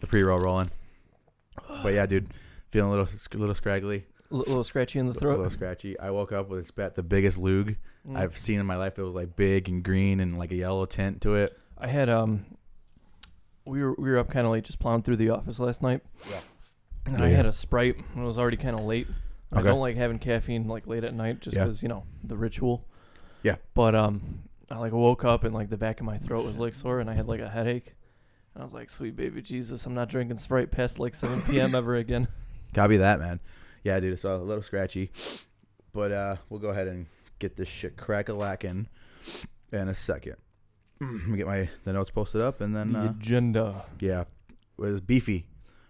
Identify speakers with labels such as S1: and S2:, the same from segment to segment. S1: the pre-roll rolling. But yeah, dude, feeling a little sc- little scraggly,
S2: A little scratchy in the
S1: a little
S2: throat.
S1: scratchy. I woke up with this bet the biggest lug
S2: Mm.
S1: I've seen in my life. It was like big and green and like a yellow tint to it.
S2: I had um, we were we were up kind of late, just plowing through the office last night.
S1: Yeah.
S2: And
S1: Yeah,
S2: I
S1: yeah.
S2: had a sprite. and It was already kind of late. I
S1: Okay.
S2: don't like having caffeine like late at night, just
S1: Yeah.
S2: because you know the ritual.
S1: Yeah.
S2: But um, I like woke up and like the back of my throat was like sore, and I had like a headache. And I was like, "Sweet baby Jesus, I'm not drinking Sprite past like 7 p.m. ever again."
S1: Copy that, man. Yeah, dude, it's a little scratchy, but uh, we'll go ahead and get this shit crack a lacking in a second. Let me get my the notes posted up, and then
S2: The
S1: uh,
S2: agenda.
S1: yeah, it was beefy,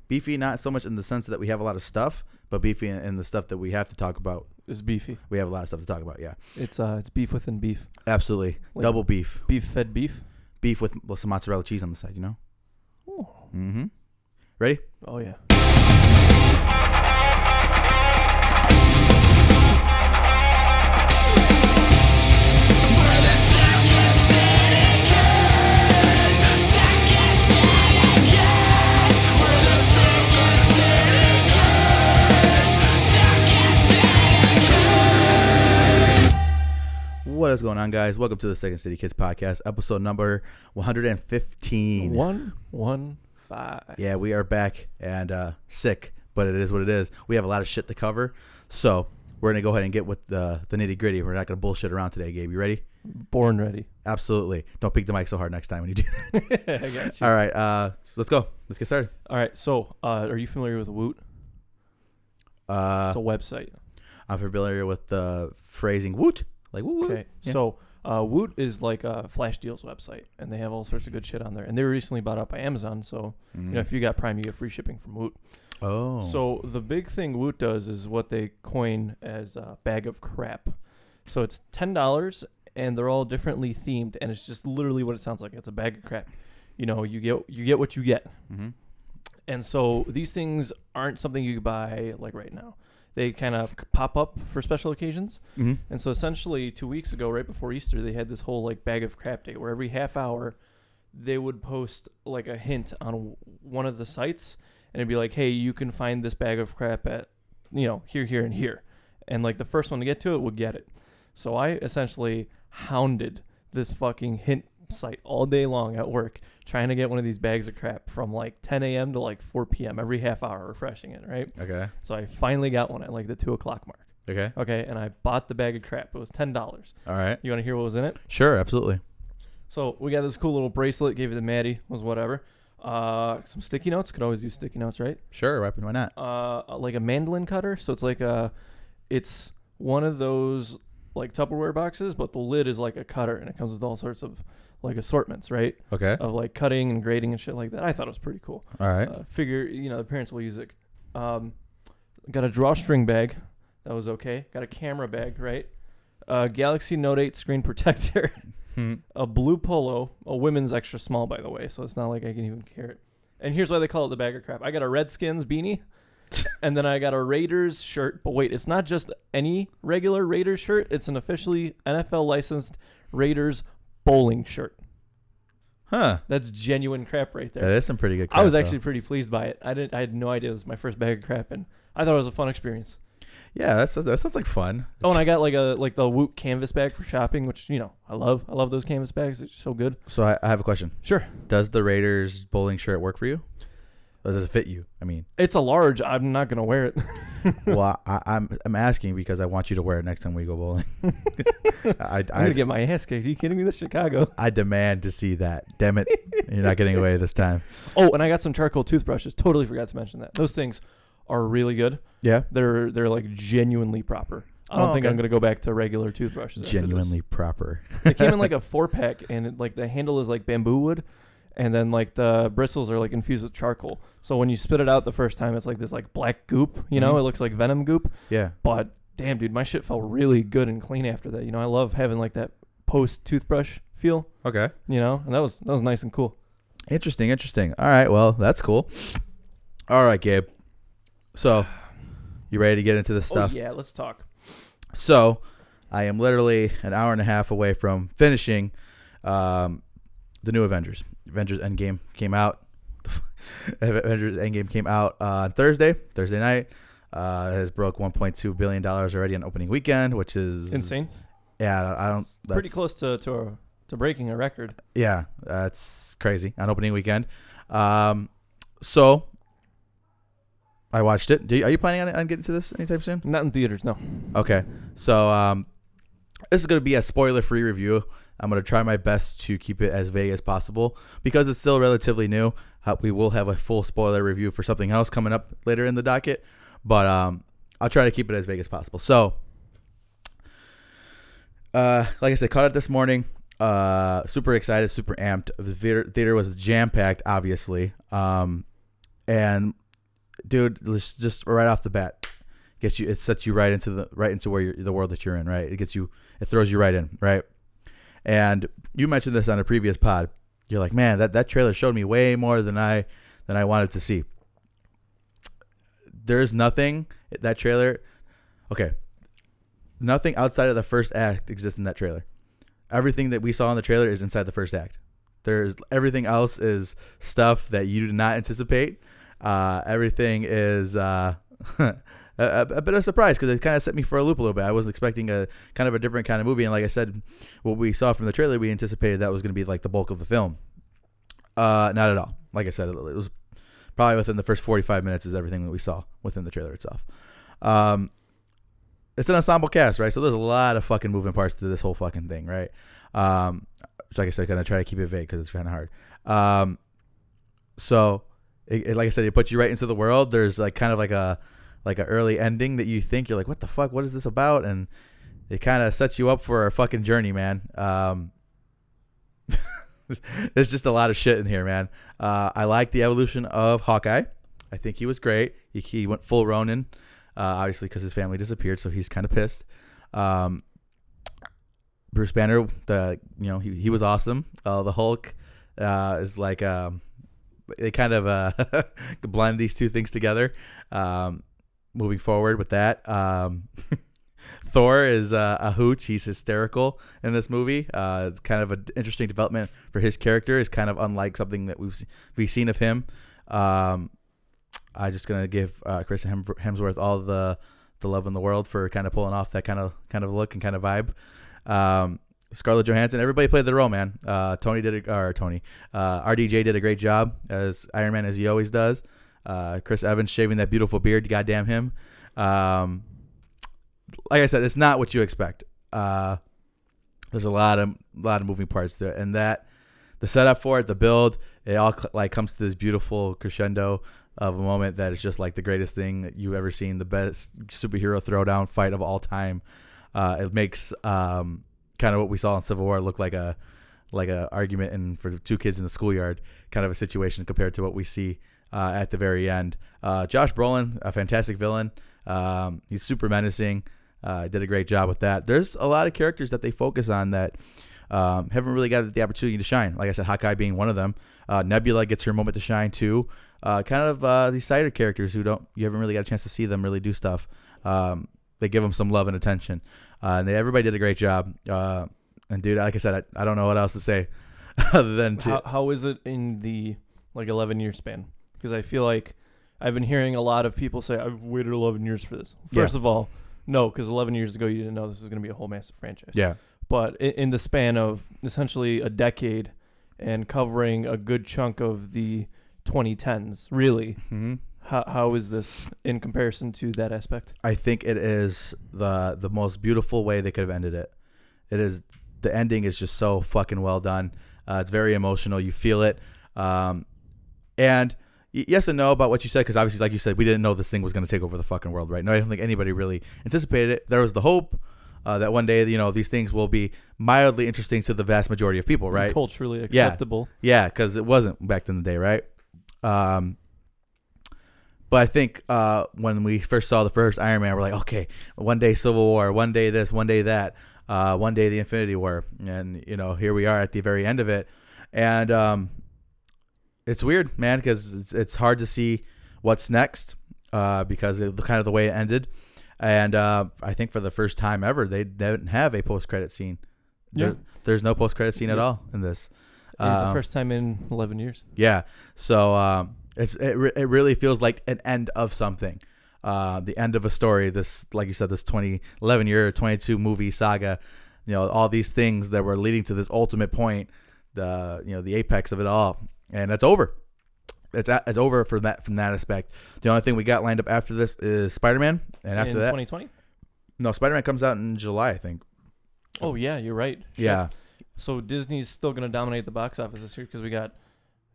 S1: beefy. Not so much in the sense that we have a lot of stuff, but beefy in, in the stuff that we have to talk about.
S2: is beefy.
S1: We have a lot of stuff to talk about. Yeah,
S2: It's uh, it's beef within beef.
S1: absolutely.
S2: Like-
S1: Double beef,
S2: Beef fed beef.
S1: beef with, with some mozzarella cheese on the side. You know.
S2: Ooh.
S1: Mm-hmm. Ready?
S2: Oh yeah.
S1: What is going on, guys? Welcome to the Second City Kids Podcast, episode number 115.
S2: One one five.
S1: Yeah, we are back and uh, sick, but it is what it is. We have a lot of shit to cover, so we're gonna go ahead and get with the the nitty gritty. We're not gonna bullshit around today, Gabe. You ready?
S2: Born ready.
S1: Absolutely. Don't pick the mic so hard next time when you do. That.
S2: I got you.
S1: All right, uh, so let's go. Let's get started.
S2: All right. So, uh, are you familiar with Woot?
S1: Uh,
S2: It's a website.
S1: I'm familiar with the phrasing "woot," like "woo woo."
S2: Okay.
S1: Yeah.
S2: So, uh, Woot is like a Flash Deals website, and they have all sorts of good shit on there. And they were recently bought out by Amazon, so you know
S1: Mm.
S2: if you got Prime, you get free shipping from Woot.
S1: Oh,
S2: So the big thing Woot does is what they coin as a bag of crap. So it's ten dollars, and they're all differently themed, and it's just literally what it sounds like. It's a bag of crap. You know, you get you get what you get.
S1: hmm
S2: And so these things aren't something you could buy like right now. They kind of pop up for special occasions.
S1: hmm
S2: And so essentially, two weeks ago, right before Easter, they had this whole like bag of crap day where every half hour they would post like a hint on w- one of the sites and it'd be like, hey, you can find this bag of crap at, you know, here, here, and here. And like the first one to get to it would get it. So I essentially hounded this fucking hint site all day long at work trying to get one of these bags of crap from like 10 a.m. to like 4 p.m. every half hour, refreshing it, right?
S1: okay,
S2: So I finally got one at like the two o'clock mark.
S1: okay,
S2: Okay, and I bought the bag of crap. It was ten dollars.
S1: all right,
S2: You want to hear what was in it?
S1: sure, absolutely.
S2: So we got this cool little bracelet. Gave it to Maddie. Was whatever. Uh, some sticky notes. Could always use sticky notes, right?
S1: Sure, why why not?
S2: Uh, like a mandolin cutter. So it's like a, it's one of those like Tupperware boxes, but the lid is like a cutter, and it comes with all sorts of like assortments, right?
S1: Okay,
S2: Of like cutting and grading and shit like that. I thought it was pretty cool.
S1: all right,
S2: Uh, figure you know the parents will use it. Um, got a drawstring bag, that was okay. Got a camera bag, right? A Galaxy Note 8 screen protector,
S1: Hmm.
S2: a blue polo, a women's extra small by the way, so it's not like I can even care it. And here's why they call it the bag of crap. I got a Redskins beanie, and then I got a Raiders shirt. But wait, it's not just any regular Raiders shirt. It's an officially NFL licensed Raiders bowling shirt.
S1: huh?
S2: That's genuine crap right there.
S1: That is some pretty good.
S2: I
S1: crap,
S2: was
S1: though.
S2: actually pretty pleased by it. I didn't. I had no idea it was my first bag of crap, and I thought it was a fun experience.
S1: yeah, that's that sounds like fun.
S2: Oh, and I got like a like the Woot canvas bag for shopping, which you know I love. I love those canvas bags. It's so good.
S1: So I, I have a question.
S2: Sure,
S1: Does the Raiders bowling shirt work for you? Or does it fit you? I mean,
S2: it's a large. I'm not gonna wear it. Hmm.
S1: well, I, I'm I'm asking because I want you to wear it next time we go bowling. I,
S2: I'm gonna
S1: I,
S2: get my ass kicked. Are you kidding me? This is Chicago.
S1: I demand to see that. Damn it, you're not getting away this time.
S2: Oh, and I got some charcoal toothbrushes. Totally forgot to mention that. Those things are really good.
S1: Yeah,
S2: They're they're like genuinely proper. I don't
S1: Oh,
S2: think
S1: okay.
S2: I'm gonna go back to regular toothbrushes. after this.
S1: genuinely proper.
S2: they came in like a four pack, and it, like the handle is like bamboo wood, and then like the bristles are like infused with charcoal. So when you spit it out the first time, it's like this like black goop. You know,
S1: Mhm.
S2: it looks like venom goop.
S1: Yeah,
S2: But damn, dude, my shit felt really good and clean after that. You know, I love having like that post toothbrush feel.
S1: okay,
S2: You know, and that was that was nice and cool.
S1: interesting, interesting. All right, well, that's cool. All right, Gabe. So, you ready to get into this stuff?
S2: Oh yeah, let's talk.
S1: So I am literally an hour and a half away from finishing um, the new Avengers. Avengers Endgame came out. Avengers Endgame came out uh, on Thursday, Thursday night. Uh, it has broke 1.2 billion dollars already on opening weekend, which is
S2: Insane.
S1: Yeah, I don't. That's,
S2: Pretty close to to to breaking a record.
S1: Yeah, that's crazy on opening weekend. Um, so I watched it. Do you, are you planning on, on getting to this anytime soon?
S2: Not in theaters, no.
S1: Okay. So um this is going to be a spoiler-free review. I'm going to try my best to keep it as vague as possible because it's still relatively new. Uh, we will have a full spoiler review for something else coming up later in the docket, but um I'll try to keep it as vague as possible. So uh like I said, caught it this morning. Uh super excited, super amped. The theater, theater was jam-packed obviously. Um and dude, let's just right off the bat, gets you it sets you right into the right into where you're, the world that you're in right it gets you it throws you right in right and you mentioned this on a previous pod you're like man that that trailer showed me way more than i than i wanted to see there's nothing that trailer okay nothing outside of the first act exists in that trailer everything that we saw in the trailer is inside the first act there's everything else is stuff that you did not anticipate uh, everything is uh, a, a bit of surprise because it kind of set me for a loop a little bit. I was expecting a kind of a different kind of movie, and like I said, what we saw from the trailer, we anticipated that was going to be like the bulk of the film. Uh, not at all. Like I said, it was probably within the first forty-five minutes is everything that we saw within the trailer itself. Um, it's an ensemble cast, right? So there's a lot of fucking moving parts to this whole fucking thing, right? Um, so like I said, gonna try to keep it vague because it's kind of hard. Um, so, it, it, like I said, it puts you right into the world. There's like kind of like a like an early ending that you think you're like, what the fuck, what is this about? And it kind of sets you up for a fucking journey, man. Um, there's just a lot of shit in here, man. Uh, I like the evolution of Hawkeye. I think he was great. He, he went full Ronin, uh, obviously because his family disappeared, so he's kind of pissed. Um, Bruce Banner, the you know he, he was awesome. Uh, the Hulk uh, is like um, they kind of uh, blend these two things together. Um, moving forward with that. Um, Thor is uh, a hoot. He's hysterical in this movie. Uh, it's kind of an interesting development for his character. Is kind of unlike something that we've se- we've seen of him. Um, I'm just gonna give uh, Chris Hem- Hemsworth all the the love in the world for kind of pulling off that kind of kind of look and kind of vibe. Um, Scarlett Johansson, everybody played their role, man. Uh, Tony did a, or Tony uh, RDJ did a great job as Iron Man as he always does. Uh, Chris Evans shaving that beautiful beard, goddamn him. Um, like I said, it's not what you expect. Uh, there's a lot of lot of moving parts there, and that the setup for it, the build, it all cl- like comes to this beautiful crescendo of a moment that is just like the greatest thing that you've ever seen, the best superhero throwdown fight of all time. Uh, it makes um, kind of what we saw in Civil War look like a like a argument and for two kids in the schoolyard kind of a situation compared to what we see uh, at the very end. Uh, Josh Brolin, a fantastic villain. Um, he's super menacing. Uh, did a great job with that. There's a lot of characters that they focus on that um, haven't really got the opportunity to shine. Like I said, Hawkeye being one of them. Uh, Nebula gets her moment to shine too. Uh, kind of uh, these cider characters who don't you haven't really got a chance to see them really do stuff. Um, they give them some love and attention, uh, and they, everybody did a great job. Uh, and dude, like I said, I, I don't know what else to say other than to
S2: How, how is it in the like 11 year span? Because I feel like I've been hearing a lot of people say I've waited 11 years for this.
S1: Yeah.
S2: First of all, no, because 11 years ago you didn't know this was going to be a whole massive franchise.
S1: yeah,
S2: But in, in the span of essentially a decade and covering a good chunk of the 2010s, really,
S1: hmm
S2: how, how is this in comparison to that aspect?
S1: I think it is the the most beautiful way they could have ended it. It is the ending is just so fucking well done. Uh, it's very emotional. You feel it. Um, and y- yes and no about what you said because obviously, like you said, we didn't know this thing was going to take over the fucking world, right? No, I don't think anybody really anticipated it. There was the hope uh, that one day, you know, these things will be mildly interesting to the vast majority of people, right?
S2: Culturally acceptable.
S1: Yeah, because it wasn't back in the day, right? Um, but I think uh, when we first saw the first Iron Man, we're like, okay, one day Civil War, one day this, one day that, uh, one day the Infinity War, and you know, here we are at the very end of it, and um, it's weird, man, because it's, it's hard to see what's next uh, because of the kind of the way it ended, and uh, I think for the first time ever, they didn't have a post credit scene. There-
S2: Yeah.
S1: there's no post credit scene at
S2: Yeah.
S1: all in this.
S2: And the
S1: Um,
S2: first time in 11 years.
S1: yeah. So um, It's it, re- it really feels like an end of something, uh, the end of a story. This, like you said, this 20, 11 year, twenty two movie saga. You know, all these things that were leading to this ultimate point, the you know the apex of it all, and it's over. It's a- it's over from that from that aspect. The only thing we got lined up after this is Spider Man, and after
S2: in
S1: that,
S2: 2020.
S1: no, Spider Man comes out in July, I think.
S2: Oh yeah, you're right. Shit.
S1: Yeah,
S2: So Disney's still going to dominate the box office this year because we got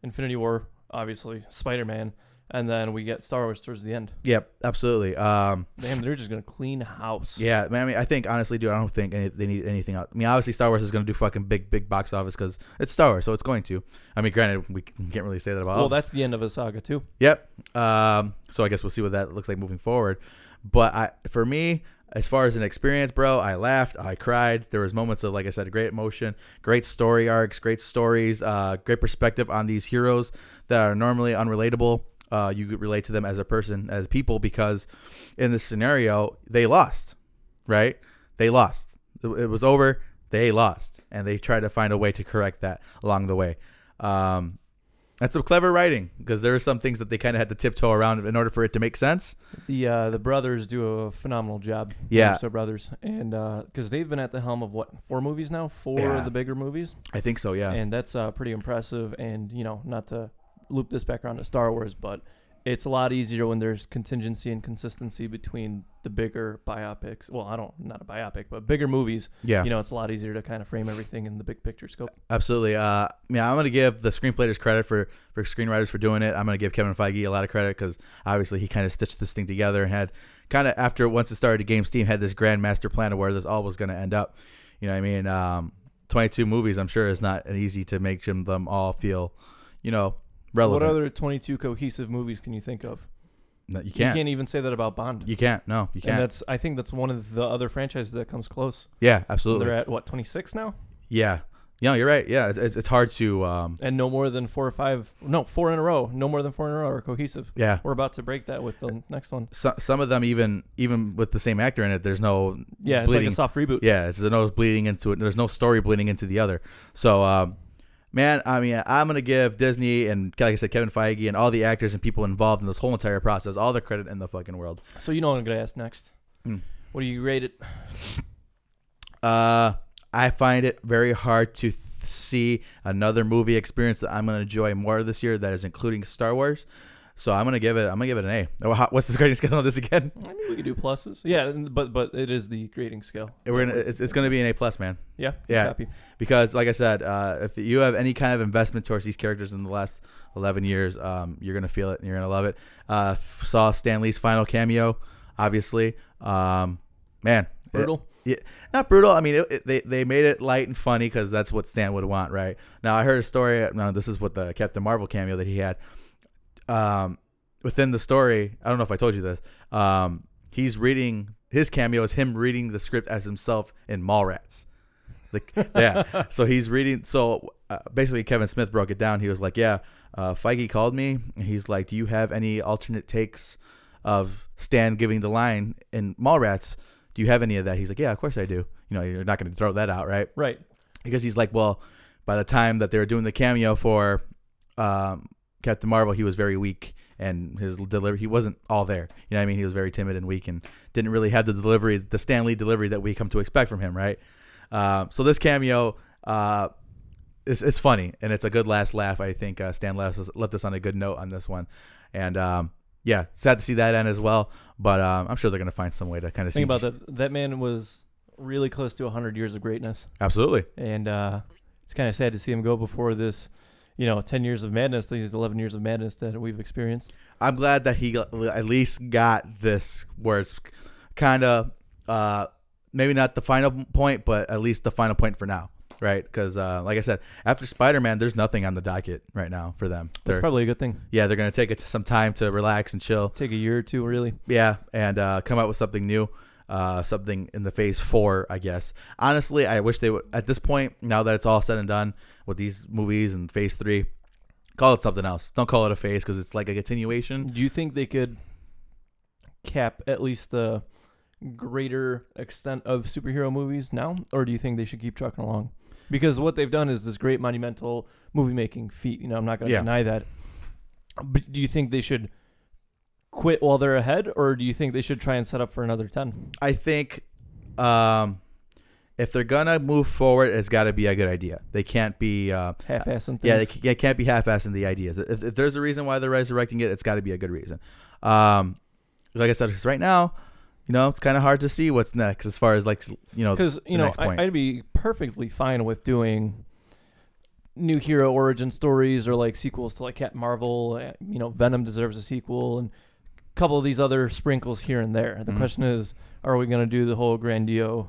S2: Infinity War, obviously Spider Man, and then we get Star Wars towards the end.
S1: yep, absolutely. Um,
S2: Damn, they're just going to clean house.
S1: Yeah, man. I mean, I think honestly, dude, I don't think any, they need anything else. I mean, obviously, Star Wars is going to do fucking big, big box office because it's Star Wars, so it's going to. I mean, granted, we can't really say that about.
S2: Well, that's the end of a saga too.
S1: yep. Um, so I guess we'll see what that looks like moving forward. But I, for me, as far as an experience, bro, I laughed, I cried. There was moments of, like I said, great emotion, great story arcs, great stories, uh, great perspective on these heroes that are normally unrelatable. Uh, you could relate to them as a person, as people, because in this scenario, they lost right? They lost. It was over. They lost, and they tried to find a way to correct that along the way. Um, that's some clever writing because there are some things that they kind of had to tiptoe around in order for it to make sense.
S2: The uh, the brothers do a phenomenal job. the
S1: Yeah.
S2: Russo brothers, and because they've been at the helm of what four movies now, four
S1: Yeah.
S2: of the bigger movies,
S1: I think so. Yeah.
S2: and that's uh, pretty impressive. And you know, not to loop this back around to Star Wars, but it's a lot easier when there's contingency and consistency between the bigger biopics. Well, I don't not a biopic, but bigger movies.
S1: yeah.
S2: You know, it's a lot easier to kind of frame everything in the big picture scope.
S1: Absolutely. Uh, yeah, I'm gonna give the screenwriters credit for for screenwriters for doing it. I'm gonna give Kevin Feige a lot of credit because obviously he kind of stitched this thing together and had kind of after once it started, the game's team had this grand master plan of where this all was gonna end up. You know, what I mean, um, 22 movies. I'm sure is not easy to make them, them all feel, you know, relevant.
S2: What other 22 cohesive movies can you think of?
S1: No, you can't.
S2: You can't even say that about Bond.
S1: You can't. No, you
S2: And
S1: can't.
S2: that's I think that's one of the other franchises that comes close.
S1: Yeah, absolutely.
S2: They're at what 26 now,
S1: Yeah. No, you're right. Yeah, it's- it's, it's hard to. Um,
S2: and no more than four or five. No, four in a row. No more than four in a row are cohesive.
S1: yeah.
S2: We're about to break that with the next one.
S1: So, some of them even even with the same actor in it, there's no
S2: Yeah, it's like
S1: bleeding
S2: a soft reboot.
S1: Yeah, it's there's no bleeding into it. There's no story bleeding into the other. So, um, man, I mean, I'm gonna give Disney and like I said, Kevin Feige and all the actors and people involved in this whole entire process all the credit in the fucking world.
S2: So you know what I'm gonna ask next.
S1: Hmm.
S2: What do you rate it?
S1: Uh, I find it very hard to th- see another movie experience that I'm gonna enjoy more this year that is including Star Wars. So I'm gonna give it. I'm gonna give it an A. Oh, how- What's the grading scale on this again?
S2: I mean, we could do pluses. Yeah, and- but but it is the grading scale.
S1: We're gonna. It's, it's gonna be an A plus, man.
S2: yeah.
S1: yeah.
S2: Copy.
S1: because like i said uh, if you have any kind of investment towards these characters in the last 11 years um, you're gonna feel it and you're gonna love it uh, f- saw stan lee's final cameo obviously um, man it-
S2: Brutal.
S1: not brutal i mean it, it- they, they made it light and funny because that's what stan would want right now i heard a story now this is what the captain marvel cameo that he had um, within the story i don't know if i told you this um, he's reading his cameo is him reading the script as himself in mallrats like yeah so he's reading so uh, basically kevin smith broke it down he was like yeah uh, feige called me and he's like do you have any alternate takes of stan giving the line in mallrats do you have any of that he's like yeah of course i do you know you're not going to throw that out right
S2: Right.
S1: because he's like well by the time that they were doing the cameo for um, captain marvel he was very weak and his delivery he wasn't all there you know what i mean he was very timid and weak and didn't really have the delivery the stanley delivery that we come to expect from him right uh, so this cameo uh, it's, it's funny and it's a good last laugh. I think uh, Stan left us, left us on a good note on this one, and um, yeah, sad to see that end as well. But um, I'm sure they're gonna find some way to kind of see
S2: Think about that. That man was really close to 100 years of greatness.
S1: Absolutely,
S2: and uh, it's kind of sad to see him go before this, you know, ten years of madness, these eleven years of madness that we've experienced.
S1: I'm glad that he got- at least got this where it's kind of uh, maybe not the final point, but at least the final point for now. Right, because uh, like I said, after Spider Man, there's nothing on the docket right now for them.
S2: That's
S1: They're-
S2: probably a good thing.
S1: yeah, they're gonna take it some time to relax and chill.
S2: Take a year or two, really.
S1: Yeah, and uh, come out with something new, uh, something in the phase four, I guess. Honestly, I wish they would. At this point, now that it's all said and done with these movies and phase three, call it something else. Don't call it a phase because it's like a continuation.
S2: Do you think they could cap at least the greater extent of superhero movies now, or do you think they should keep trucking along? Because what they've done is this great monumental movie making feat. You know, I'm not going to
S1: Yeah.
S2: deny that. But do you think they should quit while they're ahead, or do you think they should try and set up for another ten?
S1: I think um, if they're gonna move forward, it's got to be a good idea. They can't be uh,
S2: Half-ass and things.
S1: yeah, they, ca- they can't be half-assing the ideas. If, if there's a reason why they're resurrecting it, it's got to be a good reason. Um, like I said, 'cause right now, you know, it's kind of hard to see what's next as far as like s- you know.
S2: because you
S1: the
S2: know
S1: next point.
S2: I, I'd be perfectly fine with doing new hero origin stories or like sequels to like Captain Marvel. uh, You know, Venom deserves a sequel, and a couple of these other sprinkles here and there. The
S1: Mhm.
S2: question is, are we going to do the whole grandio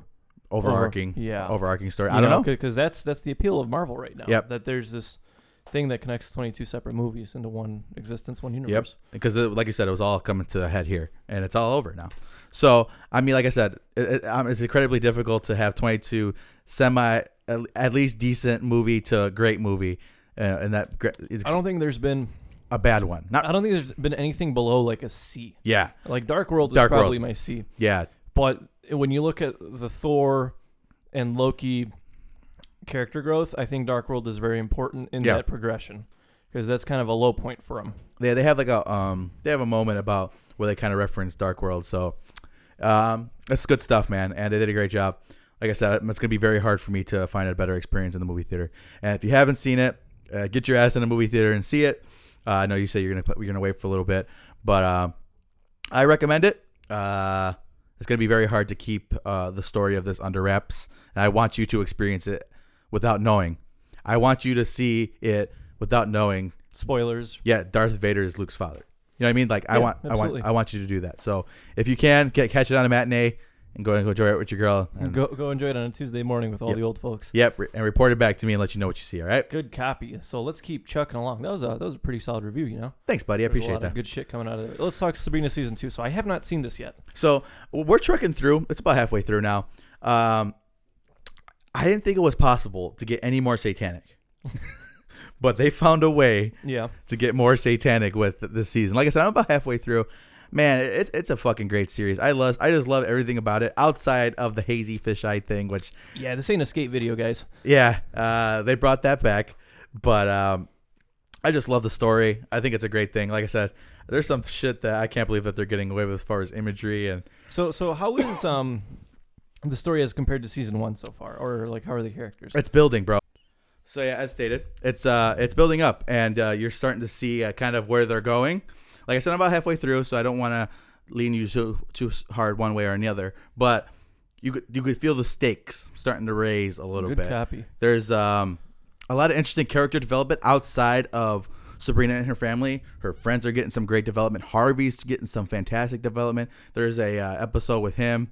S1: overarching,
S2: yeah,
S1: overarching story. I don't know.
S2: because that's that's the appeal of Marvel right now.
S1: Yep.
S2: that there's this thing that connects 22 separate movies into one existence, one universe.
S1: because uh, like you said, it was all coming to a head here, and it's all over now. So I mean, like I said, it, it, um, it's incredibly difficult to have 22 semi, at, at least decent movie to a great movie, uh, and that gre- it's
S2: I don't think there's been
S1: a bad one. Not
S2: I don't think there's been anything below like a C.
S1: yeah,
S2: Like Dark World is
S1: Dark World.
S2: probably my C.
S1: yeah,
S2: But when you look at the Thor and Loki character growth, I think Dark World is very important in
S1: Yeah.
S2: that progression because that's kind of a low point for him.
S1: they they have like a um they have a moment about where they kind of reference Dark World. So um that's good stuff, man, and they did a great job. Like I said, it's gonna be very hard for me to find a better experience in the movie theater. And if you haven't seen it, uh, get your ass in a movie theater and see it. Uh, I know you say you're gonna put- you're gonna wait for a little bit, but um, I recommend it. Uh, it's gonna be very hard to keep uh, the story of this under wraps, and I want you to experience it without knowing. I want you to see it without knowing
S2: Spoilers.
S1: yeah, Darth Vader is Luke's father. You know what I mean? Like I
S2: Yeah,
S1: want,
S2: absolutely.
S1: I want, I want you to do that. So if you can, get catch it on a matinee and go and go enjoy it with your girl. And,
S2: Go, go enjoy it on a Tuesday morning with all
S1: Yep.
S2: the old folks.
S1: Yep, re- and report it back to me and let you know what you see. All right,
S2: Good copy. So let's keep chucking along. That was a that was a pretty solid review, you know.
S1: thanks, buddy. I
S2: There's a
S1: appreciate
S2: lot Of
S1: that.
S2: good shit coming out of there. Let's talk Sabrina season two. So I have not seen this yet.
S1: So w- we're trucking through. It's about halfway through now. Um, I didn't think it was possible to get any more satanic, but they found a way
S2: Yeah.
S1: to get more satanic with th- this season. Like I said, I'm about halfway through. Man, it's it's a fucking great series. I love, I just love everything about it outside of the hazy fisheye thing, which
S2: Yeah, this ain't a skate video, guys.
S1: Yeah, uh, they brought that back, but um, I just love the story. I think it's a great thing. Like I said, there's some shit that I can't believe that they're getting away with as far as imagery and
S2: So so how is um the story as compared to season one so far? Or like how are the characters?
S1: it's building, bro. So yeah, as stated, it's uh, it's building up, and uh, you're starting to see uh, kind of where they're going. Like I said, I'm about halfway through, so I don't want to lean you too too hard one way or another, but. You could, you could feel the stakes starting to raise a little
S2: Good
S1: bit.
S2: copy.
S1: There's um, a lot of interesting character development outside of Sabrina and her family. Her friends are getting some great development. Harvey's getting some fantastic development. There's a uh, episode with him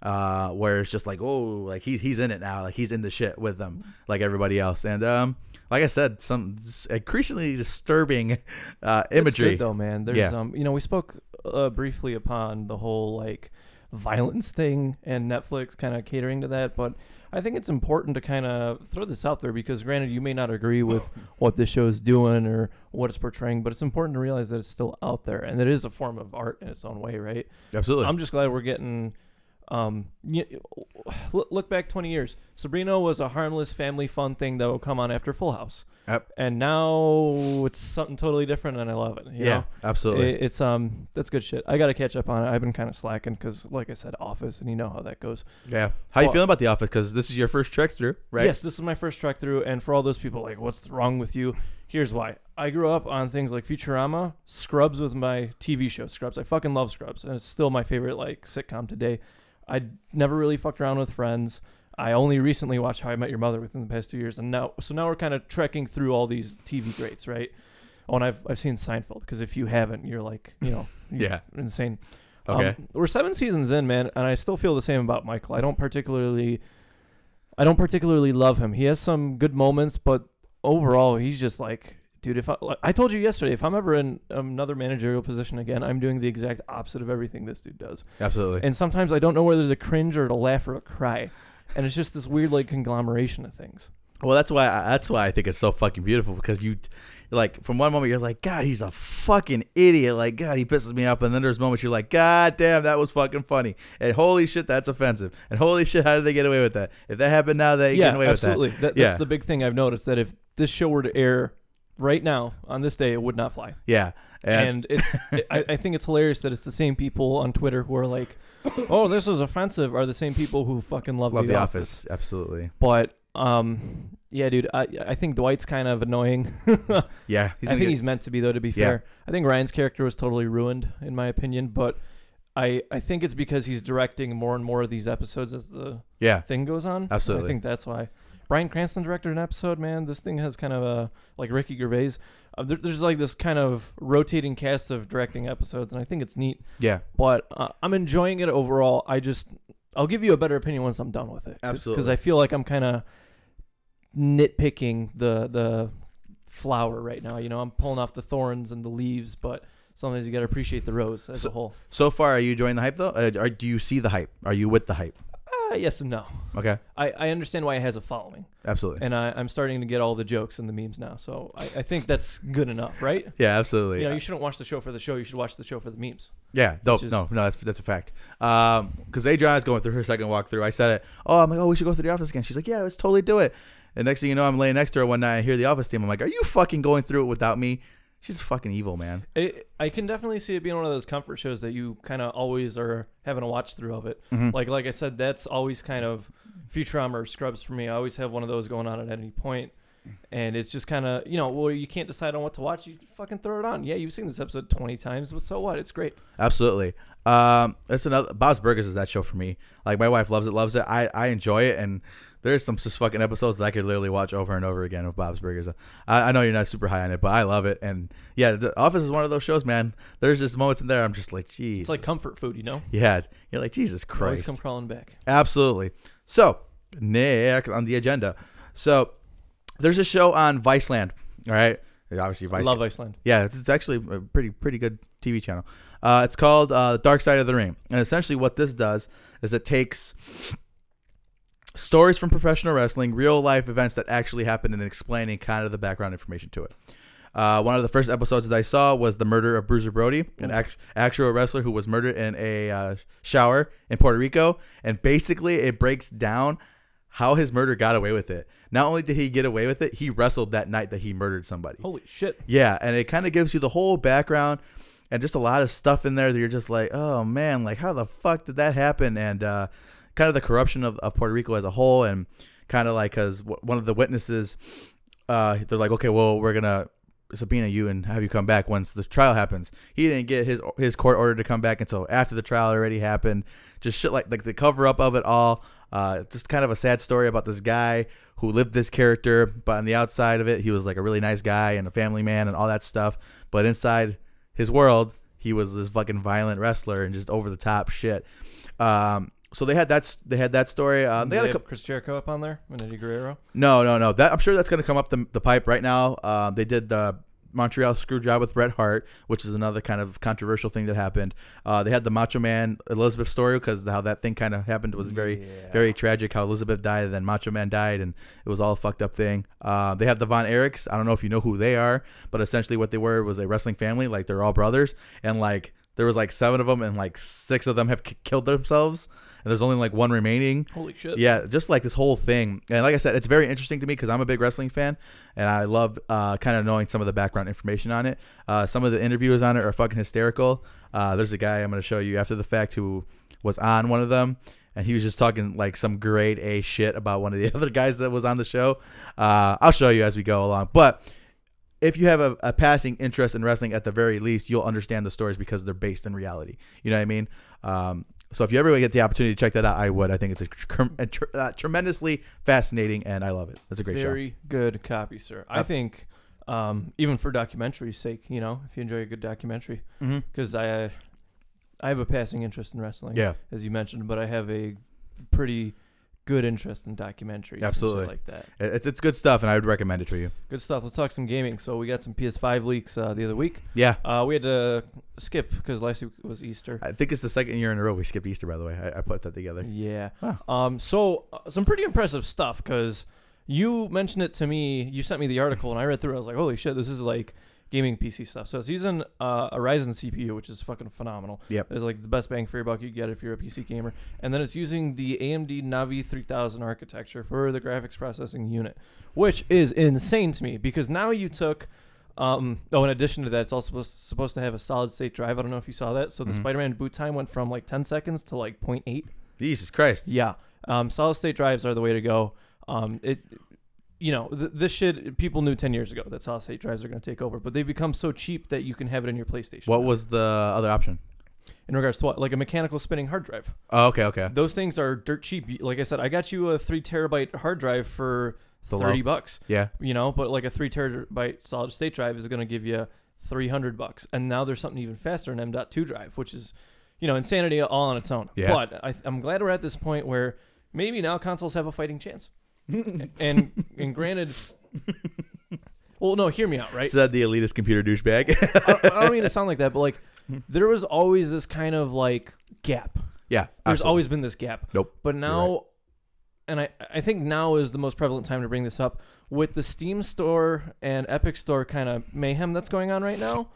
S1: uh, where it's just like, oh, like he, he's in it now. Like he's in the shit with them, like everybody else. And um, like I said, some s- increasingly disturbing uh, imagery.
S2: It's good though, man. There's
S1: Yeah.
S2: um, you know, we spoke uh, briefly upon the whole like violence thing and Netflix kind of catering to that, but I think it's important to kind of throw this out there because granted you may not agree with what this show's doing or what it's portraying, but it's important to realize that it's still out there and it is a form of art in its own way, right?
S1: Absolutely.
S2: I'm just glad we're getting. Um, y- look, look back 20 years. Sabrina was a harmless family fun thing that will come on after Full House,
S1: Yep.
S2: and now it's something totally different, and I love it. you
S1: yeah,
S2: know?
S1: absolutely.
S2: It- it's um, that's good shit. I gotta catch up on it. I've been kind of slacking because, like I said, Office, and you know how that goes.
S1: yeah. How you
S2: well-
S1: feeling about The Office? Because this is your first trek through, right?
S2: Yes, this is my first track through, and for all those people like, what's wrong with you? Here's why. I grew up on things like Futurama, Scrubs with my TV show Scrubs. I fucking love Scrubs, and it's still my favorite like sitcom today. I never really fucked around with Friends. I only recently watched How I Met Your Mother within the past two years, and now so now we're kind of trekking through all these TV greats, right? Oh, and I've I've seen Seinfeld because if you haven't, you're like you know you're
S1: Yeah.
S2: insane.
S1: Okay.
S2: Um, we're seven seasons in, man, and I still feel the same about Michael. I don't particularly, I don't particularly love him. He has some good moments, but overall, he's just like, dude. If I, like, I told you yesterday, if I'm ever in another managerial position again, I'm doing the exact opposite of everything this dude does.
S1: absolutely.
S2: And sometimes I don't know whether to cringe or to laugh or to cry, and it's just this weird like conglomeration of things.
S1: Well, that's why that's why I think it's so fucking beautiful because you, like, from one moment you're like, God, he's a fucking idiot. Like, God, he pisses me off, and then there's moments you're like, God damn, that was fucking funny, and holy shit, that's offensive, and holy shit, how did they get away with that? If that happened now, they get
S2: yeah,
S1: away
S2: absolutely. That.
S1: Yeah.
S2: That's the big thing I've noticed that if this show were to air right now on this day it would not fly.
S1: Yeah. And,
S2: And it's I, I think it's hilarious that it's the same people on Twitter who are like, "Oh, this is offensive," are the same people who fucking love,
S1: love The office. Absolutely.
S2: But um, yeah, dude, I I think Dwight's kind of annoying. I
S1: Yeah. He's
S2: think
S1: gonna
S2: he's meant to be though. To be
S1: Yeah.
S2: fair, I think Ryan's character was totally ruined in my opinion, but. I, I think it's because he's directing more and more of these episodes as the
S1: get- yeah.
S2: thing goes on. And
S1: Absolutely.
S2: I think that's why. Brian Cranston directed an episode, man. This thing has kind of a, like Ricky Gervais. Uh, there, there's like this kind of rotating cast of directing episodes, and I think it's neat,
S1: Yeah.
S2: but uh, I'm enjoying it overall. I just, I'll give you a better opinion once I'm done with it. Because
S1: Absolutely.
S2: I feel like I'm kind of nitpicking the, the flower right now. You know, I'm pulling off the thorns and the leaves, but sometimes you got to appreciate the rose as
S1: So-
S2: a whole.
S1: So far, are you enjoying the hype though? Uh, are, do you see the hype? Are you with the hype?
S2: Uh, yes and no.
S1: Okay.
S2: I, I understand why it has a following.
S1: Absolutely.
S2: and I, I'm starting to get all the jokes and the memes now. So I, I think that's good enough, right?
S1: yeah. Absolutely.
S2: You know, you shouldn't watch the show for the show. You should watch the show for the memes.
S1: Yeah, dope.
S2: is-
S1: no, no, that's that's a fact. Um, because Adriana's going through her second walkthrough. I said it. Oh, I'm like, oh, we should go through the office again. She's like, yeah, let's totally do it. And next thing you know, I'm laying next to her one night. I hear the office team. I'm like, are you fucking going through it without me? She's fucking evil, man.
S2: I I can definitely see it being one of those comfort shows that you kind of always are having a watch through of it.
S1: Mm-hmm.
S2: Like like I said, that's always kind of Futurama or Scrubs for me. I always have one of those going on at any point, and it's just kind of you know, well, you can't decide on what to watch. You fucking throw it on. Yeah, you've seen this episode 20 times, but so what? It's great.
S1: Absolutely. Um, that's another Bob's Burgers is that show for me. Like my wife loves it, loves it. I, I enjoy it, and there's some just fucking episodes that I could literally watch over and over again of Bob's Burgers. I, I know you're not super high on it, but I love it. And yeah, The Office is one of those shows, man. There's just moments in there I'm just like, geez,
S2: It's like comfort food, you know.
S1: yeah, you're like Jesus
S2: You Always
S1: Christ.
S2: come crawling back.
S1: Absolutely. So next on the agenda, so there's a show on Viceland. All right, obviously Vice.
S2: Love Iceland.
S1: Yeah, it's, it's actually a pretty pretty good TV channel. Uh, it's called uh, Dark Side of the Ring, and essentially what this does is it takes stories from professional wrestling, real life events that actually happened, and explaining kind of the background information to it. Uh, one of the first episodes that I saw was the murder of Bruiser Brody, an act- actual wrestler who was murdered in a uh, shower in Puerto Rico. And basically, it breaks down how his murder got away with it. Not only did he get away with it, he wrestled that night that he murdered somebody.
S2: Holy shit.
S1: Yeah, and it kind of gives you the whole background and just a lot of stuff in there that you're just like, oh man, like how the fuck did that happen? And uh, kind of the corruption of, of Puerto Rico as a whole, and kind of like because w- one of the witnesses, uh, they're like, okay, well, we're gonna subpoena you and have you come back once the trial happens. He didn't get his his court order to come back until after the trial already happened. Just shit like like the cover up of it all. Uh, just kind of a sad story about this guy who lived this character, but on the outside of it, he was like a really nice guy and a family man and all that stuff. But inside his world, he was this fucking violent wrestler and just over the top shit. Um, so they had that s- they had that story. Um, they
S2: Did
S1: had
S2: they
S1: a couple.
S2: have Chris Jericho up on there and Eddie Guerrero.
S1: No, no, no. That I'm sure that's going to come up the, the pipe right now. Um, they did the Montreal screw job with Bret Hart, which is another kind of controversial thing that happened. Uh, they had the Macho Man Elizabeth story because how that thing kind of happened was very, very tragic. How Elizabeth died, and then Macho Man died, and it was all a fucked up thing. Uh, they have the Von Erichs. I don't know if you know who they are, but essentially what they were was a wrestling family. Like they're all brothers, and like there was like seven of them, and like six of them have k- killed themselves, and there's only like one remaining.
S2: Holy shit.
S1: Yeah, just like this whole thing. And like I said, it's very interesting to me because I'm a big wrestling fan and I love uh, kind of knowing some of the background information on it. Uh, some of the interviews on it are fucking hysterical. Uh, there's a guy I'm going to show you after the fact who was on one of them. And he was just talking like some grade A shit about one of the other guys that was on the show. Uh, I'll show you as we go along. But if you have a, a passing interest in wrestling at the very least you'll understand the stories because they're based in reality you know what i mean um, so if you ever get the opportunity to check that out i would i think it's a, tr- a tr- uh, tremendously fascinating and i love it that's a great
S2: Very good copy, sir. I
S1: Yep.
S2: think um, even for documentary's sake, you know, if you enjoy a good documentary,
S1: show mm-hmm.
S2: because I I have a passing interest in wrestling,
S1: yeah
S2: as you mentioned, but I have a pretty good interest in documentaries, and shit
S1: Absolutely.
S2: like that.
S1: It- it's, it's good stuff and i would recommend it to you
S2: Good stuff. Let's talk some gaming. So we got some PS5 leaks uh, the other week.
S1: yeah
S2: Uh, we had to skip because last week was Easter.
S1: i think it's the second year in a row we skipped easter by the way i, I put that together
S2: Yeah.
S1: Wow.
S2: Um. So uh, some pretty impressive stuff because you mentioned it to me. You sent me the article and I read through. it. I was like, holy shit, this is like gaming PC stuff. So it's using uh, a Ryzen CPU, which is fucking phenomenal.
S1: Yep.
S2: It's like the best bang for your buck you get if you're a PC gamer. And then it's using the AMD Navi 3000 architecture for the graphics processing unit, which is insane to me because now you took Um, oh, in addition to that, it's also supposed, supposed to have a solid state drive. I don't know if you saw that. So the
S1: Mhm.
S2: Spider-Man boot time went from like 10 seconds to like 0.8.
S1: Jesus Christ.
S2: Yeah, um, solid state drives are the way to go. Um, it, you know, th- this shit people knew 10 years ago that solid state drives are going to take over, but they've become so cheap that you can have it in your PlayStation.
S1: What
S2: now.
S1: was the other option?
S2: in regards to what, like a mechanical spinning hard drive?
S1: Oh, okay, okay.
S2: Those things are dirt cheap. Like I said, I got you a three terabyte hard drive for
S1: The
S2: 30
S1: low.
S2: bucks
S1: Yeah.
S2: you know but like a three terabyte solid state drive is going to give you 300 bucks and now there's something even faster an m.2 drive which is you know insanity all on its own
S1: Yeah.
S2: but I, i'm glad we're at this point where maybe now consoles have a fighting chance and and granted well no hear me out right
S1: Said the elitist computer douchebag.
S2: I, I don't mean to sound like that but like there was always this kind of like gap
S1: yeah.
S2: there's
S1: absolutely.
S2: always been this gap.
S1: Nope,
S2: But now, and I, I think now is the most prevalent time to bring this up with the Steam store and Epic store kind of mayhem that's going on right now.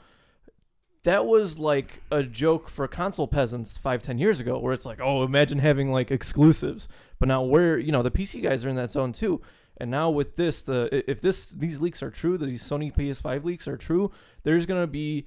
S2: That was like a joke for console peasants five, ten years ago, where it's like, oh, imagine having like exclusives. But now we're, you know, the PC guys are in that zone too. And now with this, the i- if this these leaks are true, these Sony PS5 leaks are true, there's gonna be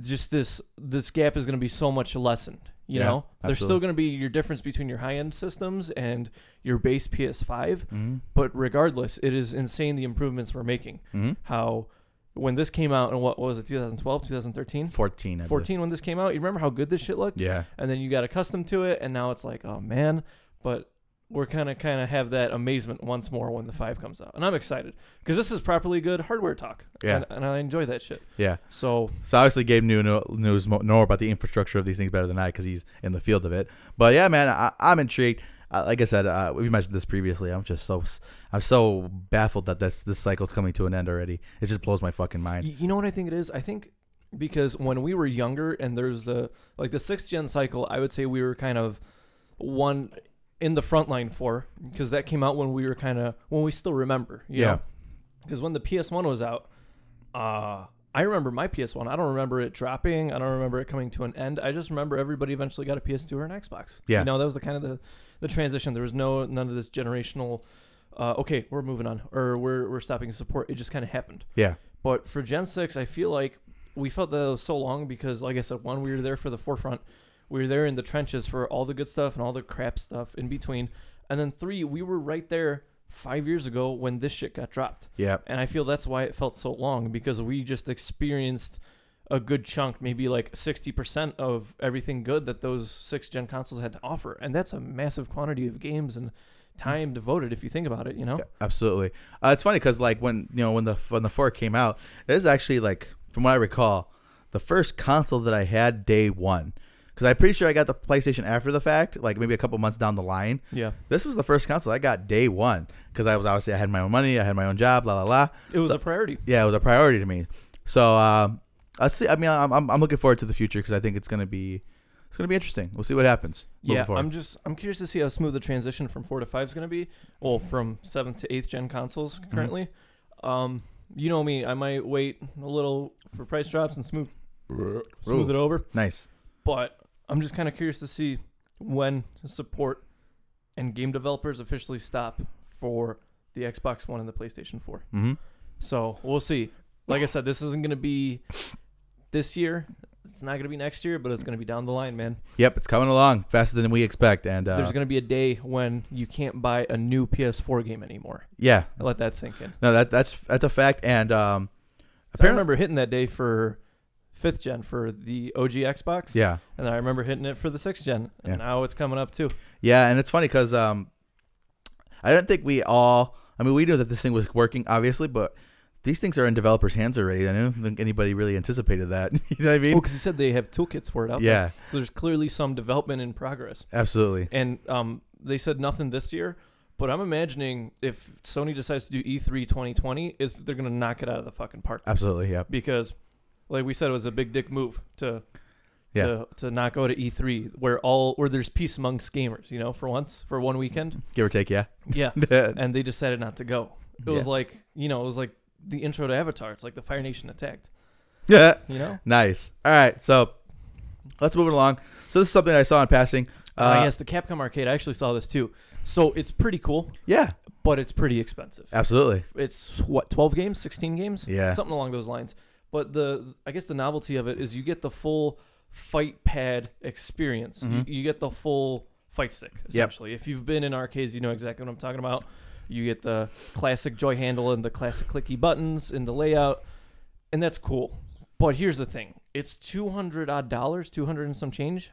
S2: just this this gap is gonna be so much lessened. You
S1: Yeah,
S2: know, there's still
S1: absolutely.
S2: gonna be your difference between your high end systems and your base PS5.
S1: Mhm.
S2: But regardless, it is insane the improvements we're making.
S1: Mhm.
S2: How when this came out and what, what was it, 2012, 2013,
S1: 14. I 14.
S2: 14 when this came out, you remember how good this shit looked?
S1: Yeah.
S2: and then you got accustomed to it and now it's like oh man but we're kind of kind of have that amazement once more when the five comes out and i'm excited because this is properly good hardware talk
S1: Yeah.
S2: and, and i enjoy that shit
S1: Yeah.
S2: so
S1: So obviously, Gabe knew knew- knows mo- more about the infrastructure of these things better than I because he's in the field of it. But yeah, man, I, I'm intrigued. Uh, like I said, uh, we mentioned this previously. I'm just so s- I'm so baffled that this this cycle's coming to an end already. It just blows my fucking mind.
S2: y- you know what i think it is i think because when we were younger and there's the like the sixth gen cycle i would say we were kind of one in the front line for because that came out when we were kind of when we still remember you
S1: Yeah.
S2: know? because when the PS1 was out, uh, I remember my PS1. I don't remember it dropping. I don't remember it coming to an end. I just remember everybody eventually got a PS2 or an Xbox.
S1: Yeah.
S2: you know that was the kind of the, the transition. There was no none of this generational. Uh, okay, we're moving on, or we're we're stopping support. It just kind of happened.
S1: Yeah.
S2: But for Gen 6, I feel like we felt that it was so long because, like I said, one, we were there for the forefront. We were there in the trenches for all the good stuff and all the crap stuff in between. And then three, we were right there five years ago when this shit got dropped.
S1: Yeah.
S2: And I feel that's why it felt so long because we just experienced a good chunk, maybe like 60% of everything good that those six gen consoles had to offer. And that's a massive quantity of games and time devoted if you think about it, you know?
S1: Mm. Yeah, absolutely. Uh, it's funny because like when you know when the when the four came out, this is actually like from what I recall, the first console that I had day one. Because I'm pretty sure I got the PlayStation after the fact, like maybe a couple months down the line.
S2: Yeah.
S1: This was the first console I got day one because I was obviously I had my own money, I had my own job, la la la.
S2: It was
S1: So-
S2: a priority.
S1: yeah, it was a priority to me. So um, I see. I mean, I'm, I'm I'm looking forward to the future because I think it's gonna be it's gonna be interesting. We'll see what happens. moving
S2: Yeah,
S1: forward.
S2: I'm just I'm curious to see how smooth the transition from four to five is going to be. Well, from seventh to eighth gen consoles currently. Um, you know me, I might wait a little for price drops and smooth smooth
S1: Ooh,
S2: it over.
S1: nice.
S2: But I'm just kind of curious to see when support and game developers officially stop for the Xbox One and the PlayStation Four.
S1: Mm-hmm.
S2: So we'll see. Like I said, this isn't going to be this year. It's not going to be next year, but it's going to be down the line, man.
S1: Yep, it's coming along faster than we expect, and uh,
S2: There's going to be a day when you can't buy a new PS4 game anymore.
S1: yeah,
S2: Let that sink in.
S1: no, that that's that's a fact, and um,
S2: 'Cause I
S1: Apparently-
S2: remember hitting that day for fifth gen for the OG Xbox,
S1: yeah,
S2: and I remember hitting it for the sixth gen, and
S1: Yeah.
S2: now it's coming up too.
S1: yeah, and it's funny because um, I don't think we all. I mean, we knew that this thing was working, obviously, but these things are in developers' hands already. I don't think anybody really anticipated that. you know what I mean?
S2: Well, because you said they have toolkits for it out
S1: yeah,
S2: there, so there's clearly some development in progress.
S1: absolutely.
S2: And um, they said nothing this year, but I'm imagining if Sony decides to do E E3 2020, is they're gonna knock it out of the fucking park
S1: Absolutely, yeah.
S2: because, like we said, it was a big dick move to
S1: Yeah.
S2: to, to not go to E3 where all where there's peace amongst gamers, you know, for once for one weekend.
S1: Give or take, yeah.
S2: Yeah, and they decided not to go. It was
S1: Yeah.
S2: like you know, it was like the intro to Avatar. It's like the Fire Nation attacked.
S1: Yeah.
S2: You know,
S1: nice. All right. So let's move it along. So this is something I saw in passing.
S2: I
S1: Uh,
S2: guess the Capcom arcade. I actually saw this too, so it's pretty cool.
S1: yeah.
S2: but it's pretty expensive.
S1: Absolutely.
S2: It's what twelve games, sixteen games,
S1: Yeah.
S2: something along those lines. But the I guess the novelty of it is you get the full fight pad experience.
S1: Mhm.
S2: You, you get the full fight stick essentially. If you've been in arcades, you know exactly what I'm talking about. You get the classic joy handle and the classic clicky buttons and the layout, and that's cool. But here's the thing: it's two hundred odd dollars, two hundred and some change.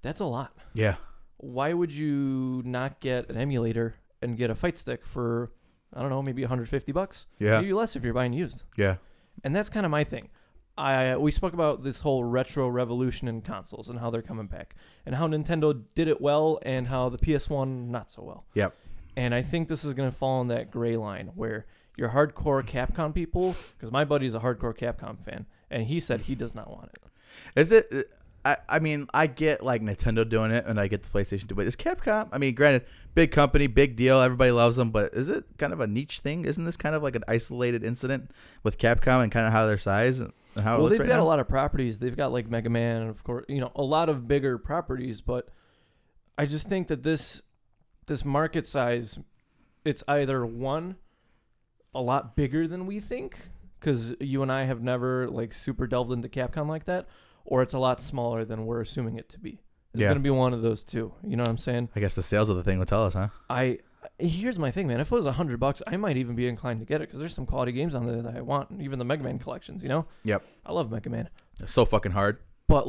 S2: That's a lot
S1: Yeah.
S2: why would you not get an emulator and get a fight stick for I don't know, maybe 150 bucks?
S1: Yeah.
S2: Maybe less if you're buying used.
S1: Yeah.
S2: And that's kind of my thing. I we spoke about this whole retro revolution in consoles and how they're coming back and how Nintendo did it well and how the PS1 not so well.
S1: Yep.
S2: And I think this is going to fall in that gray line where your hardcore Capcom people because my buddy's a hardcore Capcom fan and he said he does not want it.
S1: Is it? I, I mean, I get like Nintendo doing it, and I get the PlayStation doing it. Is Capcom? I mean, granted, big company, big deal, everybody loves them, but is it kind of a niche thing? Isn't this kind of like an isolated incident with Capcom and kind of how their size and how it
S2: well,
S1: looks
S2: they've
S1: Oh, right
S2: got
S1: now?
S2: a lot of properties. They've got like Mega Man, and of course, you know, a lot of bigger properties. But I just think that this this market size, it's either one, a lot bigger than we think, because you and I have never like super delved into Capcom like that, or it's a lot smaller than we're assuming it to be. It's
S1: Yeah.
S2: gonna be one of those two. You know what I'm saying?
S1: I guess the sales of the thing will tell us, huh?
S2: I here's my thing, man. If it was a hundred bucks, I might even be inclined to get it because there's some quality games on there that I want, and even the Mega Man collections. You know?
S1: Yep.
S2: I love Mega Man
S1: It's so fucking hard.
S2: but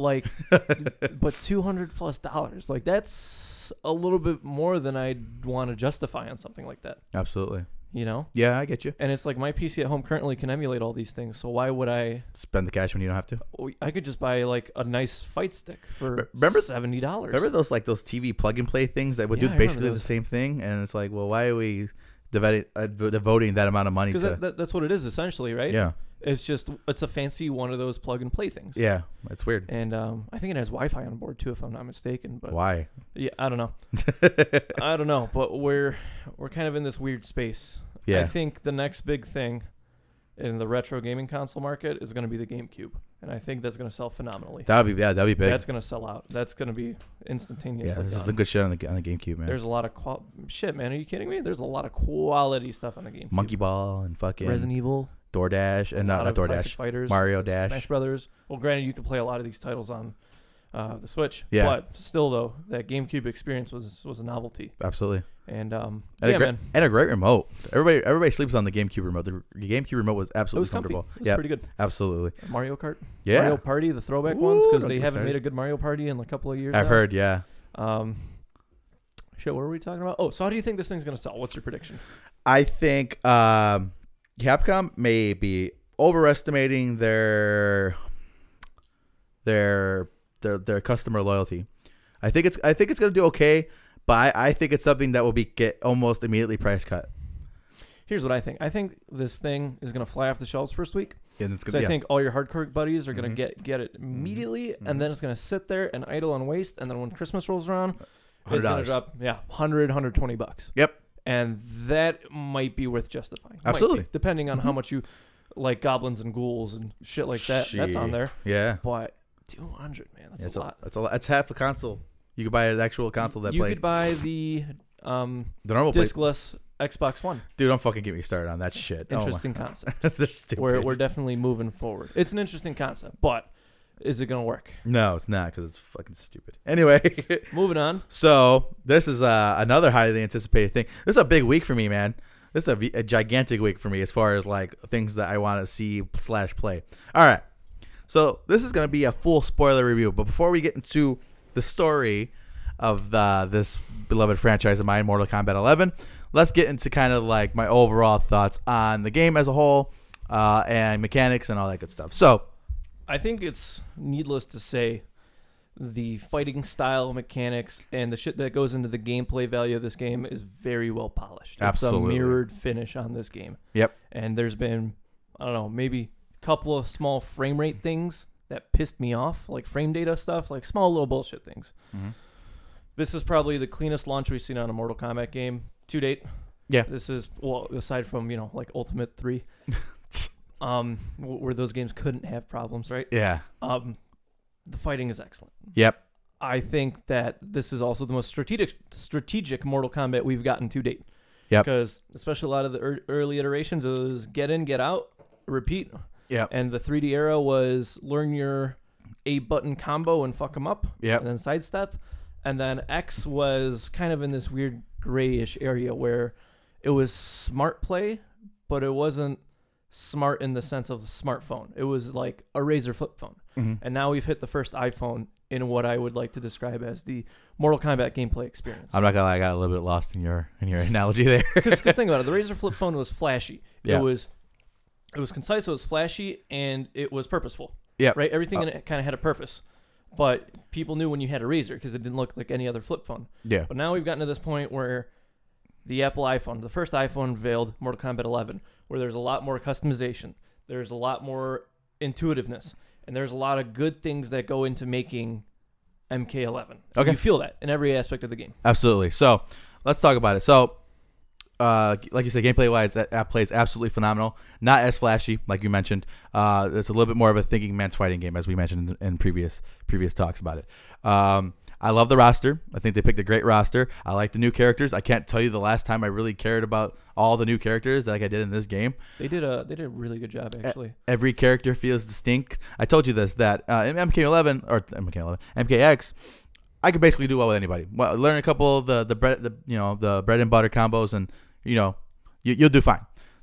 S2: like but 200 plus dollars like that's a little bit more than i'd want to justify on something like that
S1: Absolutely.
S2: you know
S1: Yeah, I get you.
S2: and it's like my pc at home currently can emulate all these things so why would i oh,
S1: Spend the cash when you don't have to.
S2: i could just buy like a nice fight stick for
S1: Re- remember-
S2: $70
S1: Remember those like those TV plug and play things that would
S2: Yeah, I
S1: do
S2: remember
S1: basically the
S2: those.
S1: same thing, and it's like, well, why are we devoting, uh, devoting that amount of money to?
S2: because that, that, that's what it is essentially right
S1: yeah,
S2: it's just it's a fancy one of those plug and play things
S1: yeah, it's weird.
S2: and um, i think it has wi-fi on board too if i'm not mistaken but
S1: Why?
S2: yeah i don't know i don't know but we're we're kind of in this weird space I
S1: Yeah,
S2: think the next big thing in the retro gaming console market is going to be the GameCube, and I think that's going to sell phenomenally.
S1: that would be yeah, that'd be big.
S2: That's going to sell out. That's going to be instantaneous.
S1: Yeah,
S2: like
S1: this is
S2: gone.
S1: the good shit on the, on the GameCube, man.
S2: There's a lot of qual- shit, man. Are you kidding me? There's a lot of quality stuff on the game.
S1: Monkey Ball and fucking
S2: Resident Evil,
S1: DoorDash and
S2: a
S1: not,
S2: lot
S1: not
S2: of Classic
S1: DoorDash.
S2: Fighters,
S1: Mario
S2: S-
S1: Dash.
S2: Smash Brothers. Well, granted, you could play a lot of these titles on uh, the Switch.
S1: Yeah.
S2: But still, though, that GameCube experience was was a novelty,
S1: Absolutely,
S2: and um,
S1: and,
S2: yeah,
S1: a great,
S2: man,
S1: and a great remote. Everybody, everybody sleeps on the GameCube remote. The GameCube remote was
S2: it
S1: absolutely
S2: was comfy.
S1: comfortable.
S2: It was
S1: Yeah,
S2: pretty good.
S1: absolutely.
S2: Mario Kart.
S1: Yeah,
S2: Mario Party, the throwback
S1: Ooh,
S2: ones, because
S1: don't
S2: they
S1: get
S2: haven't
S1: started.
S2: made a good Mario Party in a couple of years.
S1: I've
S2: now.
S1: heard. Yeah,
S2: Um, shit, what were we talking about? Oh, so how do you think this thing's gonna sell? What's your prediction?
S1: I think um, Capcom may be overestimating their their their their customer loyalty. I think it's I think it's gonna do okay, but I, I think it's something that will be get almost immediately price cut.
S2: Here's what I think. I think this thing is gonna fly off the shelves first week.
S1: And it's
S2: Because
S1: gonna
S2: I think all your hardcore buddies are gonna
S1: Mhm.
S2: get get it immediately,
S1: Mhm.
S2: and then it's gonna sit there and idle and waste, and then when Christmas rolls around, it's gonna
S1: $100.
S2: drop yeah 100, 120 bucks.
S1: Yep.
S2: And that might be worth justifying. Might be,
S1: Absolutely.
S2: depending on how
S1: Mm-hmm.
S2: much you like goblins and ghouls and shit like that. That's on
S1: Shit.
S2: there.
S1: yeah.
S2: But 200, man, that's
S1: That's
S2: a lot.
S1: That's a lot. That's half a console. You could buy an actual console that
S2: you
S1: plays Oh,
S2: could buy the um,
S1: the normal place.
S2: discless Xbox One.
S1: Dude, don't fucking get me started on that shit. Oh my-
S2: Interesting concept.
S1: They're stupid.
S2: We're, we're definitely moving forward. It's an interesting concept, but is it going to work?
S1: no, it's not because it's fucking stupid. Anyway,
S2: Moving on.
S1: So this is uh, another highly anticipated thing. This is a big week for me, man. This is a, v- a gigantic week for me as far as like things that I want to see slash play. All right. So this is gonna be a full spoiler review, but before we get into the story of the, this beloved franchise of mine, Mortal Kombat 11, let's get into kind of like my overall thoughts on the game as a whole uh, and mechanics and all that good stuff. So
S2: I think it's needless to say the fighting style mechanics and the shit that goes into the gameplay value of this game is very well polished. It's a
S1: Absolutely.
S2: mirrored finish on this game.
S1: Yep.
S2: And there's been, I don't know, maybe a couple of small frame rate things that pissed me off, like frame data stuff, like small little bullshit things.
S1: Mm-hmm.
S2: This is probably the cleanest launch we've seen on a Mortal Kombat game to date.
S1: Yeah.
S2: This is well aside from you know like Ultimate Three, um, w- where those games couldn't have problems, right?
S1: yeah,
S2: Um, the fighting is excellent.
S1: yep,
S2: I think that this is also the most strategic strategic Mortal Kombat we've gotten to date.
S1: Yep.
S2: Because especially a lot of the ear early iterations it was get in, get out, repeat.
S1: Yep.
S2: And the 3D era was learn your A button combo and fuck them up.
S1: Yep.
S2: And then sidestep. And then X was kind of in this weird grayish area where it was smart play, but it wasn't smart in the sense of smartphone. It was like a razor flip phone.
S1: Mhm.
S2: And now we've hit the first iPhone in what I would like to describe as the Mortal Kombat gameplay experience.
S1: I'm not gonna lie, I got a little bit lost in your in your analogy there.
S2: Because think about it, the Razor flip phone was flashy.
S1: Yeah.
S2: It was, it was concise. It was flashy, and it was purposeful.
S1: Yeah. Uh,
S2: Right. Everything in it kind of had a purpose, but people knew when you had a Razor because it didn't look like any other flip phone.
S1: yeah.
S2: But now we've gotten to this point where the Apple iPhone, the first iPhone veiled Mortal Kombat 11, where there's a lot more customization, there's a lot more intuitiveness, and there's a lot of good things that go into making MK11.
S1: Okay.
S2: You feel that in every aspect of the game.
S1: Absolutely. So let's talk about it. So, uh, like you said, gameplay wise, that app plays absolutely phenomenal. Not as flashy, like you mentioned. Uh, it's a little bit more of a thinking man's fighting game, as we mentioned in, in previous previous talks about it. Um, I love the roster. I think they picked a great roster. I like the new characters. I can't tell you the last time I really cared about all the new characters like I did in this game
S2: They did a they did a really good
S1: Uh,
S2: job actually.
S1: every character feels distinct. I told you this that uh, in MK11 or MK11 MKX, I could basically do well with anybody. Well, learn a couple of the the bread the you know the bread and butter combos, and you know you, you'll do fine.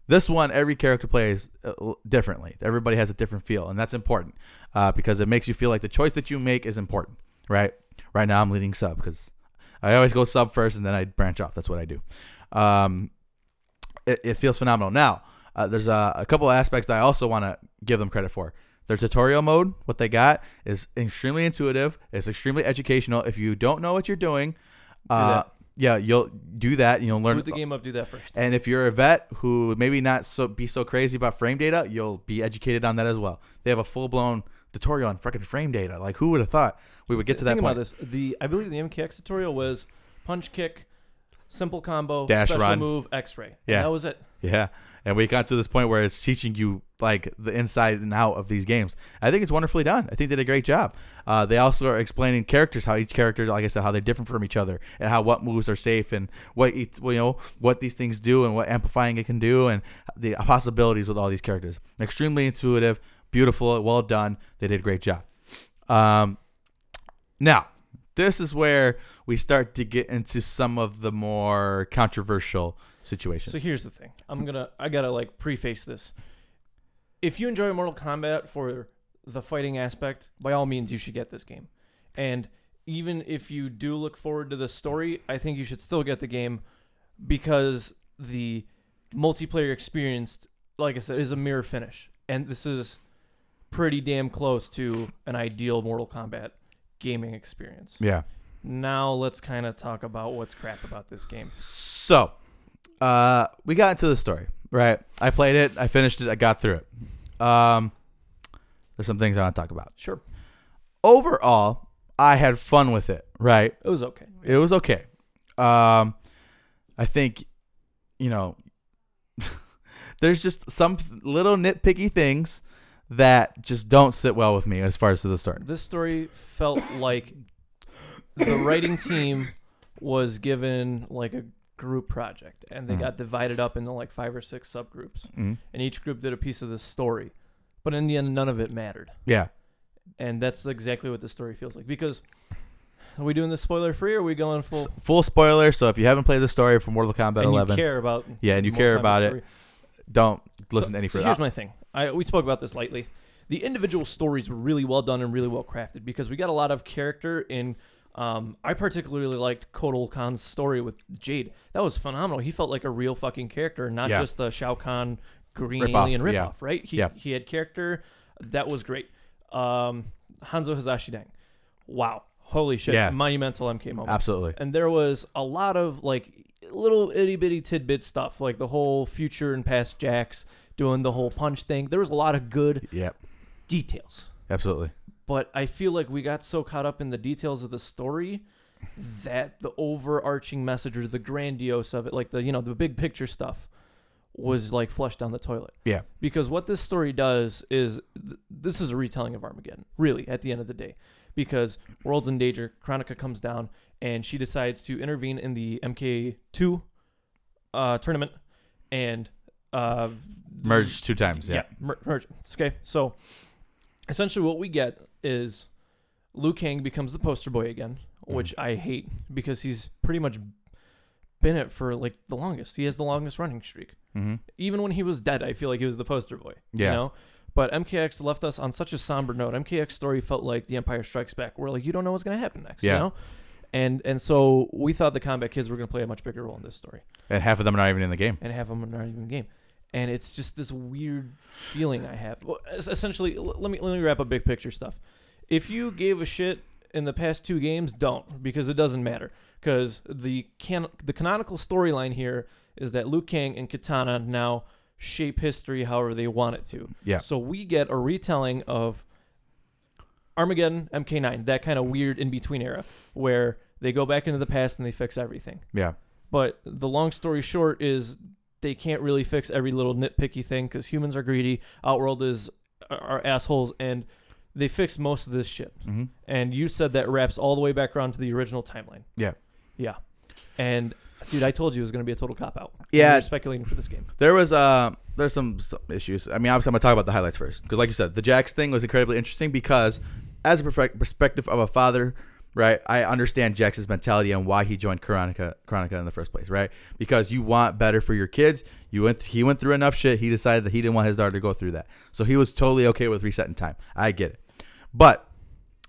S1: This one, every character plays uh, l- differently. Everybody has a different feel, and that's important uh, because it makes you feel like the choice that you make is important, right? Right now, I'm leading sub because I always go sub first, and then I branch off. That's what I do. Um, it, it feels phenomenal. Now, uh, there's a, a couple of aspects that I also want to give them credit for. Their tutorial mode, what they got, is extremely intuitive. It's extremely educational. If you don't know what you're doing, uh,
S2: that.
S1: yeah, you'll do that. And you'll learn.
S2: Boot the game up, do that first.
S1: And if you're a vet who maybe not so be so crazy about frame data, you'll be educated on that as well. They have a full blown tutorial on freaking frame data. Like, who would have thought we would get to that
S2: Think
S1: point?
S2: about this. The I believe the MKX tutorial was punch kick, simple combo,
S1: Dash
S2: special
S1: run.
S2: move, X-ray.
S1: Yeah.
S2: And that was it.
S1: Yeah. And we got to this point where it's teaching you like the inside and out of these games. I think it's wonderfully done. I think they did a great job. Uh, they also are explaining characters, how each character, like I said, how they're different from each other, and how what moves are safe, and what each, you know what these things do, and what amplifying it can do, and the possibilities with all these characters. Extremely intuitive, beautiful, well done. They did a great job. Um, now, this is where we start to get into some of the more controversial situations.
S2: So here's the thing. I'm gonna I gotta like preface this. If you enjoy Mortal Kombat for the fighting aspect, by all means you should get this game. And even if you do look forward to the story, I think you should still get the game because the multiplayer experience, like I said, is a mirror finish. And this is pretty damn close to an ideal Mortal Kombat gaming experience.
S1: yeah.
S2: Now let's kind of talk about what's crap about this game.
S1: So, uh, we got into the story, right? I played it, I finished it, I got through it. Um, there's some things I want to talk about.
S2: Sure,
S1: Overall, I had fun with it, right?
S2: it was okay.
S1: It was okay. Um, I think, you know, there's just some little nitpicky things that just don't sit well with me as far as to the start.
S2: This story felt like the writing team was given like a group project and they
S1: Mm.
S2: got divided up into like five or six subgroups
S1: Mm.
S2: and each group did a piece of the story. But in the end none of it mattered.
S1: Yeah.
S2: And that's exactly what the story feels like because are we doing this spoiler free or are we going full
S1: S- full spoiler. So if you haven't played the story from Mortal Kombat
S2: and
S1: 11,
S2: you care about
S1: Yeah, and you
S2: more
S1: care
S2: time of
S1: about it.
S2: story?
S1: don't listen to any
S2: so
S1: further.
S2: Here's my thing. I we spoke about this lightly. The individual stories were really well done and really well crafted because we got a lot of character in. Um, I particularly liked Kotal Khan's story with Jade. That was phenomenal. He felt like a real fucking character, not
S1: Yeah.
S2: just the Shao Kahn green
S1: Ripoff,
S2: alien ripoff.
S1: yeah.
S2: Right? He
S1: Yeah.
S2: he had character. That was great. Um, Hanzo Hazashi Dang. Wow. Holy shit.
S1: Yeah.
S2: Monumental MK moment
S1: Absolutely.
S2: and there was a lot of like little itty bitty tidbit stuff, like the whole future and past Jacks doing the whole punch thing. There was a lot of good
S1: Yep.
S2: details,
S1: Absolutely.
S2: but I feel like we got so caught up in the details of the story that the overarching message or the grandiose of it, like the you know the big picture stuff, was like flushed down the toilet.
S1: Yeah.
S2: Because what this story does is th- this is a retelling of Armageddon, really, at the end of the day. Because world's in danger, Chronica comes down, and she decides to intervene in the MK2 uh, tournament and uh,
S1: Merged two times. Yeah.
S2: yeah, mer- merge. It's okay. So essentially, what we get is Liu Kang becomes the poster boy again,
S1: Mm-hmm.
S2: which I hate because he's pretty much been it for like the longest. He has the longest running streak.
S1: Mm-hmm.
S2: Even when he was dead, I feel like he was the poster boy.
S1: Yeah.
S2: You know? But MKX left us on such a somber note. MKX story felt like The Empire Strikes Back. We're like, you don't know what's going to happen next.
S1: Yeah.
S2: You know? And and so we thought the combat kids were going to play a much bigger role in this story,
S1: And half of them are not even in the game.
S2: and have them in our even game. And it's just this weird feeling I have. Well, es- essentially, l- let me let me wrap up big picture stuff. If you gave a shit in the past two games, don't because it doesn't matter. Because the can the canonical storyline here is that Liu Kang and Katana now shape history however they want it to.
S1: Yeah.
S2: So we get a retelling of Armageddon, MK9, that kind of weird in between era where they go back into the past and they fix everything.
S1: Yeah.
S2: But the long story short is they can't really fix every little nitpicky thing because humans are greedy, Outworld is are assholes, and they fix most of this shit.
S1: Mm-hmm.
S2: And you said that wraps all the way back around to the original timeline.
S1: Yeah.
S2: Yeah. And dude, I told you it was going to be a total cop out.
S1: Yeah.
S2: we were speculating for this game.
S1: There was uh there's some, some issues. I mean, obviously I'm gonna talk about the highlights first because, like you said, the Jax thing was incredibly interesting because, as a perfect perspective of a father, right, I understand Jax's mentality and why he joined Chronica Chronica in the first place, right? Because you want better for your kids. You went he went through enough shit. He decided that he didn't want his daughter to go through that, so he was totally okay with resetting time. I get it, but.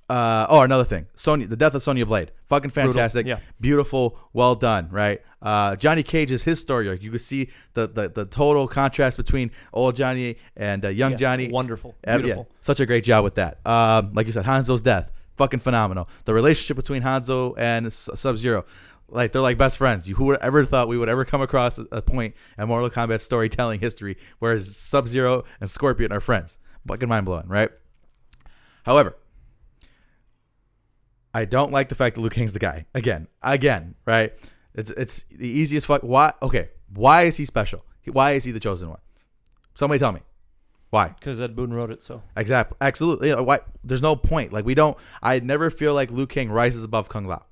S1: Uh, oh, another thing, Sonya, the death of Sonya Blade, fucking fantastic
S2: yeah.
S1: beautiful, well done, right? Uh, Johnny Cage's his story arc. You can see the, the, the total contrast between old Johnny and uh, young
S2: Yeah,
S1: Johnny.
S2: Wonderful.
S1: Uh, yeah,
S2: Beautiful.
S1: such a great job with that. Um, like you said, Hanzo's death, fucking phenomenal. The relationship between Hanzo and Sub Zero, like they're like best friends. You who would ever thought we would ever come across a- a point in Mortal Kombat storytelling history where Sub Zero and Scorpion are friends? Fucking mind blowing, right? However, I don't like the fact that Liu Kang's the guy again, again, right? It's it's the easiest fuck. Why? Okay, why is he special? Why is he the chosen one? Somebody tell me why.
S2: Because Ed Boon wrote it, so.
S1: Exactly. Absolutely. Yeah, why? There's no point. Like we don't. I never feel like Liu Kang rises above Kung Lao,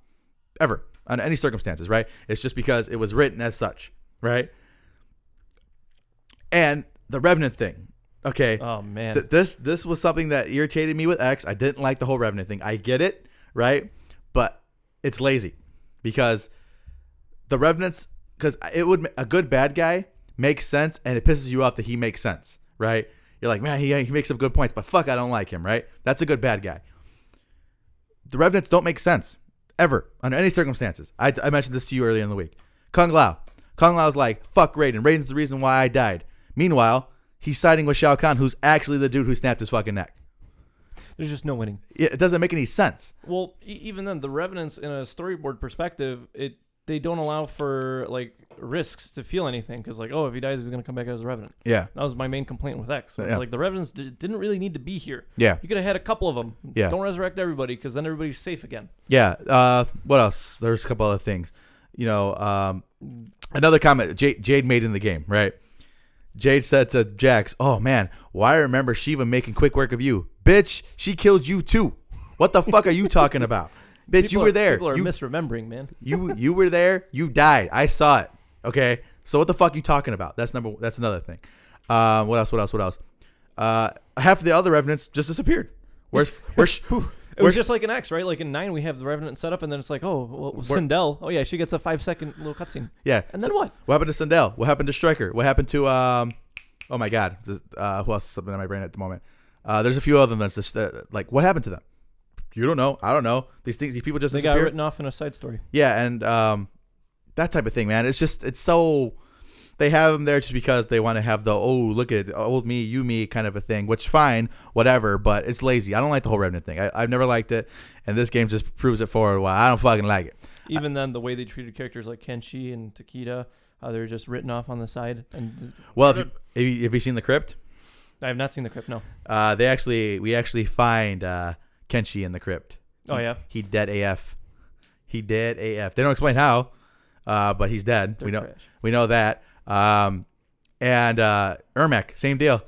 S1: ever under any circumstances. Right? It's just because it was written as such. Right? And the Revenant thing. Okay.
S2: Oh, man.
S1: Th- this this was something that irritated me with X. I didn't like the whole Revenant thing. I get it, right? But it's lazy because the Revenants because it would a good bad guy makes sense, and it pisses you off that he makes sense, right? You're like, man, he, he makes some good points, but fuck, I don't like him, right? That's a good bad guy. The Revenants don't make sense ever under any circumstances. I, I mentioned this to you earlier in the week. Kung Lao. Kung Lao's like, fuck Raiden. Raiden's the reason why I died. Meanwhile, he's siding with Shao Kahn, who's actually the dude who snapped his fucking neck.
S2: There's just no winning.
S1: It it doesn't make any sense.
S2: Well, e- even then, the revenants in a storyboard perspective, it they don't allow for like risks to feel anything because like, oh, if he dies, he's gonna come back as a revenant.
S1: Yeah.
S2: That was my main complaint with X. It's
S1: Yeah.
S2: like the revenants d- didn't really need to be here.
S1: Yeah.
S2: You could have had a couple of them.
S1: Yeah.
S2: Don't resurrect everybody because then everybody's safe again.
S1: Yeah. Uh, what else? There's a couple other things. You know, um, another comment Jade, Jade made in the game, right? Jade said to Jax, "Oh man, why I remember Shiva making quick work of you, bitch? She killed you too. What the fuck are you talking about, bitch? you
S2: People
S1: were
S2: are-
S1: there.
S2: People are
S1: You-
S2: misremembering, man.
S1: you you were there. You died. I saw it. Okay. So what the fuck you talking about? That's number. That's another thing. Um, what else? What else? What else? Uh, half of the other revenants just disappeared. Where's where's
S2: It
S1: where's
S2: was just like an X, right? Like in nine, we have the revenant set up, and then it's like, oh, well,
S1: Where-
S2: Sindel. Oh yeah, she gets a five second little cutscene.
S1: yeah?
S2: And then
S1: So
S2: what?
S1: what happened to Sundell? What happened to Striker? What happened to um? Oh my God. This- Uh, who else is something in my brain at the moment? Uh, there's a few other ones. Just, uh, like what happened to them? You don't know. I don't know. These things. These people just
S2: They got
S1: disappear.
S2: written off in a side story.
S1: Yeah, and um, that type of thing, man. It's just it's so they have them there just because they want to have the oh look at it, old me, you me kind of a thing. Which fine, whatever, but it's lazy. I don't like the whole revenant thing. I, I've never liked it, and this game just proves it forward. Why I don't fucking like it.
S2: even then the way they treated characters like Kenshi and Takeda, how they're just written off on the side. And
S1: Well, if you, have, you, have you seen the crypt?
S2: I have not seen the crypt. No.
S1: Uh, they actually we actually find uh, Kenshi in the crypt.
S2: Oh yeah,
S1: He dead AF. He dead AF. They don't explain how, uh, but he's dead.
S2: they're
S1: we don't.
S2: trash.
S1: We know that. Um, and uh, Ermac, same deal.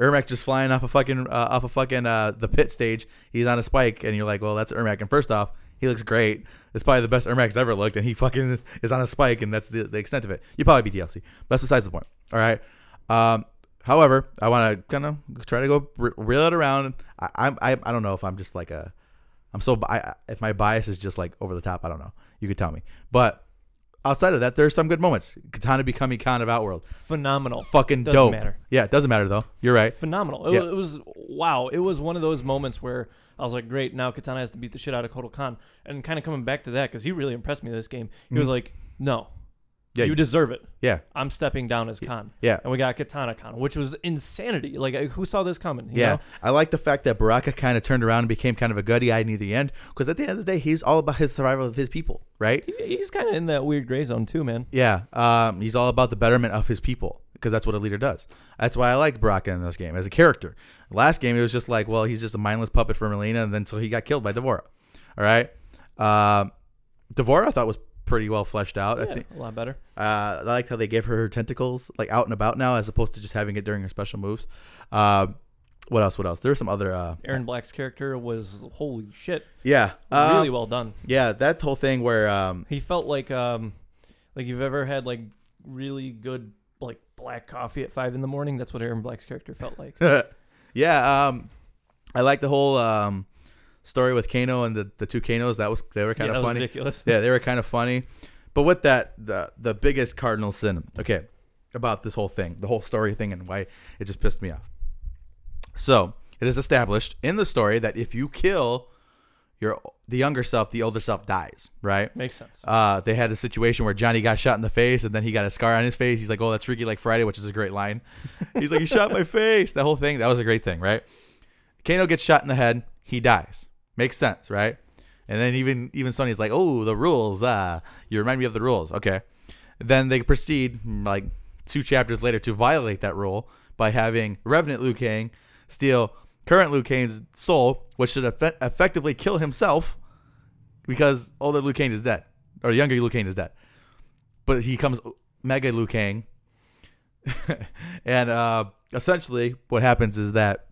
S1: Ermac just flying off a fucking uh, off a fucking uh, the pit stage. He's on a spike, and you're like, well, that's Ermac. And first off, He looks great. It's probably the best Ermac's ever looked, and he fucking is- is on a spike, and that's the, the extent of it. You'd probably be DLC. But that's besides the point. All right. Um, however, I want to kind of try to go re- reel it around. I, I'm- I I don't know if I'm just like a I'm so bi- I, if my bias is just like over the top, I don't know. You could tell me. But outside of that, there's some good moments. Katana becoming Khan of Outworld,
S2: Phenomenal.
S1: fucking
S2: Doesn't
S1: dope.
S2: matter.
S1: Yeah, it doesn't matter though. You're right.
S2: Phenomenal. It,
S1: Yeah.
S2: wa- it was wow. It was one of those moments where I was like, great. Now Katana has to beat the shit out of Kotal Khan, and kind of coming back to that because he really impressed me this game. He was
S1: Mhm.
S2: like, no,
S1: Yeah,
S2: you
S1: you-
S2: deserve it.
S1: Yeah,
S2: I'm stepping down as Khan.
S1: yeah.
S2: And we got Katana Khan, which was insanity. Like, I- who saw this coming? you
S1: Yeah,
S2: know?
S1: I like the fact that Baraka kind of turned around and became kind of a goody eyed near the end because at the end of the day, he's all about his survival of his people, right?
S2: He- he's kind of in that weird gray zone too, man.
S1: Yeah, um, he's all about the betterment of his people because that's what a leader does. That's why I liked Baraka in this game as a character. Last game, it was just like, well, he's just a mindless puppet for Melina, and then so he got killed by Devora. All right, um, Devora I thought was pretty well fleshed out. I
S2: Yeah,
S1: think
S2: a lot better.
S1: uh, I liked how they gave her her tentacles like out and about now, as opposed to just having it during her special moves. Um what else? What else? There were some other. Uh,
S2: Aaron Black's character was holy shit,
S1: Yeah. Um,
S2: really well done.
S1: Yeah, that whole thing where um
S2: He felt like um, like you've ever had like really good like black coffee at five in the morning. That's what Aaron Black's character felt like.
S1: yeah, um I like the whole um story with Kano and the, the two Kanos. That was they were kind
S2: Yeah, that
S1: of
S2: was
S1: funny.
S2: ridiculous.
S1: Yeah, they were kind of funny. But with that, the the biggest cardinal sin, okay, about this whole thing, the whole story thing and why it just pissed me off. So, it is established in the story that if you kill your the younger self, the older self dies, right?
S2: Makes sense.
S1: Uh, they had a situation where Johnny got shot in the face, and then he got a scar on his face. He's like, "Oh, that's Ricky like Friday," which is a great line. He's like, "He shot my face." That whole thing. That was a great thing, right? Kano gets shot in the head. He dies. Makes sense, right? And then even even Sonny's like, "Oh, the rules. Uh, you remind me of the rules." Okay. Then they proceed mm, like two chapters later to violate that rule by having Revenant Liu Kang steal current Liu Kang's soul, which should effe- effectively kill himself because older Liu Kang is dead, or younger Liu Kang is dead. But he comes mega Liu Kang, and uh, essentially what happens is that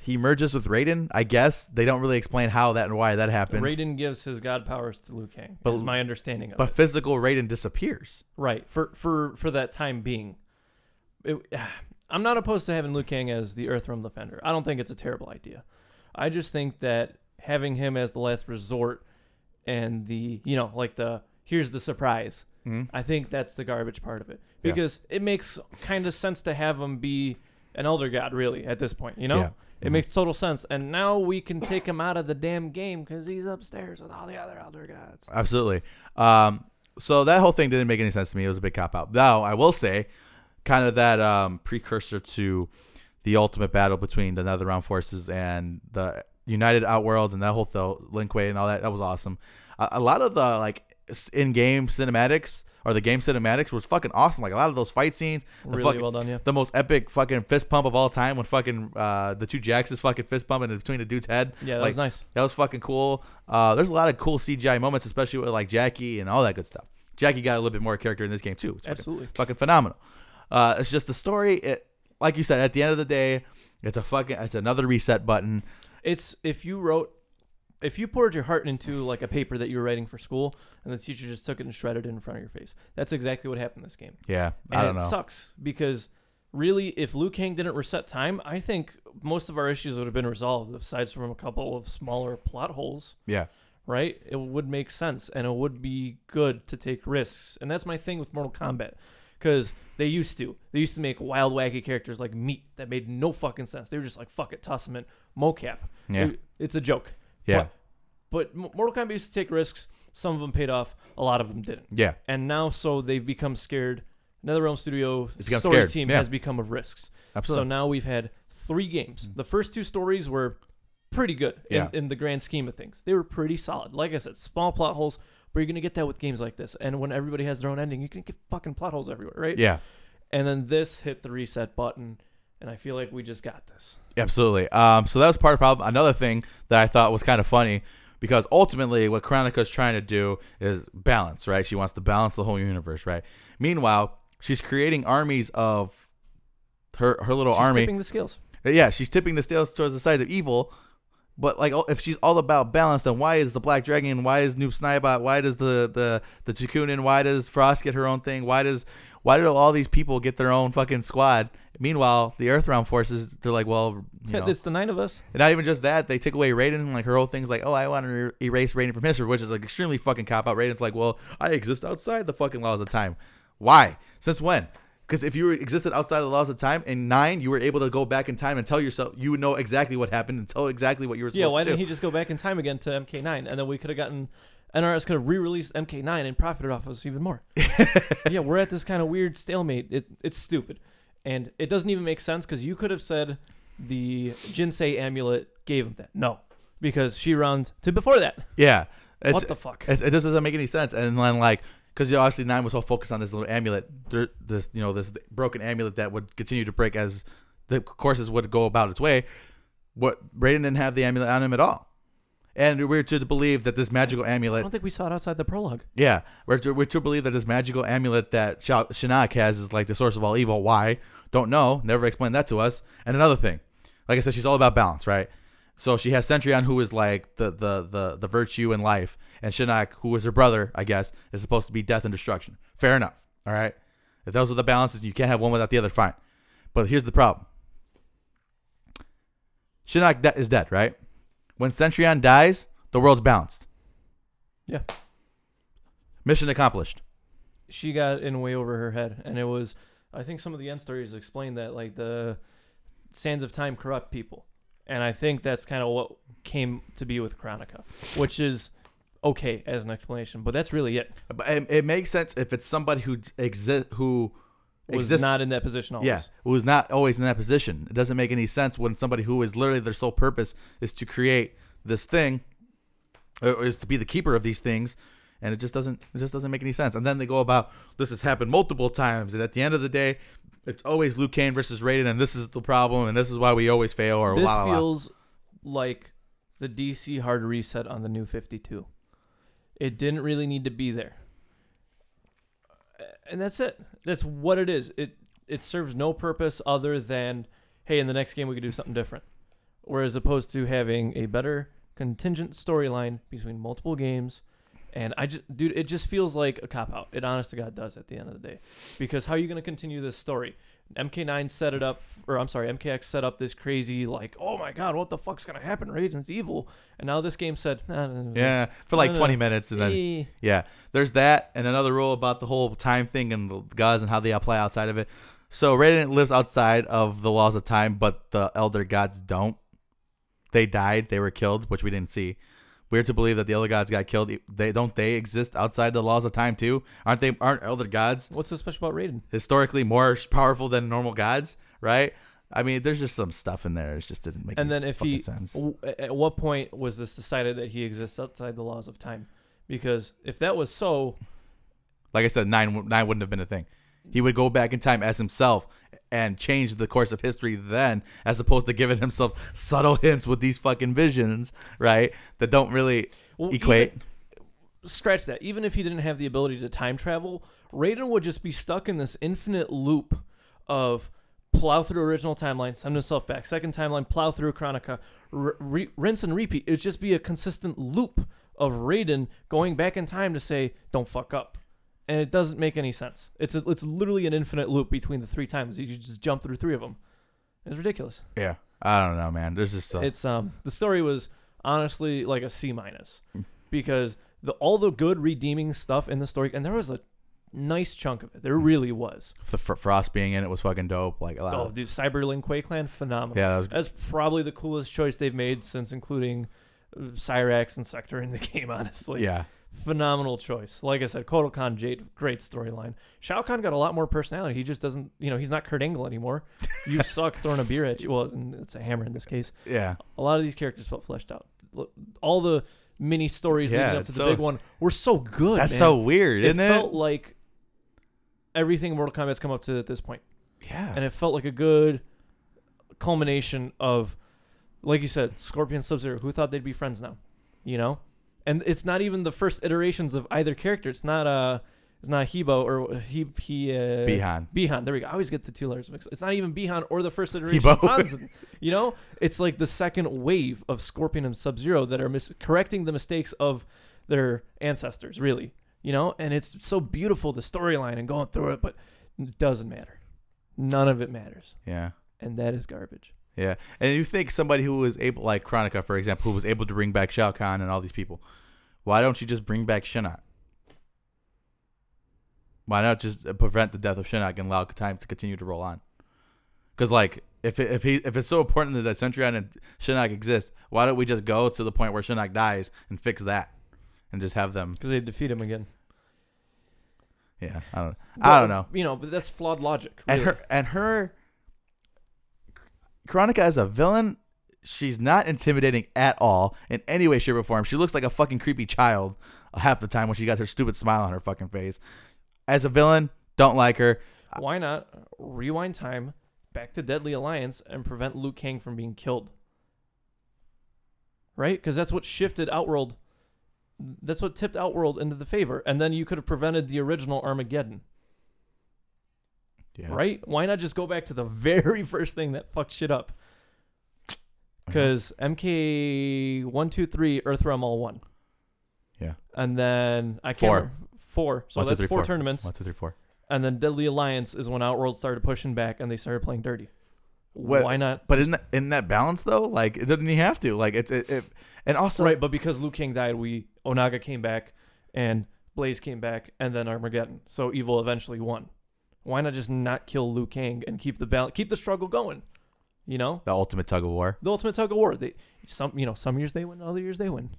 S1: he merges with Raiden. I guess they don't really explain how that and why that happened.
S2: Raiden gives his god powers to Liu Kang.
S1: But-
S2: is my understanding of
S1: but
S2: it.
S1: physical Raiden disappears.
S2: Right for for for that time being, It- I'm not opposed to having Liu Kang as the Earthrealm defender. I don't think it's a terrible idea. I just think that having him as the last resort and the you know like the here's the surprise. I think that's the garbage part of it
S1: Mm-hmm. Yeah.
S2: because it makes kind of sense to have him be an elder god really at this point. You know,
S1: Yeah. Mm-hmm.
S2: it makes total sense. And now we can take him out of the damn game because he's upstairs with all the other elder gods.
S1: Absolutely. Um, so that whole thing didn't make any sense to me. It was a big cop out. Now I will say, kind of that um, precursor to the ultimate battle between the Netherrealm forces and the United Outworld and that whole th- Linkway and all that. That was awesome. A, a lot of the like s- in-game cinematics or the game cinematics was fucking awesome. Like a lot of those fight scenes, the
S2: Really
S1: fucking-
S2: well done, yeah.
S1: the most epic fucking fist pump of all time when fucking uh, the two jacks is fucking fist pumping in between the dude's head.
S2: Yeah, that
S1: like,
S2: was nice.
S1: that was fucking cool. Uh, there's a lot of cool CGI moments, especially with like Jackie and all that good stuff. Jackie got a little bit more character in this game too. It's fucking,
S2: Absolutely.
S1: fucking phenomenal. Uh, it's just the story. It, like you said, at the end of the day, it's a fucking it's another reset button.
S2: It's if you wrote, if you poured your heart into like a paper that you were writing for school, and the teacher just took it and shredded it in front of your face. That's exactly what happened this game.
S1: Yeah,
S2: And
S1: I don't
S2: it
S1: know.
S2: sucks because really, if Liu Kang didn't reset time, I think most of our issues would have been resolved, aside from a couple of smaller plot holes.
S1: Yeah,
S2: Right, it would make sense, and it would be good to take risks, and that's my thing with Mortal Kombat, because they used to, they used to make wild, wacky characters like Meat that made no fucking sense. They were just like, fuck it, toss them in mocap.
S1: Yeah.
S2: It- it's a joke.
S1: yeah,
S2: But- But M- Mortal Kombat used to take risks. Some of them paid off. A lot of them didn't.
S1: yeah,
S2: And now, so they've become scared. NetherRealm Studio
S1: become
S2: story
S1: scared,
S2: team
S1: yeah.
S2: has become of risks.
S1: absolutely. Mm-hmm.
S2: So now we've had three games. The first two stories were pretty good
S1: Yeah.
S2: in, in the grand scheme of things. They were pretty solid. Like I said, small plot holes, but you're gonna get that with games like this. And when everybody has their own ending, you can get fucking plot holes everywhere, right?
S1: yeah.
S2: And then this hit the reset button, and I feel like we just got this.
S1: Absolutely. Um, so that was part of the problem. Another thing that I thought was kind of funny because ultimately what Chronica is trying to do is balance, right? She wants to balance the whole universe, right? Meanwhile, she's creating armies of her her little
S2: She's
S1: army.
S2: tipping the scales.
S1: yeah, she's tipping the scales towards the side of evil But like, oh, if she's all about balance, then why is the Black Dragon? Why is Noob Snibot? Why does the the the Chikunin? Why does Frost get her own thing? Why does why do all these people get their own fucking squad? Meanwhile, the Earthrealm forces they're like, well, you know,
S2: It's the nine of us.
S1: and not even just that, they take away Raiden. and, Like her whole thing's like, oh, I want to er- erase Raiden from history, which is like extremely fucking cop out. Raiden's like, well, I exist outside the fucking laws of time. Why? Since when? Because if you were- existed outside the laws of time in nine, you were able to go back in time and tell yourself you would know exactly what happened and tell exactly what you were supposed
S2: Yeah, why
S1: to do.
S2: didn't he just go back in time again to MK9, and then we could have gotten NRS could have re-released MK9 and profited off us even more. yeah, we're at this kind of weird stalemate. It, it's stupid, and it doesn't even make sense because you could have said the Jinsei amulet gave him that. No, because she runs to before that.
S1: yeah, it's,
S2: what the fuck?
S1: It's, it just doesn't make any sense. And then like, because you know, obviously nine was so focused on this little amulet, there- this you know this broken amulet that would continue to break as the courses would go about its way. What Raiden didn't have the amulet on him at all, and we're to believe that this magical
S2: I
S1: amulet.
S2: don't think we saw it outside the prologue.
S1: Yeah, we're to, we're to believe that this magical amulet that Sha- Shinnok has is like the source of all evil. Why? Don't know. Never explained that to us. And another thing, like I said, she's all about balance, right? So she has Centurion, who is like the the the, the virtue in life, and Shinnok, who is her brother, I guess, is supposed to be death and destruction. Fair enough. All right. If those are the balances, you can't have one without the other. Fine. But here's the problem. Shinnok de- is dead, right? When Centurion dies, the world's balanced.
S2: Yeah.
S1: Mission accomplished.
S2: she got in way over her head and it was i think some of the end stories explain that like the sands of time corrupt people and i think that's kind of what came to be with chronica which is okay as an explanation but that's really it
S1: But it, it makes sense if it's somebody who exist who
S2: was
S1: exists.
S2: not in that position always
S1: yeah, who's not always in that position. It doesn't make any sense when somebody who is literally their sole purpose is to create this thing, or is to be the keeper of these things, and it just doesn't it just doesn't make any sense. And then they go about this has happened multiple times, and at the end of the day, it's always Luke Kane versus Raiden, and this is the problem, and this is why we always fail. Or
S2: this
S1: la, la, la.
S2: feels like the dc hard reset on the new 52 it didn't really need to be there and that's it that's what it is it it serves no purpose other than hey in the next game we could do something different whereas opposed to having a better contingent storyline between multiple games and i just dude it just feels like a cop out it honest to god does at the end of the day because how are you going to continue this story mk9 set it up or i'm sorry mkx set up this crazy like oh my god what the fuck's going to happen raiden's evil and now this game said nah, nah, nah, nah.
S1: yeah, for
S2: No,
S1: like
S2: no.
S1: twenty minutes, and then
S2: Eh.
S1: Yeah, there's that, and another rule about the whole time thing and the gods and how they apply outside of it. So Raiden lives outside of the laws of time, but the elder gods don't. They died. They were killed, which we didn't see. Weird to believe that the elder gods got killed. They don't. They exist outside the laws of time too, aren't they? Aren't elder gods
S2: what's so special about raiden
S1: historically more powerful than normal gods? Right? I mean, there's just some stuff in there. It just didn't make.
S2: and
S1: any
S2: then if
S1: fucking
S2: he
S1: sense.
S2: w- at what point was this decided that he exists outside the laws of time because if that was so
S1: like I said, nine w- nine wouldn't have been a thing. He would go back in time as himself and change the course of history then, as opposed to giving himself subtle hints with these fucking visions, right? That don't really
S2: well,
S1: equate.
S2: even- scratch that even if he didn't have the ability to time travel raiden would just be stuck in this infinite loop of plow through original timeline send himself back second timeline plow through chronica r- re- rinse and repeat it'd just be a consistent loop of raiden going back in time to say don't fuck up and it doesn't make any sense it's a, it's literally an infinite loop between the three times you just jump through three of them it's ridiculous
S1: yeah, I don't know, man. There's just uh, a,
S2: it's um the story was honestly like a C minus
S1: Hmm.
S2: because the all the good redeeming stuff in the story and there was a nice chunk of it.
S1: Hmm.
S2: There really was.
S1: the fr- frost being in it was fucking dope. Like, a lot
S2: Oh,
S1: of
S2: dude, Cyberlink Quake Clan, phenomenal.
S1: Uh-huh. yeah, that was
S2: That's probably the coolest choice they've made since including uh, Cyrax and Sector in the game. Honestly,
S1: yeah,
S2: phenomenal choice. Like I said, Kotal Khan Jade, great storyline. Shao Kahn got a lot more personality. He just doesn't, you know, he's not Kurt Angle anymore. You suck throwing a beer at you. Well, it's a hammer in this case
S1: yeah.
S2: a lot of these characters felt fleshed out. Look, All the mini stories
S1: Yeah,
S2: leading up to
S1: it's
S2: the
S1: so-
S2: big one were so good.
S1: That's
S2: man.
S1: so weird,
S2: It
S1: isn't it?
S2: felt like everything Mortal Kombat's come up to at this point,
S1: yeah,
S2: and it felt like a good culmination of, like you said, Scorpion Sub Zero. Who thought they'd be friends now? You know, and it's not even the first iterations of either character. It's not uh It's not Hebo or he he uh,
S1: Behan.
S2: Behan. There we go. I always get the two letters mixed. It's not even Behan or the first iteration of
S1: Hebo.
S2: Hansen. You know, it's like the second wave of Scorpion and Sub Zero that are mis- correcting the mistakes of their ancestors. Really, you know, and it's so beautiful the storyline and going through it, but it doesn't matter. None of it matters,
S1: Yeah.
S2: and that is garbage.
S1: Yeah. And you think somebody who was able, like Chronica, for example, who was able to bring back Shao Kahn and all these people, why don't you just bring back Shinnok? Why not just uh, prevent the death of Shinnok and allow time to continue to roll on? Because, like, if it, if he if it's so important that that Centurion and Shinnok exist, why don't we just go to the point where Shinnok dies and fix that, and just have them?
S2: Because they defeat him again.
S1: Yeah, I don't, I don't
S2: But,
S1: know.
S2: You know, but that's flawed logic.
S1: and
S2: really.
S1: her and her Chronica as a villain she's not intimidating at all in any way shape or form she looks like a fucking creepy child half the time when she got her stupid smile on her fucking face as a villain don't like her
S2: Why not rewind time back to Deadly Alliance and prevent Liu Kang from being killed? Right? Because that's what shifted Outworld. That's what tipped Outworld into the favor. And then you could have prevented the original Armageddon.
S1: yeah.
S2: Right? Why not just go back to the very first thing that fucked shit up?
S1: Uh-huh.
S2: Because MK123, Earthrealm all one.
S1: Yeah.
S2: And then I can't
S1: Four.
S2: remember. Four. So
S1: One, two,
S2: that's
S1: three,
S2: four,
S1: four.
S2: tournaments.
S1: one two three four
S2: And then Deadly Alliance is when Outworld started pushing back and they started playing dirty.
S1: Well,
S2: Why not?
S1: but isn't that, isn't that balance though like it doesn't he have to like it's it, it and also
S2: right, but because Liu Kang died, we Onaga came back and Blaze came back and then Armageddon. So evil eventually won. Why not just not kill Liu Kang and keep the balance, keep the struggle going? You know,
S1: the ultimate tug of war
S2: the ultimate tug of war. They some you know some years they win, other years they win.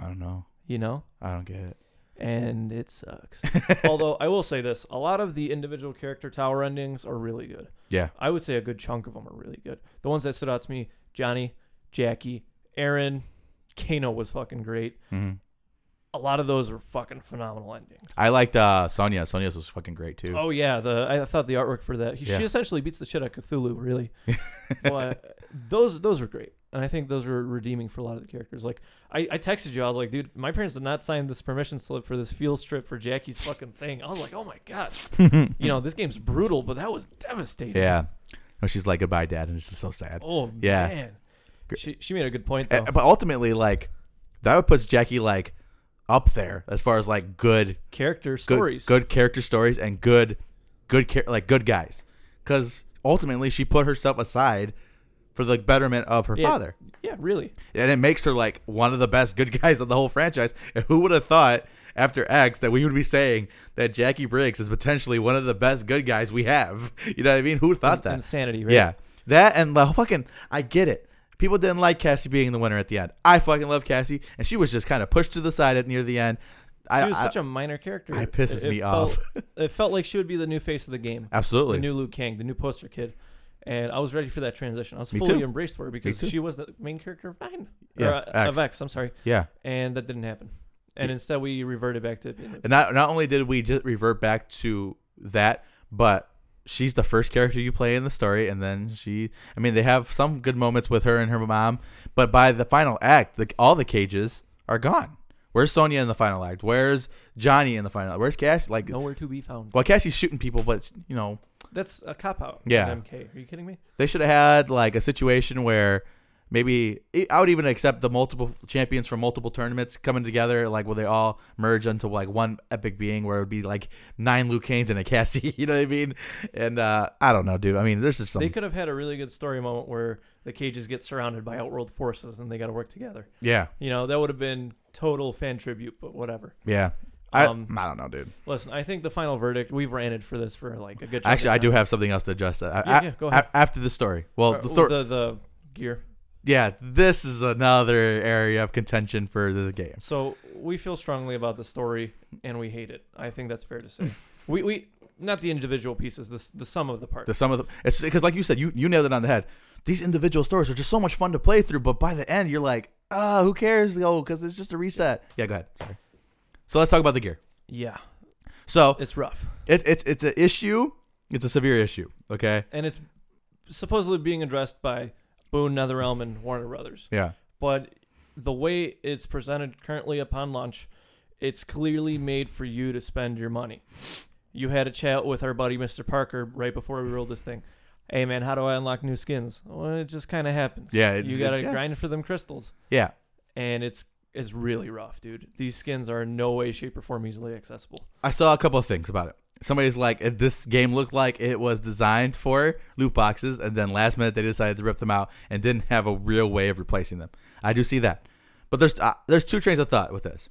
S1: i don't know
S2: You know,
S1: i don't get it
S2: and it sucks. Although I will say this, a lot of the individual character tower endings are really good.
S1: yeah
S2: I would say a good chunk of them are really good. The ones that stood out to me: Johnny, Jackie, Aaron, Kano was fucking great.
S1: Mhm.
S2: A lot of those were fucking phenomenal endings.
S1: i liked uh sonya sonya's was fucking great too
S2: Oh yeah, the I thought the artwork for that. He,
S1: Yeah.
S2: She essentially beats the shit out of Cthulhu, really. but those those were great, and I think those were redeeming for a lot of the characters. Like I, I texted you, I was like, dude, my parents did not sign this permission slip for this field strip for Jackie's fucking thing. I was like, oh my god, you know this game's brutal, but that was devastating.
S1: Hmm. yeah and she's like goodbye dad and it's just so sad
S2: Oh
S1: Yeah.
S2: man.
S1: Gr-
S2: She, she made a good point though.
S1: Uh, But ultimately, like that would puts Jackie like up there as far as like good,
S2: character
S1: good,
S2: stories.
S1: good character stories and good, good char- like good guys. Because ultimately, she put herself aside for the betterment of her
S2: Yeah.
S1: father,
S2: Yeah, really.
S1: and it makes her like one of the best good guys of the whole franchise. And who would have thought after X that we would be saying that Jackie Briggs is potentially one of the best good guys we have? You know what I mean? Who thought that?
S2: Insanity, right?
S1: Yeah. That and the fucking I get it. People didn't like Cassie being the winner at the end. I fucking love Cassie, and she was just kind of pushed to the side at near the end. I,
S2: She was
S1: I-
S2: such a minor character.
S1: I- pisses me
S2: felt- it felt like she would be the new face of the game, the
S1: absolutely
S2: new Liu Kang, the new poster kid. And I was ready for that transition. I was
S1: Me
S2: fully
S1: too.
S2: embraced for her because
S1: too.
S2: she was the main character of Nine.
S1: Yeah,
S2: or, uh, of
S1: X.
S2: X, I'm sorry.
S1: yeah.
S2: And that didn't happen. And instead we reverted back to
S1: And not not only did we just revert back to that, but she's the first character you play in the story, and then she. I mean, they have some good moments with her and her mom, but by the final act, the, all the cages are gone. Where's Sonya in the final act? Where's Johnny in the final? Where's Cassie? Like,
S2: nowhere to be found.
S1: well, Cassie's shooting people, but you know,
S2: That's a cop out.
S1: Yeah.
S2: in MK. Are you kidding me?
S1: They should have had like a situation where maybe e, I would even accept the multiple champions from multiple tournaments coming together, like where they all merge into like one epic being, where it would be like nine Liu Kangs and a Cassie. You know what I mean? And uh, I don't know, dude. I mean, there's just some.
S2: They could have had a really good story moment where the cages get surrounded by outworld forces and they got to work together.
S1: yeah,
S2: You know, that would have been total fan tribute, but whatever.
S1: yeah. I,
S2: Um,
S1: I don't know, dude.
S2: Listen, I think the final verdict we've ranted for this for like a good. chunk
S1: Actually,
S2: of
S1: I do
S2: time.
S1: have something else to address. That.
S2: Yeah, yeah, go ahead.
S1: after the story. Well,
S2: Or-
S1: the story.
S2: the the gear.
S1: yeah, this is another area of contention for this game.
S2: So we feel strongly about the story and we hate it. I think that's fair to say. we we not the individual pieces, the s- the sum of the parts.
S1: the sum of the it's because like you said you you nailed it on the head these individual stories are just so much fun to play through but by the end you're like ah who cares though because it's just a reset yeah go ahead sorry so let's talk about the gear
S2: yeah,
S1: so
S2: it's rough
S1: it, it's it's an issue it's a severe issue okay
S2: and it's supposedly being addressed by Boone NetherRealm and Warner Brothers,
S1: yeah
S2: but the way it's presented currently upon launch It's clearly made for you to spend your money. You had a chat with our buddy Mr. Parker right before we rolled this thing. Hey man, how do I unlock new skins? Well, it just kind of happens.
S1: Yeah, it-
S2: you
S1: it-
S2: gotta
S1: yeah.
S2: grind for them crystals,
S1: Yeah.
S2: and it's it's really rough, dude. These skins are in no way, shape, or form easily accessible.
S1: I saw a couple of things about it. Somebody's like, "Eh, this game looked like it was designed for loot boxes, and then last minute they decided to rip them out and didn't have a real way of replacing them. I do see that. But there's uh, there's two trains of thought with this.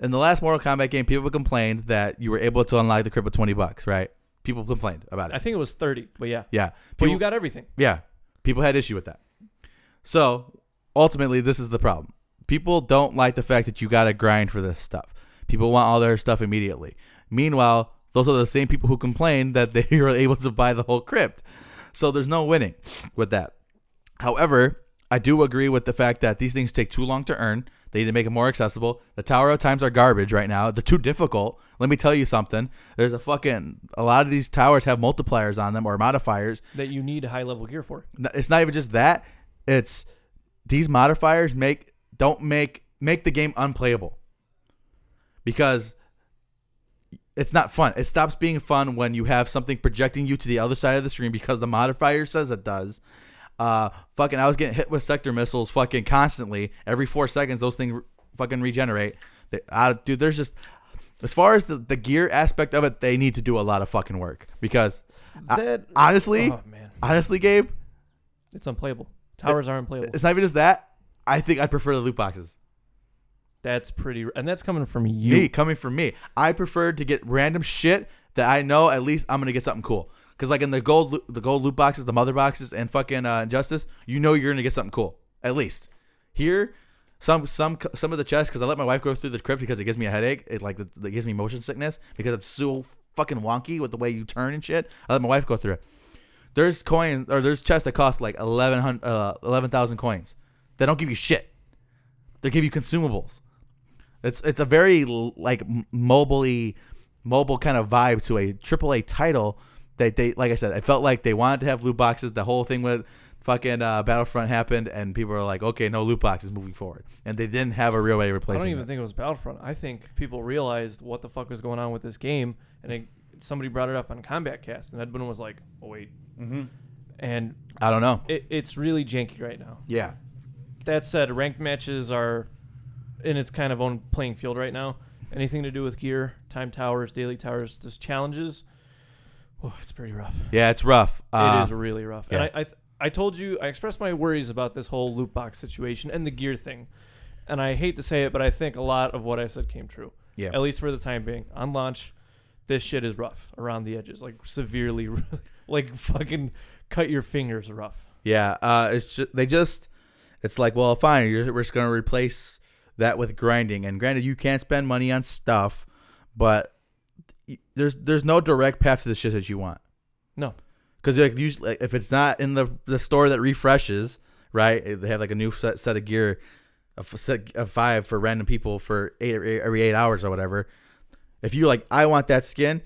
S1: In the last Mortal Kombat game, people complained that you were able to unlock the crib with 20 bucks, right? People complained about it.
S2: I think it was thirty, but yeah.
S1: yeah.
S2: But
S1: People,
S2: you got everything.
S1: yeah. People had issue with that. So ultimately, this is the problem. People don't like the fact that you got to grind for this stuff. People want all their stuff immediately. Meanwhile, those are the same people who complain that they were able to buy the whole crypt. So there's no winning with that. However, I do agree with the fact that these things take too long to earn. They need to make it more accessible. The Tower of Times are garbage right now. They're too difficult. Let me tell you something. There's a fucking a lot of these towers have multipliers on them or modifiers
S2: that you need high level gear for.
S1: n- it's not even just that it's these modifiers make don't make make the game unplayable because it's not fun it stops being fun when you have something projecting you to the other side of the screen because the modifier says it does uh fucking i was getting hit with sector missiles fucking constantly every four seconds those things re- fucking regenerate they, I, dude there's just as far as the, the gear aspect of it they need to do a lot of fucking work because I-
S2: That-
S1: honestly
S2: oh man,
S1: honestly gabe
S2: it's unplayable. Towers are unplayable.
S1: It's not even just that. I think I'd prefer the loot boxes.
S2: That's pretty, and that's coming from you.
S1: Me coming from me, I prefer to get random shit that I know at least I'm gonna get something cool. Cause like in the gold, loo- the gold loot boxes, the mother boxes, and fucking uh, injustice, you know you're gonna get something cool at least. Here, some some some of the chests, cause I let my wife go through the crypt because it gives me a headache. It like it gives me motion sickness because it's so fucking wonky with the way you turn and shit. I let my wife go through it. There's coins or there's chests that cost like eleven hundred, uh, eleven thousand coins. They don't give you shit. They give you consumables. It's it's a very l- like m- mobily mobile kind of vibe to a AAA title that they like I said, I felt like they wanted to have loot boxes. The whole thing with fucking uh, Battlefront happened, and people were like, okay, no loot boxes moving forward, and they didn't have a real way to
S2: I
S1: replace
S2: don't
S1: it.
S2: even think it was Battlefront. I think people realized what the fuck was going on with this game, and it, somebody brought it up on Combat Cast, and Edwin was like, "Oh wait," and
S1: I don't know.
S2: it, it's really janky right now.
S1: Yeah,
S2: That said, ranked matches are in its kind of own playing field right now. Anything to do with gear, time towers, daily towers, just challenges. Oh, it's pretty rough.
S1: yeah, it's rough. Uh,
S2: it is really rough.
S1: yeah.
S2: And I, I, th- I told you, I expressed my worries about this whole loot box situation and the gear thing. And I hate to say it, but I think a lot of what I said came true.
S1: Yeah.
S2: At least for the time being. On launch, this shit is rough around the edges. Like, severely, like, fucking cut your fingers rough.
S1: Yeah, uh, it's just, they just it's like, well, fine, you're, we're just gonna replace that with grinding. And granted, you can't spend money on stuff, but y- there's there's no direct path to the shit that you want.
S2: No.
S1: because like usually like, if it's not in the the store that refreshes, right? eh, They have like a new set, set of gear, a f- set of five for random people for eight e, every eight hours or whatever. If you like, I want that skin.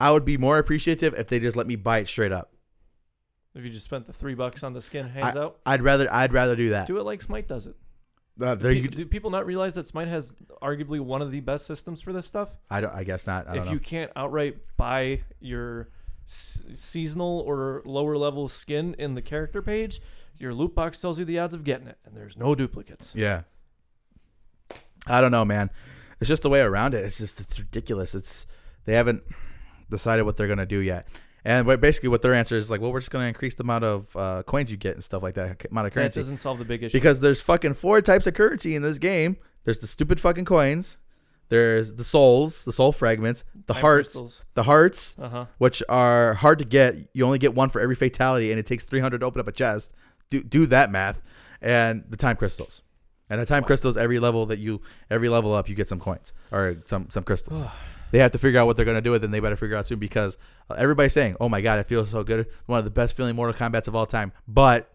S1: I would be more appreciative if they just let me buy it straight up.
S2: If you just spent the three bucks on the skin, hands out,
S1: I'd rather I'd rather do that.
S2: do it like Smite does it.
S1: Uh, there
S2: Pe-
S1: you,
S2: do people not realize that Smite has arguably one of the best systems for this stuff?
S1: I don't. I guess not. I don't
S2: if
S1: know.
S2: you can't outright buy your s- seasonal or lower level skin in the character page, your loot box tells you the odds of getting it, and there's no duplicates.
S1: yeah. I don't know, man. It's just the way around it. It's just it's ridiculous. It's they haven't decided what they're gonna do yet. And what- basically, what their answer is like, well, we're just gonna increase the amount of uh, coins you get and stuff like that, amount of
S2: That
S1: currency.
S2: doesn't solve the big issue.
S1: Because there's fucking four types of currency in this game. There's the stupid fucking coins. There's the souls, the soul fragments, the
S2: Time
S1: hearts,
S2: crystals.
S1: the hearts,
S2: Uh huh.
S1: which are hard to get. You only get one for every fatality, and it takes 300 to open up a chest. Do do that math, and the time crystals, and the time crystals. Every level that you, every level up, you get some coins or some some crystals. they have to figure out what they're gonna do with, it, and they better figure out soon because uh, everybody's saying, "Oh my god, it feels so good! One of the best feeling Mortal Kombat's of all time." But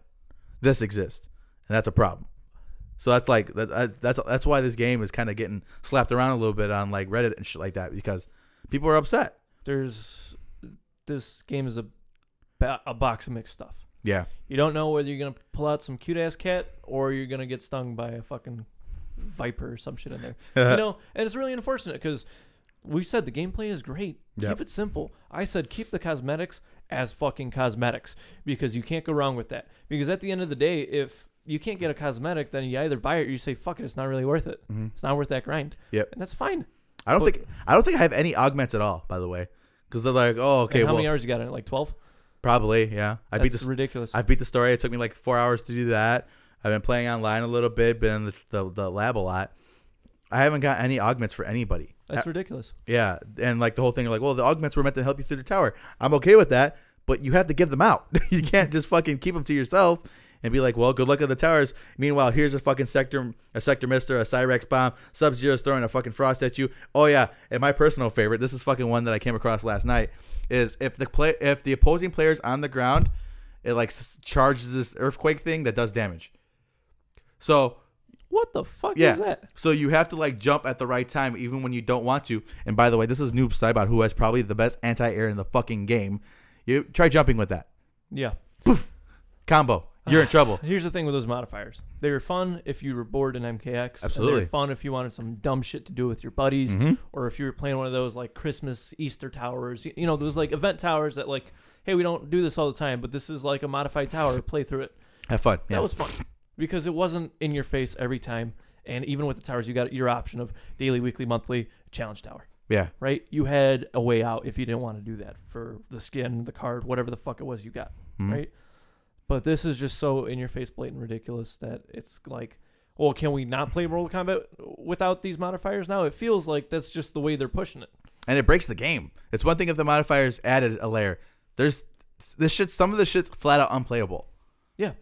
S1: this exists, and that's a problem. So that's like that- that, that's that's why this game is kind of getting slapped around a little bit on like Reddit and shit like that because people are upset.
S2: There's this game is a ba- a box of mixed stuff.
S1: Yeah.
S2: You don't know whether you're gonna pull out some cute ass cat or you're gonna get stung by a fucking Viper or some shit in there. you know, and it's really unfortunate because we said the gameplay is great.
S1: Yep.
S2: Keep it simple. I said keep the cosmetics as fucking cosmetics because you can't go wrong with that. Because at the end of the day, if you can't get a cosmetic, then you either buy it or you say fuck it, it's not really worth it. It's not worth that grind.
S1: Mm-hmm. Yep.
S2: and that's fine.
S1: I don't think I don't think I have any augments at all. By the way, because they're like, oh, okay,
S2: and how
S1: well,
S2: many hours you got in it? Like twelve.
S1: probably, yeah. I
S2: That's
S1: beat this.
S2: ridiculous.
S1: I beat the story. It took me like four hours to do that. I've been playing online a little bit, been in the the, the lab a lot. I haven't got any augments for anybody.
S2: that's ridiculous.
S1: Yeah, and like the whole thing, like, well, the augments were meant to help you through the tower. I'm okay with that, but you have to give them out. you can't just fucking keep them to yourself and be like, well, good luck at the towers. Meanwhile, here's a fucking sector, a sector mister, a Cyrex bomb. Sub Zero's throwing a fucking frost at you. Oh yeah, and my personal favorite, this is fucking one that I came across last night, is if the play, if the opposing player's on the ground, it like s- charges this earthquake thing that does damage. So
S2: What the fuck
S1: yeah.
S2: is that?
S1: So you have to like jump at the right time, even when you don't want to. And by the way, this is Noob Saibot, who has probably the best anti air in the fucking game. You try jumping with that
S2: Yeah.
S1: combo. You're in trouble.
S2: Here's the thing with those modifiers. They were fun if you were bored in MKX. And they
S1: Absolutely. Mm-hmm.
S2: were fun if you wanted some dumb shit to do with your buddies or if you were playing one of those like Christmas Easter towers, y- you know, those like event towers that like, hey, we don't do this all the time, but this is like a modified tower, play through it.
S1: Have fun. Yeah.
S2: That was fun because it wasn't in your face every time. And even with the towers, you got your option of daily, weekly, monthly, challenge tower,
S1: yeah.
S2: right? You had a way out if you didn't want to do that for the skin, the card, whatever the fuck it was you got
S1: Mhm.
S2: right? But this is just so in your face, blatant, ridiculous that it's like, well, can we not play Mortal Kombat without these modifiers now? It feels like that's just the way they're pushing it.
S1: And it breaks the game. It's one thing if the modifiers added a layer. There's this shit. Some of this shit's flat out unplayable.
S2: Yeah,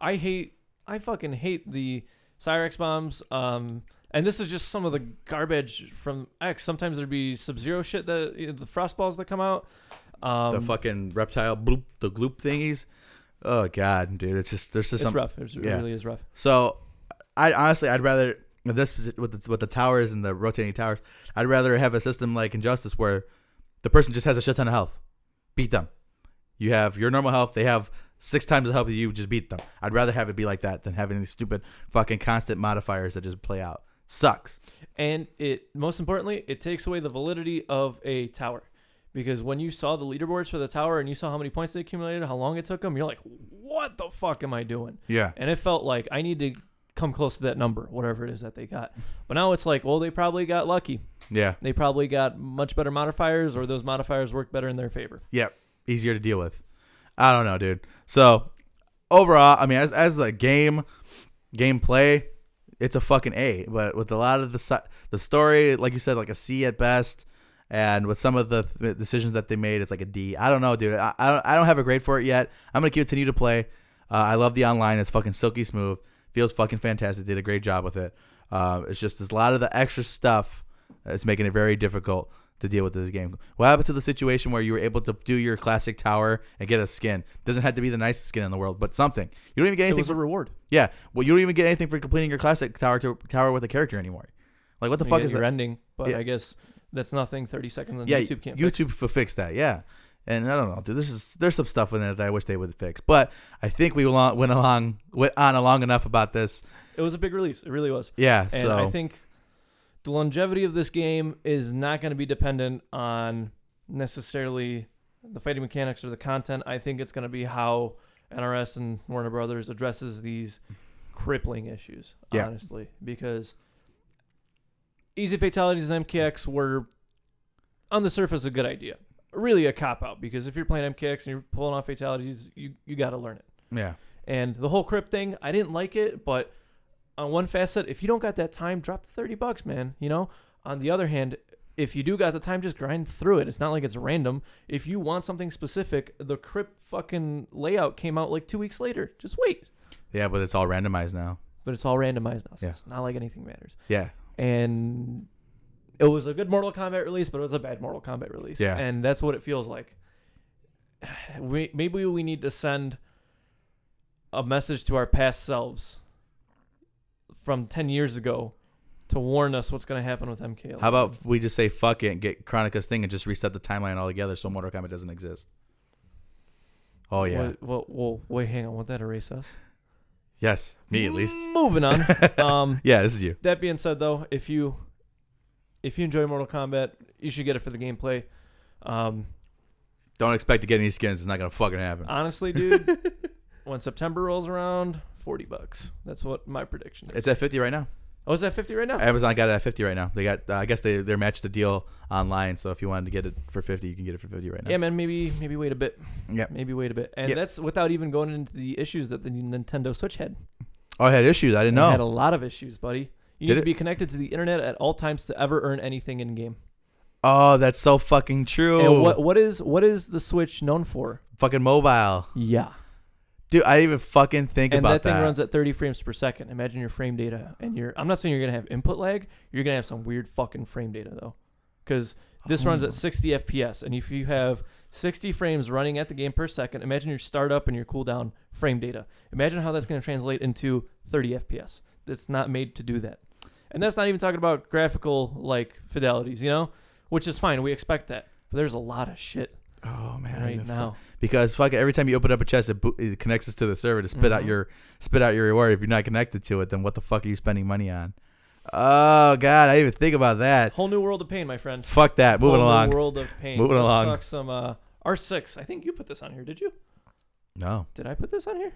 S2: I hate, I fucking hate the Cyrex bombs. Um, and this is just some of the garbage from X. Sometimes there'd be Sub Zero shit that the frost balls that come out. Um,
S1: the fucking reptile bloop, the gloop thingies. Oh god, dude. It's just there's just
S2: it's
S1: some
S2: rough. It's, It
S1: yeah.
S2: really is rough.
S1: So, I honestly, I'd rather this posi- with the, with the towers and the rotating towers. I'd rather have a system like Injustice where the person just has a shit ton of health, beat them. You have your normal health; they have six times the health that you just beat them. I'd rather have it be like that than having these stupid fucking constant modifiers that just play out. Sucks.
S2: And it most importantly, it takes away the validity of a tower. Because when you saw the leaderboards for the tower and you saw how many points they accumulated, how long it took them, you're like, what the fuck am I doing?
S1: Yeah.
S2: And it felt like I need to come close to that number, whatever it is that they got. But now it's like, well, they probably got lucky.
S1: Yeah.
S2: They probably got much better modifiers, or those modifiers work better in their favor.
S1: Yep. Easier to deal with. I don't know, dude. So overall, I mean, as as a game, gameplay, it's a fucking A. But with a lot of the si- the story, like you said, like a C at best, and with some of the th- decisions that they made, it's like a D. I don't know, dude. I I don't, I don't have a grade for it yet. I'm gonna continue to play. Uh, I love the online. It's fucking silky smooth. Feels fucking fantastic. Did a great job with it. Uh, it's just there's a lot of the extra stuff that's making it very difficult to deal with this game. What happened to the situation where you were able to do your classic tower and get a skin? Doesn't have to be the nicest skin in the world, but something. You don't even get
S2: It
S1: anything.
S2: was a reward.
S1: yeah, well, you don't even get anything for completing your classic tower to, tower with a character anymore. Like what the
S2: You
S1: fuck
S2: get
S1: is
S2: your
S1: that?
S2: ending, but
S1: Yeah.
S2: I guess that's nothing. Thirty seconds on
S1: yeah,
S2: YouTube can't. fix.
S1: YouTube fix. fixed that. Yeah, and I don't know. Dude, this is there's some stuff in there that I wish they would fix, but I think we lo- went along went on long enough about this.
S2: It was a big release. It really was.
S1: Yeah,
S2: And
S1: so
S2: I think the longevity of this game is not going to be dependent on necessarily the fighting mechanics or the content. I think it's going to be how NRS and Warner Brothers addresses these crippling issues,
S1: Yeah.
S2: honestly, because easy fatalities and MKX were on the surface a good idea. Really a cop out because if you're playing MKX and you're pulling off fatalities, you you got to learn it.
S1: yeah,
S2: And the whole crypt thing, I didn't like it, but on one facet, if you don't got that time, drop 30 bucks, man, you know? On the other hand, if you do got the time, just grind through it. It's not like it's random. If you want something specific, the crypt fucking layout came out like 2 weeks later. Just wait.
S1: yeah, but it's all randomized now.
S2: But it's all randomized now. So
S1: Yeah.
S2: it's not like anything matters.
S1: Yeah,
S2: And it was a good Mortal Kombat release, but it was a bad Mortal Kombat release.
S1: Yeah.
S2: And that's what it feels like. We, maybe we need to send a message to our past selves from 10 years ago to warn us what's going to happen with MKL.
S1: How about we just say fuck it and get Chronica's thing and just reset the timeline altogether so Mortal Kombat doesn't exist? Oh yeah,
S2: Well, well, well, wait, hang on. Won't that erase us?
S1: Yes, me at least.
S2: Moving on. Um,
S1: Yeah, this is you.
S2: that being said, though, if you if you enjoy Mortal Kombat, you should get it for the gameplay. Um,
S1: Don't expect to get any skins. It's not gonna fucking happen.
S2: honestly, dude, when September rolls around, forty bucks. That's what my prediction is.
S1: It's at fifty right now.
S2: oh, is that fifty right now?
S1: Amazon got it at fifty right now. They got. Uh, I guess they they matched the deal online. So if you wanted to get it for fifty, you can get it for fifty right now.
S2: Yeah, man. Maybe maybe wait a bit.
S1: Yep.
S2: Maybe wait a bit, and
S1: Yep.
S2: that's without even going into the issues that the Nintendo Switch had.
S1: Oh, I had issues. I didn't
S2: It
S1: know.
S2: had a lot of issues, buddy. You
S1: Did
S2: need to
S1: it?
S2: be connected to the internet at all times to ever earn anything in game.
S1: oh, that's so fucking true.
S2: And what what is what is the Switch known for?
S1: fucking mobile,
S2: Yeah,
S1: dude. I didn't even fucking think
S2: and
S1: about
S2: that
S1: that.
S2: thing runs at 30 frames per second. Imagine your frame data and your. I'm not saying you're gonna have input lag. You're gonna have some weird fucking frame data though, because this runs
S1: Oh.
S2: at 60 FPS, and if you have 60 frames running at the game per second, imagine your startup and your cooldown frame data. Imagine how that's gonna translate into 30 FPS. That's not made to do that, and that's not even talking about graphical like fidelities, you know, which is fine. We expect that, but there's a lot of shit
S1: oh man, I didn't
S2: right
S1: even fu-
S2: now.
S1: because fucking every time you open up a chest, it, bo- it connects us to the server to spit out
S2: Mhm.
S1: your spit out your reward. If you're not connected to it, then what the fuck are you spending money on? Oh god, I didn't even think about that.
S2: Whole new world of pain, my friend.
S1: Fuck that. Moving
S2: Whole new
S1: along.
S2: World of pain.
S1: Moving
S2: Let's
S1: along.
S2: Talk some uh, R6. I think you put this on here. Did you?
S1: No,
S2: Did I put this on here?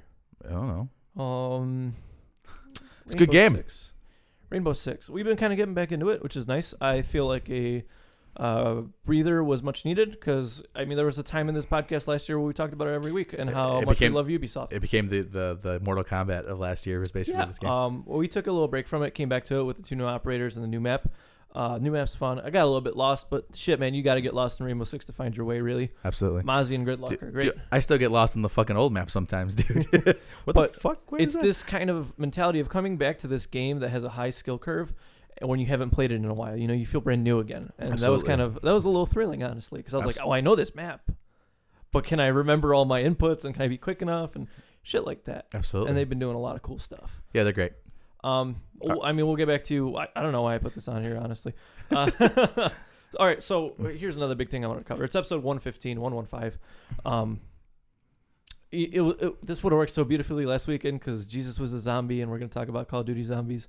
S1: I don't know.
S2: Um,
S1: It's a good game.
S2: Six. Rainbow Six. We've been kind of getting back into it, which is nice. I feel like a uh, breather was much needed because I mean there was a time in this podcast last year where we talked about it every week and
S1: It-
S2: how
S1: it
S2: much
S1: became-
S2: we love Ubisoft.
S1: It became the the the Mortal Kombat of last year was basically this game.
S2: Um, well, we took a little break from it, came back to it with the two new operators and the new map. Uh, new map's fun. I got a little bit lost, but shit, man, you got to get lost in Rainbow Six to find your way, really.
S1: Absolutely.
S2: Mozzie and Gridlock
S1: Dude,
S2: are great.
S1: dude, I still get lost in the fucking old map sometimes, dude. what
S2: But
S1: the fuck? Where is
S2: it's
S1: that?
S2: this kind of mentality of coming back to this game that has a high skill curve and when you haven't played it in a while you know you feel brand new again and that was
S1: Absolutely.
S2: kind of that was a little thrilling honestly because i was like oh i know this map but can i remember all my inputs and can i be quick enough and shit like that
S1: Absolutely.
S2: and they've been doing a lot of cool stuff
S1: yeah, they're great.
S2: um w- i mean we'll get back to i, I don't know why i put this on here honestly uh, all right so here's another big thing i want to cover it's episode 115 115 um it, it, w- it- this would have worked so beautifully last weekend because Jesus was a zombie, and we're going to talk about Call of Duty zombies,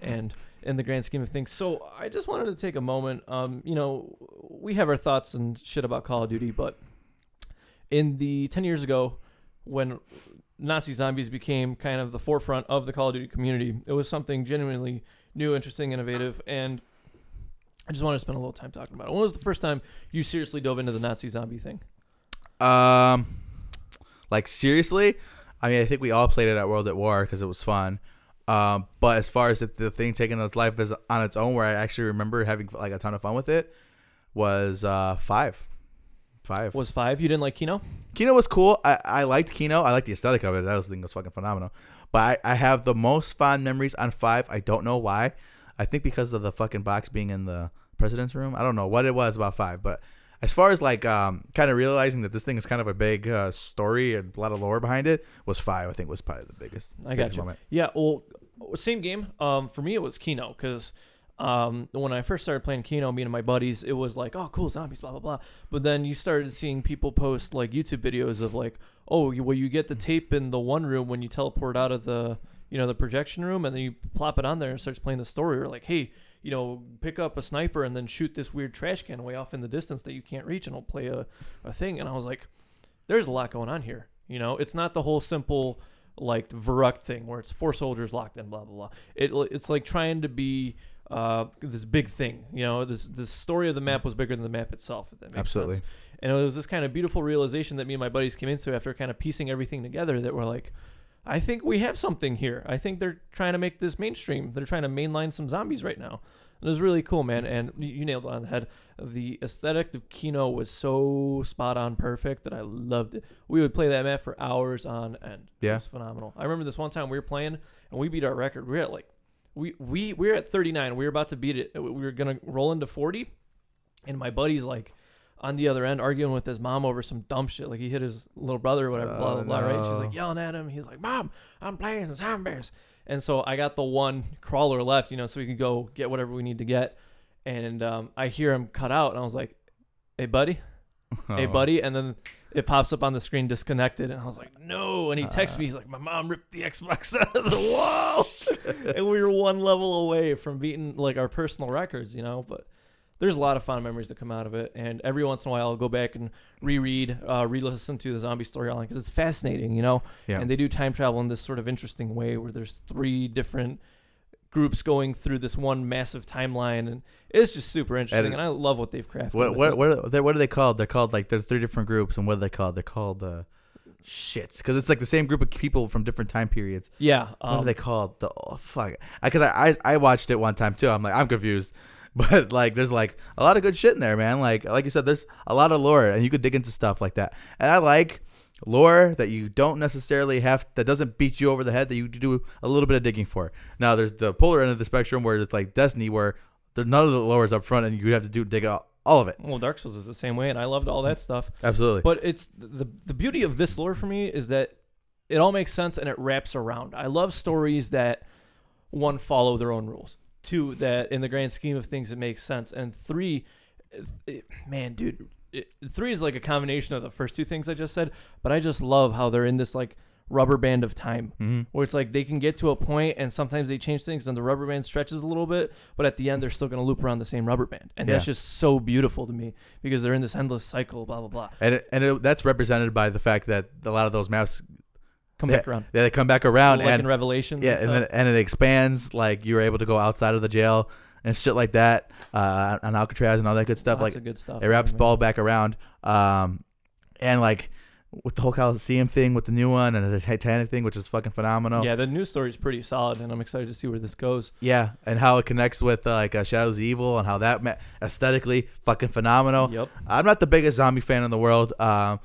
S2: and in the grand scheme of things. So I just wanted to take a moment. Um, you know, we have our thoughts and shit about Call of Duty, but in the ten years ago, when Nazi zombies became kind of the forefront of the Call of Duty community, it was something genuinely new, interesting, innovative, and I just wanted to spend a little time talking about it. When was the first time you seriously dove into the Nazi zombie thing?
S1: Um, like seriously, I mean, I think we all played it at World at War because it was fun. Um, but as far as the, the thing taking its life is on its own, where I actually remember having like a ton of fun with it, was uh five, five.
S2: Was five? You didn't like Kino?
S1: Kino was cool. I, I liked Kino. I liked the aesthetic of it. That was the thing that was fucking phenomenal. But I, I have the most fond memories on five. I don't know why. I think because of the fucking box being in the president's room. I don't know what it was about five. But as far as like um, kind of realizing that this thing is kind of a big uh, story and a lot of lore behind it was five. I think was probably the biggest.
S2: I
S1: biggest
S2: got you.
S1: moment.
S2: Yeah, well, same game. Um, for me, it was Kino because um, when I first started playing Kino, me and my buddies, it was like, oh, cool zombies, blah blah blah. But then you started seeing people post like YouTube videos of like, oh, you- well, you get the tape in the one room when you teleport out of the you know the projection room, and then you plop it on there and it starts playing the story. Or like, hey. You know, pick up a sniper and then shoot this weird trash can way off in the distance that you can't reach, and it'll play a, a thing. And I was like, there's a lot going on here. You know, it's not the whole simple like Varuk thing where it's four soldiers locked in, blah blah blah. It it's like trying to be uh, this big thing. You know, this this story of the map was bigger than the map itself. If that makes
S1: Absolutely.
S2: sense. And it was this kind of beautiful realization that me and my buddies came into after kind of piecing everything together. That we're like, I think we have something here. I think they're trying to make this mainstream. They're trying to mainline some zombies right now. And it was really cool, man. And you you nailed it on the head. The aesthetic of Kino was so spot on perfect that I loved it. We would play that map for hours on end. It
S1: Yeah.
S2: was phenomenal. I remember this one time we were playing and we beat our record. We were at like, we, we, we were at 39. We were about to beat it. We were going to roll into 40. And my buddy's like on the other end arguing with his mom over some dumb shit. Like he hit his little brother or whatever, blah,
S1: Oh,
S2: blah, blah, right? And she's
S1: no.
S2: like yelling at him. He's like, Mom, I'm playing zombies. And so I got the one crawler left, you know, so we could go get whatever we need to get. And um, I hear him cut out, and I was like, "Hey, buddy,
S1: Oh.
S2: hey buddy and then it pops up on the screen disconnected and i was like no and he texts
S1: Uh.
S2: me he's like my mom ripped the xbox out of the wall and we were one level away from beating like our personal records you know but there's a lot of fond memories that come out of it and every once in a while i'll go back and reread uh, re-listen to the zombie storyline because it's fascinating you know
S1: Yeah.
S2: and they do time travel in this sort of interesting way where there's three different groups going through this one massive timeline and it's just super interesting and,
S1: And-
S2: i love what they've crafted
S1: What what
S2: with it.
S1: what are they, what are they called? They're called like there's three different groups, and what are they called? They're called uh, shits because it's like the same group of people from different time periods.
S2: yeah
S1: What
S2: um,
S1: are they called? The oh, fuck because I, I I watched it one time too. I'm like I'm confused, but like there's like a lot of good shit in there, man. Like like you said, there's a lot of lore, and you could dig into stuff like that. And I like lore that you don't necessarily have that doesn't beat you over the head that you do a little bit of digging for. Now there's the polar end of the spectrum where it's like Destiny where there's none of the lore is up front and you have to do dig out all of it.
S2: Well, Dark Souls is the same way, and I loved all that stuff.
S1: Absolutely.
S2: But it's the the beauty of this lore for me is that it all makes sense and it wraps around. I love stories that one follow their own rules, two that in the grand scheme of things it makes sense, and three, it- man, dude, it, three is like a combination of the first two things I just said. But I just love how they're in this like rubber band of time
S1: Mhm.
S2: where it's like they can get to a point and sometimes they change things and the rubber band stretches a little bit but at the end they're still going to loop around the same rubber band and that's
S1: Yeah.
S2: just so beautiful to me because they're in this endless cycle blah blah blah
S1: and it, and it, that's represented by the fact that a lot of those maps
S2: come back
S1: Yeah.
S2: around
S1: they come back around
S2: like
S1: and
S2: in revelations
S1: yeah,
S2: and
S1: and,
S2: stuff.
S1: then, and it expands. Like you're able to go outside of the jail and shit like that, uh, on Alcatraz and all that good stuff.
S2: Lots
S1: like
S2: of Oh, good stuff
S1: it wraps
S2: man.
S1: ball back around, um, and like with the whole Coliseum thing with the new one and the Titanic thing, which is fucking phenomenal.
S2: yeah the news story is pretty solid and i'm excited to see where this goes
S1: Yeah, and how it connects with uh, like uh, Shadows of Evil and how that ma- aesthetically fucking phenomenal.
S2: yep
S1: I'm not the biggest zombie fan in the world. Um,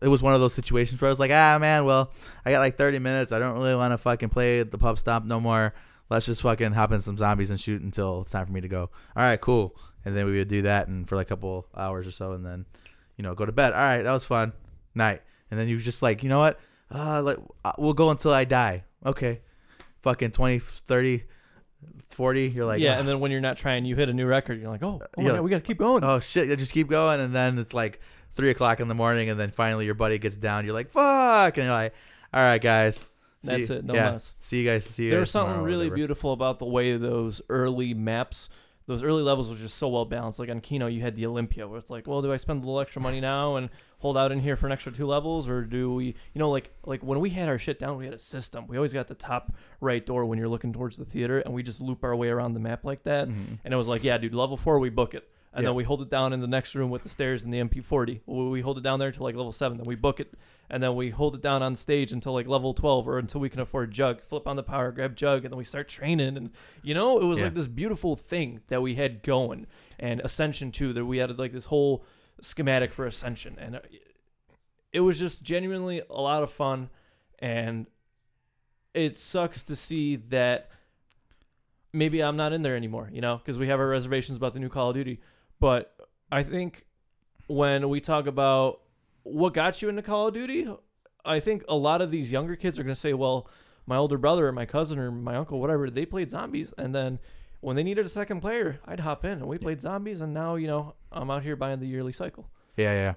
S1: it was one of those situations where I was like, ah, man, well, I got like 30 minutes. I don't really want to fucking play the pub stomp no more. Let's just fucking hop in some zombies and shoot until it's time for me to go. All right, cool. And then we would do that and for like a couple hours or so, and then you know go to bed. All right, that was fun. Night. And then you just like, you know what? Uh, like uh, we'll go until I die. Okay. Fucking 20, 30, 40. You're like,
S2: yeah
S1: "Ah."
S2: and then when you're not trying you hit a new record you're like oh, oh my
S1: Yeah.
S2: God, we gotta keep going
S1: oh shit, you just keep going, and then it's like three o'clock in the morning, and then finally your buddy gets down. You're like, fuck, and you're like, all right, guys, See-
S2: That's it, no less.
S1: See you guys. See you.
S2: there
S1: guys
S2: was something
S1: tomorrow,"
S2: really
S1: whatever.
S2: beautiful about the way those early maps those early levels was just so well balanced like on kino you had the olympia where it's like well do i spend a little extra money now and hold out in here for an extra two levels or do we you know like like when we had our shit down we had a system we always got the top right door when you're looking towards the theater and we just loop our way around the map like that and it was like yeah dude level four we book it and
S1: Yeah.
S2: then we hold it down in the next room with the stairs and the MP40. We we hold it down there until like level seven. Then we book it, and then we hold it down on stage until like level twelve or until we can afford jug. Flip on the power, grab jug, and then we start training. And you know, it was
S1: Yeah.
S2: like this beautiful thing that we had going. And Ascension too, that we had like this whole schematic for Ascension, and uh, it was just genuinely a lot of fun. And it sucks to see that maybe I'm not in there anymore, you know, because we have our reservations about the new Call of Duty. But I think when we talk about what got you into Call of Duty, I think a lot of these younger kids are going to say, well, my older brother or my cousin or my uncle, whatever, they played zombies. And then when they needed a second player, I'd hop in and we played zombies. And now, you know, I'm out here buying the yearly cycle.
S1: Yeah, yeah.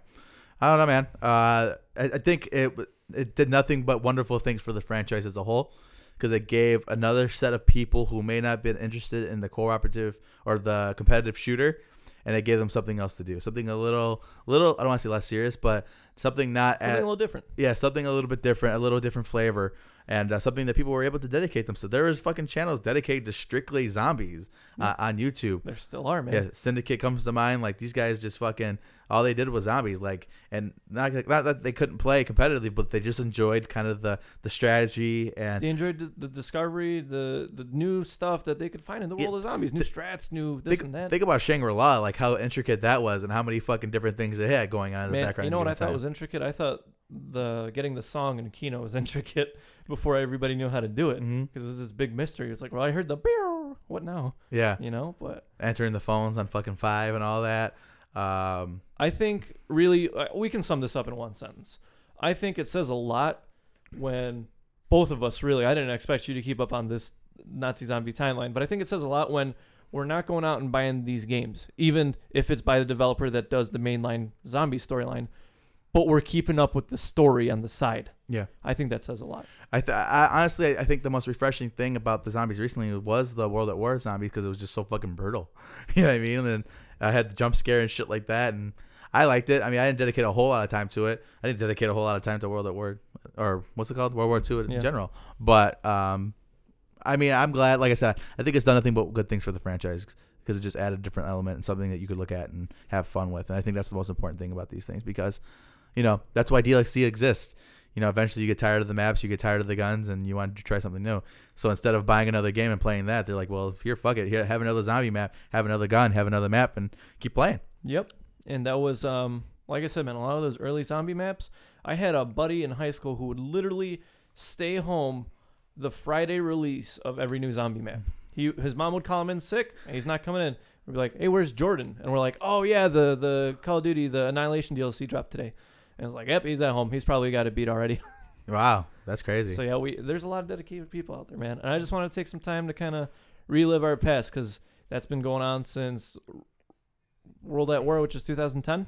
S1: I don't know, man. Uh, I, I think it w- it did nothing but wonderful things for the franchise as a whole, because it gave another set of people who may not have been interested in the cooperative or the competitive shooter, and it gave them something else to do, something a little, little. I don't want to say less serious, but something not
S2: Something
S1: as-
S2: a little different.
S1: yeah, something a little bit different, a little different flavor, and uh, something that people were able to dedicate them. So there is fucking channels dedicated to strictly zombies uh, on YouTube.
S2: There still are, man.
S1: Yeah, Syndicate comes to mind. Like these guys just fucking all they did was zombies. Like and not like not that they couldn't play competitively, but they just enjoyed kind of the the strategy and
S2: They enjoyed the, the discovery, the the new stuff that they could find in the world of zombies, new strats, new this
S1: think,
S2: and that.
S1: think about Shangri La, like how intricate that was, and how many fucking different things they had going on in the
S2: Man,
S1: background.
S2: you know
S1: at
S2: what
S1: any
S2: I thought
S1: time.
S2: was intricate? I thought the getting the song in Kino was intricate before everybody knew how to do it
S1: Mhm.
S2: because it's this big mystery. It's like, well, I heard the beow, what now?
S1: yeah,
S2: You know, but
S1: entering the phones on fucking five and all that. Um,
S2: I think really uh, we can sum this up in one sentence. I think it says a lot when both of us really. I didn't expect you to keep up on this Nazi zombie timeline, but I think it says a lot when we're not going out and buying these games, even if it's by the developer that does the mainline zombie storyline, but we're keeping up with the story on the side.
S1: Yeah.
S2: I think that says a lot.
S1: I, th- I honestly, I think the most refreshing thing about the zombies recently was the World at War zombies because it was just so fucking brutal. You know what I mean? And then I had the jump scare and shit like that, and I liked it. I mean, I didn't dedicate a whole lot of time to it. I didn't dedicate a whole lot of time to World at War or what's it called, World War Two in
S2: Yeah.
S1: general. But um, I mean, I'm glad. Like I said, I think it's done nothing but good things for the franchise because it just added a different element and something that you could look at and have fun with. And I think that's the most important thing about these things because, you know, that's why DLC exists. You know, eventually you get tired of the maps, you get tired of the guns, and you want to try something new. So instead of buying another game and playing that, they're like, well, here, fuck it. Here, have another zombie map, have another gun, have another map, and keep playing.
S2: Yep. And that was um like I said, man, a lot of those early zombie maps. I had a buddy in high school who would literally stay home the Friday release of every new zombie map. He his mom would call him in sick and he's not coming in. We'd be like, Hey, where's Jordan? And we're like, Oh yeah, the the Call of Duty, the Annihilation DLC dropped today. And it's like, Yep, he's at home. He's probably got it beat already.
S1: Wow, that's crazy.
S2: So yeah, we there's a lot of dedicated people out there, man. And I just want to take some time to kind of relive our past because that's been going on since World at War, which is 2010.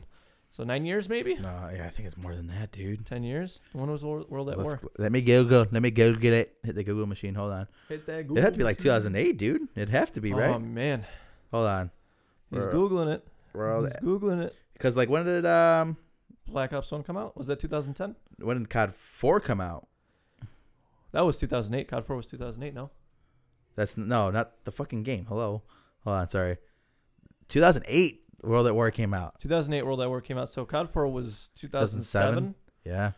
S2: So nine years, maybe
S1: No, yeah, I think it's more than that, dude.
S2: ten years. When was Wor- World at
S1: Let's
S2: War?
S1: gl- let me Google. Let me go get it. Hit the Google machine. Hold on.
S2: Hit that Google.
S1: It'd have to be like 2008, dude. It'd have to be
S2: Oh
S1: right.
S2: man,
S1: Hold on.
S2: he's
S1: We're-
S2: googling it.
S1: World
S2: he's googling it.
S1: because like when did um
S2: Black Ops One come out? Was that 2010?
S1: when did COD four come out?
S2: That was 2008. COD 4 was 2008. No,
S1: That's no, not the fucking game. Hello, hold on. Sorry, 2008. World at War came out.
S2: 2008 World at War came out. So COD 4 was
S1: 2007?
S2: 2007.
S1: Yeah,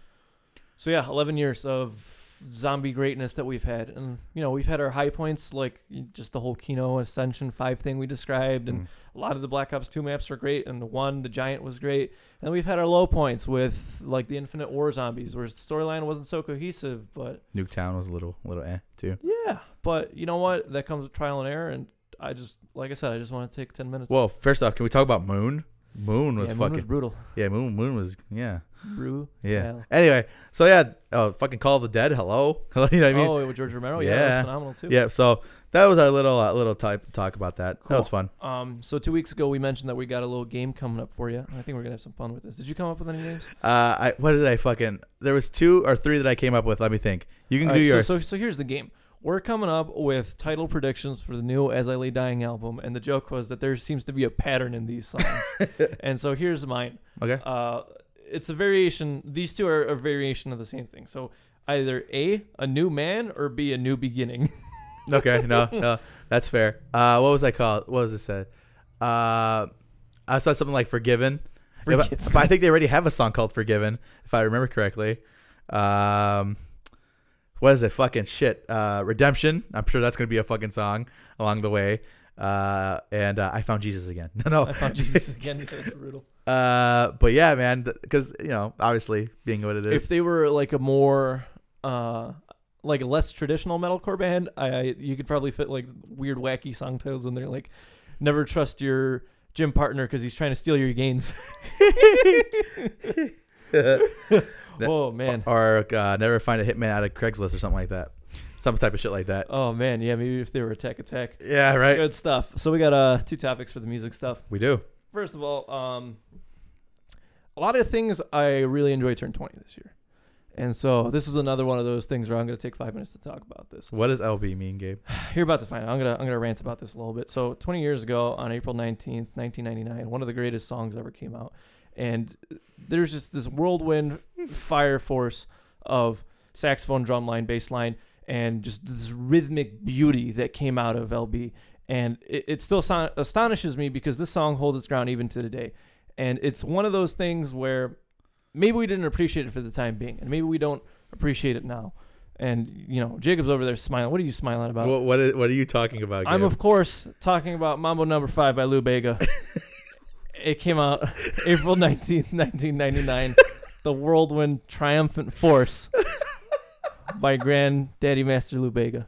S2: So yeah, 11 years of zombie greatness that we've had, and you know we've had our high points like just the whole Kino Ascension Five thing we described, and
S1: Mm.
S2: a lot of the Black Ops Two maps were great, and the one the Giant was great, and we've had our low points with like the Infinite War zombies, where the storyline wasn't so cohesive, but
S1: Nuketown was a little little eh too.
S2: yeah, but you know what, that comes with trial and error, and I just like I said, I just want to take 10 minutes.
S1: Well, first off, can we talk about Moon? Moon
S2: yeah,
S1: was
S2: Moon
S1: fucking
S2: was brutal,
S1: yeah. Moon Moon was yeah
S2: Brew,
S1: yeah. Anyway, so yeah, oh fucking Call of the Dead. Hello, you know what I mean?
S2: oh, with George Romero, yeah, that
S1: Yeah.
S2: was phenomenal too.
S1: yeah. So that was our little uh, little type talk about that. That was fun.
S2: Um, so two weeks ago we mentioned that we got a little game coming up for you. I think we're gonna have some fun with this. Did you come up with any names?
S1: Uh, I what did I fucking? There was two or three that I came up with. Let me think. You can do
S2: Alright, so-
S1: yours.
S2: So, so here's the game. We're coming up with title predictions for the new As I Lay Dying album, and the joke was that there seems to be a pattern in these songs. and so here's mine.
S1: okay.
S2: Uh, it's a variation. These two are a variation of the same thing. So either A, a new man, or B, a new beginning.
S1: okay, no, no, that's fair. Uh, what was I called? What was it said? Uh, I saw something like "Forgiven." If I-
S2: Forgiven.
S1: if I, think they already have a song called "Forgiven," if I remember correctly. Um, what is it? Fucking shit. Uh, "Redemption." I'm sure that's gonna be a fucking song along the way. Uh, and uh, I found Jesus again. No, no.
S2: I found Jesus again. He said it's brutal.
S1: Uh, but yeah, man, because you know, obviously, being what it is,
S2: if they were like a more uh like less traditional metalcore band, I, I you could probably fit like weird wacky song titles in there like never trust your gym partner cuz he's trying to steal your gains. oh man.
S1: or uh, never find a hitman out of Craigslist or something like that, some type of shit like that.
S2: Oh man, yeah, maybe if they were attack attack.
S1: Yeah, right.
S2: Good stuff. So we got uh two topics for the music stuff.
S1: We do.
S2: First of all, um a lot of things I really enjoy turn 20 this year. And so this is another one of those things where I'm going to take 5 minutes to talk about this.
S1: What does LB mean, Gabe?
S2: You're about to find out. I'm gonna I'm gonna rant about this a little bit. So 20 years ago, on April 19th, 1999, one of the greatest songs ever came out, and there's just this whirlwind fire force of saxophone, drum line, bass line, and just this rhythmic beauty that came out of LB. And it, it still so- astonishes me because this song holds its ground even to today. And it's one of those things where maybe we didn't appreciate it for the time being, and maybe we don't appreciate it now. And you know, Jacob's over there smiling. What are you smiling about?
S1: What what, is, what are you talking about? Gabe?
S2: I'm of course talking about Mambo Number Five by Lou Bega. it came out April nineteenth, nineteen ninety nine. The Whirlwind Triumphant Force by Granddaddy Master Lou Bega.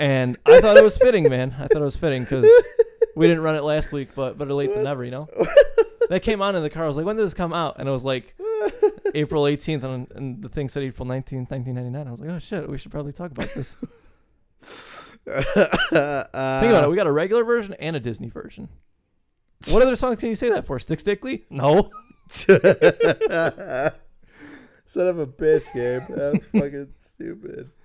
S2: And I thought it was fitting, man. I thought it was fitting because we didn't run it last week, but better late than never, you know. That came on in the car. I was like, "When did this come out?" And it was like April 18th, and, and the thing said April 19th, 1999. I was like, "Oh shit, we should probably talk about this." Think
S1: Uh,
S2: about it. We got a regular version and a Disney version. What other songs can you say that for? Stick Stickly? No.
S1: Son of a bitch, Gabe. That was fucking stupid. You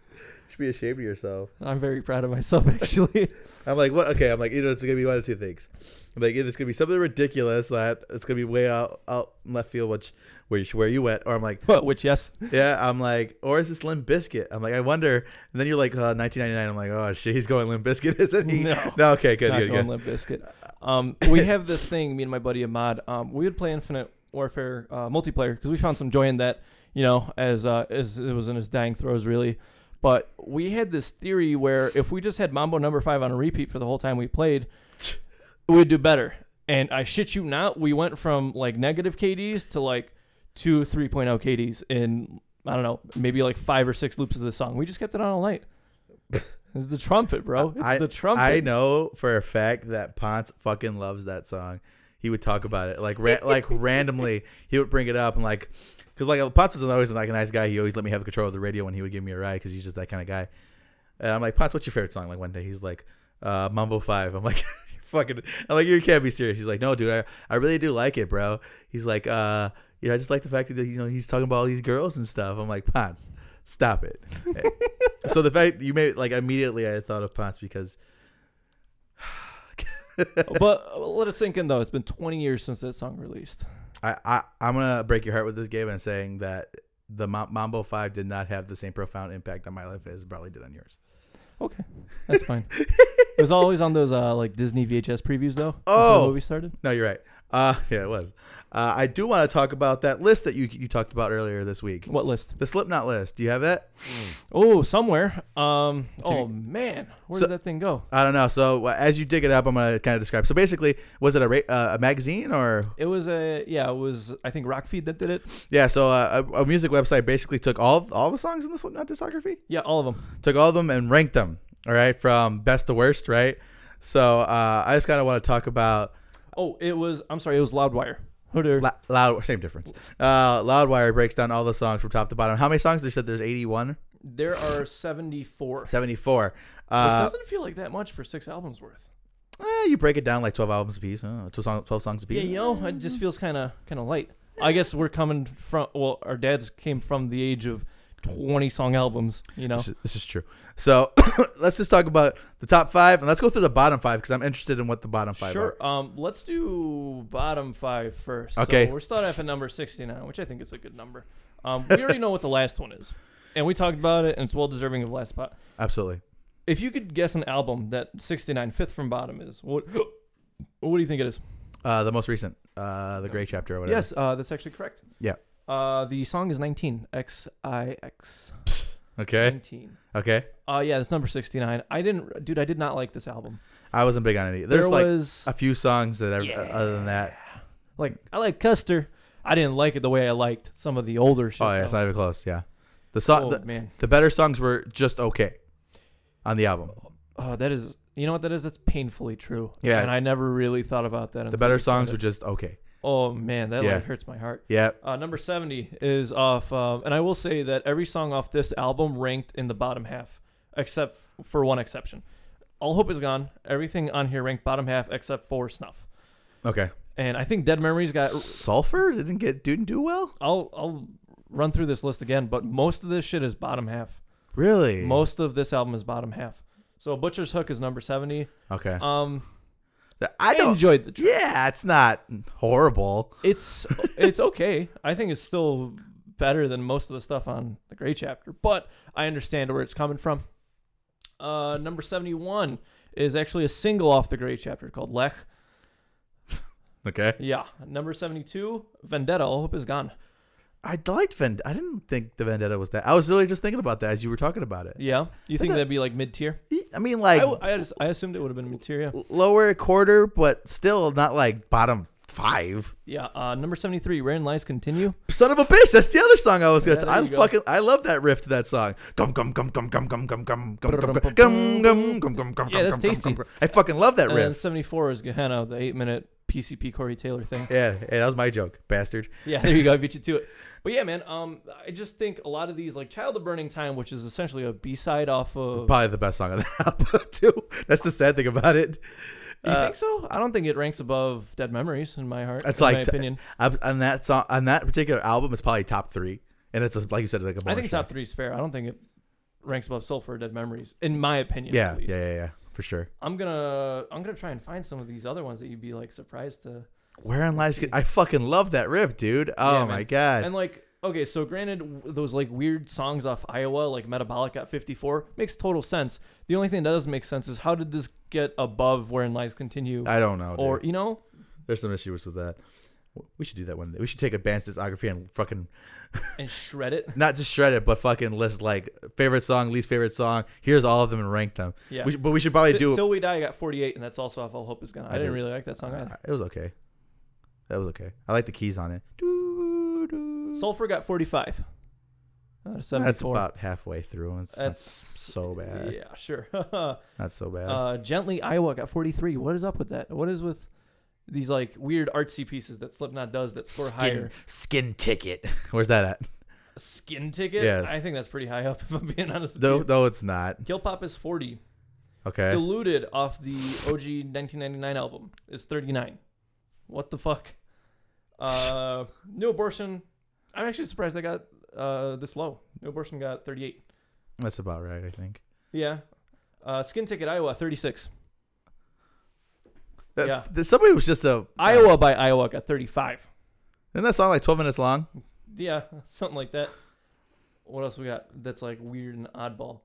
S1: should be ashamed of yourself.
S2: I'm very proud of myself, actually.
S1: I'm like, what? Okay, I'm like, either it's gonna be one of two things. I'm like, either it's gonna be something ridiculous that it's gonna be way out, out in left field, which which where you went, or I'm like,
S2: but which, yes.
S1: yeah, I'm like, or is this Limb Biscuit? I'm like, I wonder. And then you're like, uh, 1999. I'm like, oh shit, he's going Limb Biscuit, isn't he?
S2: No.
S1: okay, good,
S2: not
S1: good,
S2: going
S1: good.
S2: Limp Bizkit. Um, we have this thing, me and my buddy Ahmad. Um, we would play Infinite Warfare uh, multiplayer because we found some joy in that. You know, as uh, as it was in his dying throes, really. But we had this theory where if we just had Mambo Number Five on a repeat for the whole time we played, we'd do better. And I shit you not, we went from like negative KDs to like two 3.0 KDs in I don't know, maybe like five or six loops of the song. We just kept it on all night. It's the trumpet, bro. It's
S1: I-
S2: the trumpet.
S1: I know for a fact that Ponce fucking loves that song. He would talk about it like ra- like randomly. He would bring it up and like, cause like Ponce was always like a nice guy. He always let me have control of the radio when he would give me a ride, cause he's just that kind of guy. And I'm like, Ponce, what's your favorite song? Like one day he's like, uh, Mambo Five. I'm like, "You're fucking. I'm like, you can't be serious. He's like, no, dude, I, I really do like it, bro. He's like, uh, you know, I just like the fact that you know he's talking about all these girls and stuff. I'm like, Ponce, stop it. so the fact you made like immediately, I thought of Ponce because
S2: but uh, let it sink in though. It's been 20 years since that song released.
S1: I, I I'm gonna break your heart with this game and saying that the Ma- Mambo Five did not have the same profound impact on my life as it probably did on yours.
S2: Okay, that's fine. it was always on those uh, like Disney VHS previews though. before
S1: Oh.
S2: the movie started.
S1: No, you're right. Uh, yeah, it was. Uh, I do want to talk about that list that you you talked about earlier this week.
S2: What list?
S1: The Slipknot list. Do you have it?
S2: Oh, somewhere. Um.
S1: It's
S2: Oh
S1: a-
S2: man, where
S1: So-
S2: did that thing go?
S1: I don't know. So uh, as you dig it up, I'm gonna kind of describe. So basically, was it a ra- uh, a magazine or
S2: It was a yeah. It was I think Rockfeed that did it.
S1: yeah? So uh, a, a music website basically took all all the songs in the Slipknot discography.
S2: Yeah, all of them.
S1: took all of them and ranked them. All right, from best to worst, right? So uh, I just kind of want to talk about
S2: Oh, it was. I'm sorry. It was Loudwire. Who did-
S1: La- loud. Same difference. Uh, Loudwire breaks down all the songs from top to bottom. How many songs? They said there's 81,
S2: There are
S1: Uh,
S2: 74.
S1: 74.
S2: Which
S1: Uh,
S2: doesn't feel like that much for six albums worth.
S1: eh, you break it down like 12 albums a piece, uh, 12, song, 12 songs a
S2: Yeah,
S1: piece.
S2: you know, it just feels kind of kind of light. I guess we're coming from well, our dads came from the age of twenty song albums. You know,
S1: This, is, this is true. So let's just talk about the top five and let's go through the bottom five because I'm interested in what the bottom five
S2: sure.
S1: are.
S2: Um, let's do bottom five first.
S1: Okay.
S2: so we're starting off at number sixty-nine, which I think is a good number. Um, we already know what the last one is, and we talked about it, and it's well deserving of last spot.
S1: Absolutely.
S2: If you could guess an album that 69 fifth from bottom is, what what do you think it is?
S1: Uh, the most recent, uh, the Gray Chapter or whatever.
S2: Yes, uh, that's actually correct.
S1: Yeah.
S2: Uh, the song is nineteen. X I X
S1: Okay.
S2: nineteen.
S1: Okay.
S2: Uh, yeah, it's number sixty nine. I didn't, dude. I did not like this album.
S1: I wasn't big on any. There's
S2: there
S1: like
S2: was
S1: a few songs that, ev- other than that,
S2: like I like Custer. I didn't like it the way I liked some of the older shit.
S1: Oh yeah, it's
S2: though.
S1: not even close. Yeah, the song,
S2: oh
S1: the,
S2: man,
S1: the better songs were just okay on the album.
S2: oh that is you know what that is. That's painfully true.
S1: Yeah.
S2: and I never really thought about that.
S1: The better songs were just okay.
S2: Oh man, that
S1: Yeah.
S2: like hurts my heart.
S1: Yeah,
S2: Uh, number seventy is off, um, and I will say that every song off this album ranked in the bottom half, except for one exception. All hope is gone. Everything on here ranked bottom half except for Snuff.
S1: okay.
S2: And I think Dead Memories got
S1: Sulfur didn't get didn't do well.
S2: I'll I'll run through this list again, but most of this shit is bottom half.
S1: Really?
S2: Most of this album is bottom half. So Butcher's Hook is number seventy.
S1: okay.
S2: Um,
S1: I
S2: I
S1: don't.
S2: enjoyed the. Tr-
S1: yeah, it's not horrible.
S2: it's it's okay. I think it's still better than most of the stuff on the Gray Chapter, but I understand where it's coming from. Uh, number seventy one is actually a single off the Gray Chapter called Lech.
S1: Okay.
S2: Yeah, number seventy two, Vendetta. All hope is gone.
S1: I liked Vend. I didn't think the Vendetta was that. I was really just thinking about that as you were talking about it.
S2: Yeah, you think
S1: Vendetta-
S2: that'd be like mid tier?
S1: I mean,
S2: I,
S1: like
S2: w- I, just- I assumed it would have been mid tier. Yeah.
S1: lower quarter, but still not like bottom five.
S2: Yeah, uh, number 73, Rare and Lies Continue.
S1: Son of a bitch! That's the other song I was gonna.
S2: Yeah,
S1: t-
S2: there
S1: I
S2: you go.
S1: fucking I love that riff to that song. Gum gum gum gum gum gum gum gum gum gum gum gum gum gum gum gum.
S2: Yeah, that's
S1: gum, gum,
S2: tasty.
S1: gum, gum. I fucking love that
S2: And then
S1: riff.
S2: 74 is Gehenna, the eight minute PCP Corey Taylor thing.
S1: Yeah, hey, that was my joke, bastard.
S2: Yeah, there you go. I beat you to it. But yeah, man, um, I just think a lot of these, like Child of Burning Time, which is essentially a B side off of.
S1: Probably the best song on that album too. That's the sad thing about it.
S2: you
S1: Uh,
S2: think so? I don't think it ranks above Dead Memories in my heart.
S1: It's
S2: in
S1: like
S2: my
S1: t-
S2: opinion.
S1: I- on that song, on that particular album, it's probably top three, and it's a, like you said, like a.
S2: I think
S1: bonus
S2: top
S1: track.
S2: three is fair. I don't think it ranks above Sulfur or Dead Memories in my opinion.
S1: Yeah,
S2: at least.
S1: yeah, yeah, yeah, for sure.
S2: I'm gonna I'm gonna try and find some of these other ones that you'd be like surprised to.
S1: Where on lies? I fucking love that rip, dude. Oh
S2: Yeah,
S1: my
S2: man.
S1: god.
S2: And like, okay, so granted, w- those like weird songs off Iowa, like Metabolic at 54, makes total sense. The only thing that doesn't make sense is how did this get above Wherein Lies Continue?
S1: I don't know.
S2: or
S1: Or
S2: you know,
S1: there's some issues with that. We should do that one. day. We should take a band's discography and fucking
S2: and shred it.
S1: not just shred it, but fucking list like favorite song, least favorite song. Here's all of them and rank them.
S2: Yeah.
S1: We should- but we should probably
S2: T-
S1: do.
S2: Till we die, I got 48, and that's also off All Hope Is Gone.
S1: I
S2: I, didn't
S1: did-
S2: really like that song either.
S1: Uh, it was okay. That was okay. I like the keys on it. Doo, doo.
S2: Sulfur got 45. Out of 74.
S1: That's about halfway through. It's not
S2: That's-
S1: so bad.
S2: Yeah, sure.
S1: Not so bad.
S2: uh, Gently Iowa got 43. What is up with that? What is with these like weird artsy pieces that Slipknot does that score higher?
S1: skin ticket. Where's that at?
S2: skin ticket.
S1: Yes.
S2: I think that's pretty high up. If I'm being honest, with
S1: No,
S2: you.
S1: no, it's not.
S2: Kill Pop is 40.
S1: Okay.
S2: Diluted off the OG 1999 album is 39. What the fuck? Uh, New Abortion. I'm actually surprised I got uh this low. New Abortion got 38.
S1: That's about right, I think.
S2: Yeah. Uh, Skin Ticket Iowa 36.
S1: That-
S2: Yeah.
S1: that- Uh, somebody was just a
S2: Iowa by Iowa got 35.
S1: Isn't that song like 12 minutes long?
S2: Yeah, something like that. What else we got that's like weird and oddball?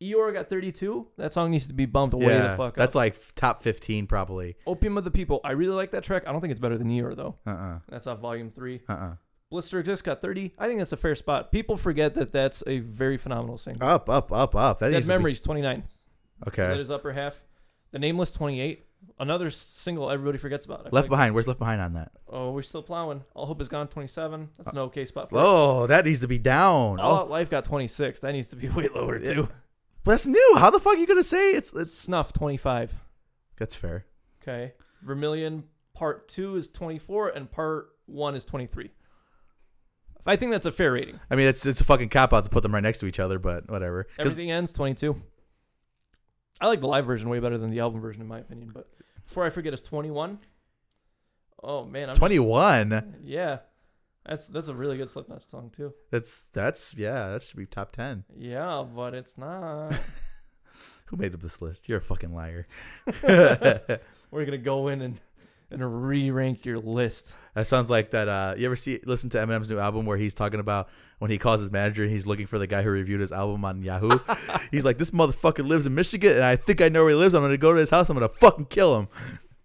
S2: Eeyore got 32. That song needs to be bumped way the fuck up.
S1: that's like f- top 15 probably.
S2: Opium of the People. I really like that track. I don't think it's better than Year though.
S1: Uh uh-uh,
S2: That's off Volume Three.
S1: uh.
S2: Blister Exists got 30. I think that's a fair spot. People forget that that's a very phenomenal single.
S1: Up up up up. That
S2: Dead
S1: needs to be-
S2: Memories 29. So that
S1: okay.
S2: is upper half. The Nameless 28. Another s- single everybody forgets about. I feel
S1: Left
S2: like-
S1: behind. Where's left behind Uh, on that?
S2: Oh, we're still plowing. All Hope Is Gone 27. That's an okay spot for. it.
S1: Oh, that needs to be down.
S2: All
S1: Oh,
S2: Out Life got 26. That needs to be way lower
S1: Yeah.
S2: too.
S1: but that's new. How the fuck are you gonna say it's? it's
S2: Snuff 25.
S1: that's fair.
S2: Okay. Vermilion Part 2 is 24 and Part 1 is 23. I think that's a fair rating.
S1: I mean, it's it's a fucking cop out to put them right next to each other, but whatever. 'Cause-
S2: Everything ends 22. I like the live version way better than the album version, in my opinion. But before I forget, is 21. Oh man, I'm
S1: 21.
S2: just- yeah, that's that's a really good Slipknot song too.
S1: That's that's yeah. That should be top 10.
S2: Yeah, but it's not.
S1: Who made up this list? You're a fucking liar.
S2: We're gonna go in and and re-rank your list.
S1: That sounds like that. Uh, you ever see listen to Eminem's new album where he's talking about when he calls his manager and he's looking for the guy who reviewed his album on Yahoo? he's like, "This motherfucker lives in Michigan, and I think I know where he lives. I'm gonna go to his house. I'm gonna fucking kill him."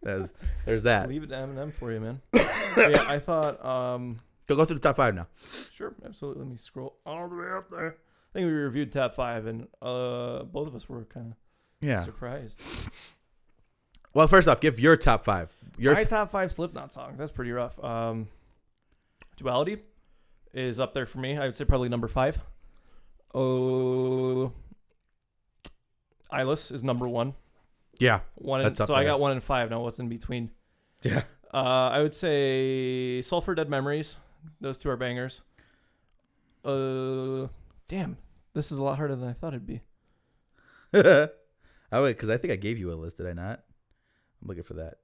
S1: There's, there's that.
S2: Leave it to Eminem for you, man. yeah, I thought. Um,
S1: Go go through the top five now.
S2: sure, absolutely. Let me scroll all the way up there. I think we reviewed top five, and uh, both of us were kind of
S1: Yeah.
S2: surprised.
S1: Well, first off, give your top five. Your
S2: My
S1: t-
S2: top five Slipknot songs. That's pretty rough. Um, Duality is up there for me. I would say probably number five. Oh, Eyeless is number one.
S1: yeah,
S2: One.
S1: That's
S2: and,
S1: up
S2: so I
S1: there.
S2: got one and five. Now what's in between?
S1: yeah.
S2: Uh, I would say Sulfur Dead Memories. Those two are bangers. Uh, damn, this is a lot harder than I thought it'd be.
S1: I would because I think I gave you a list. Did I not? I'm looking for that.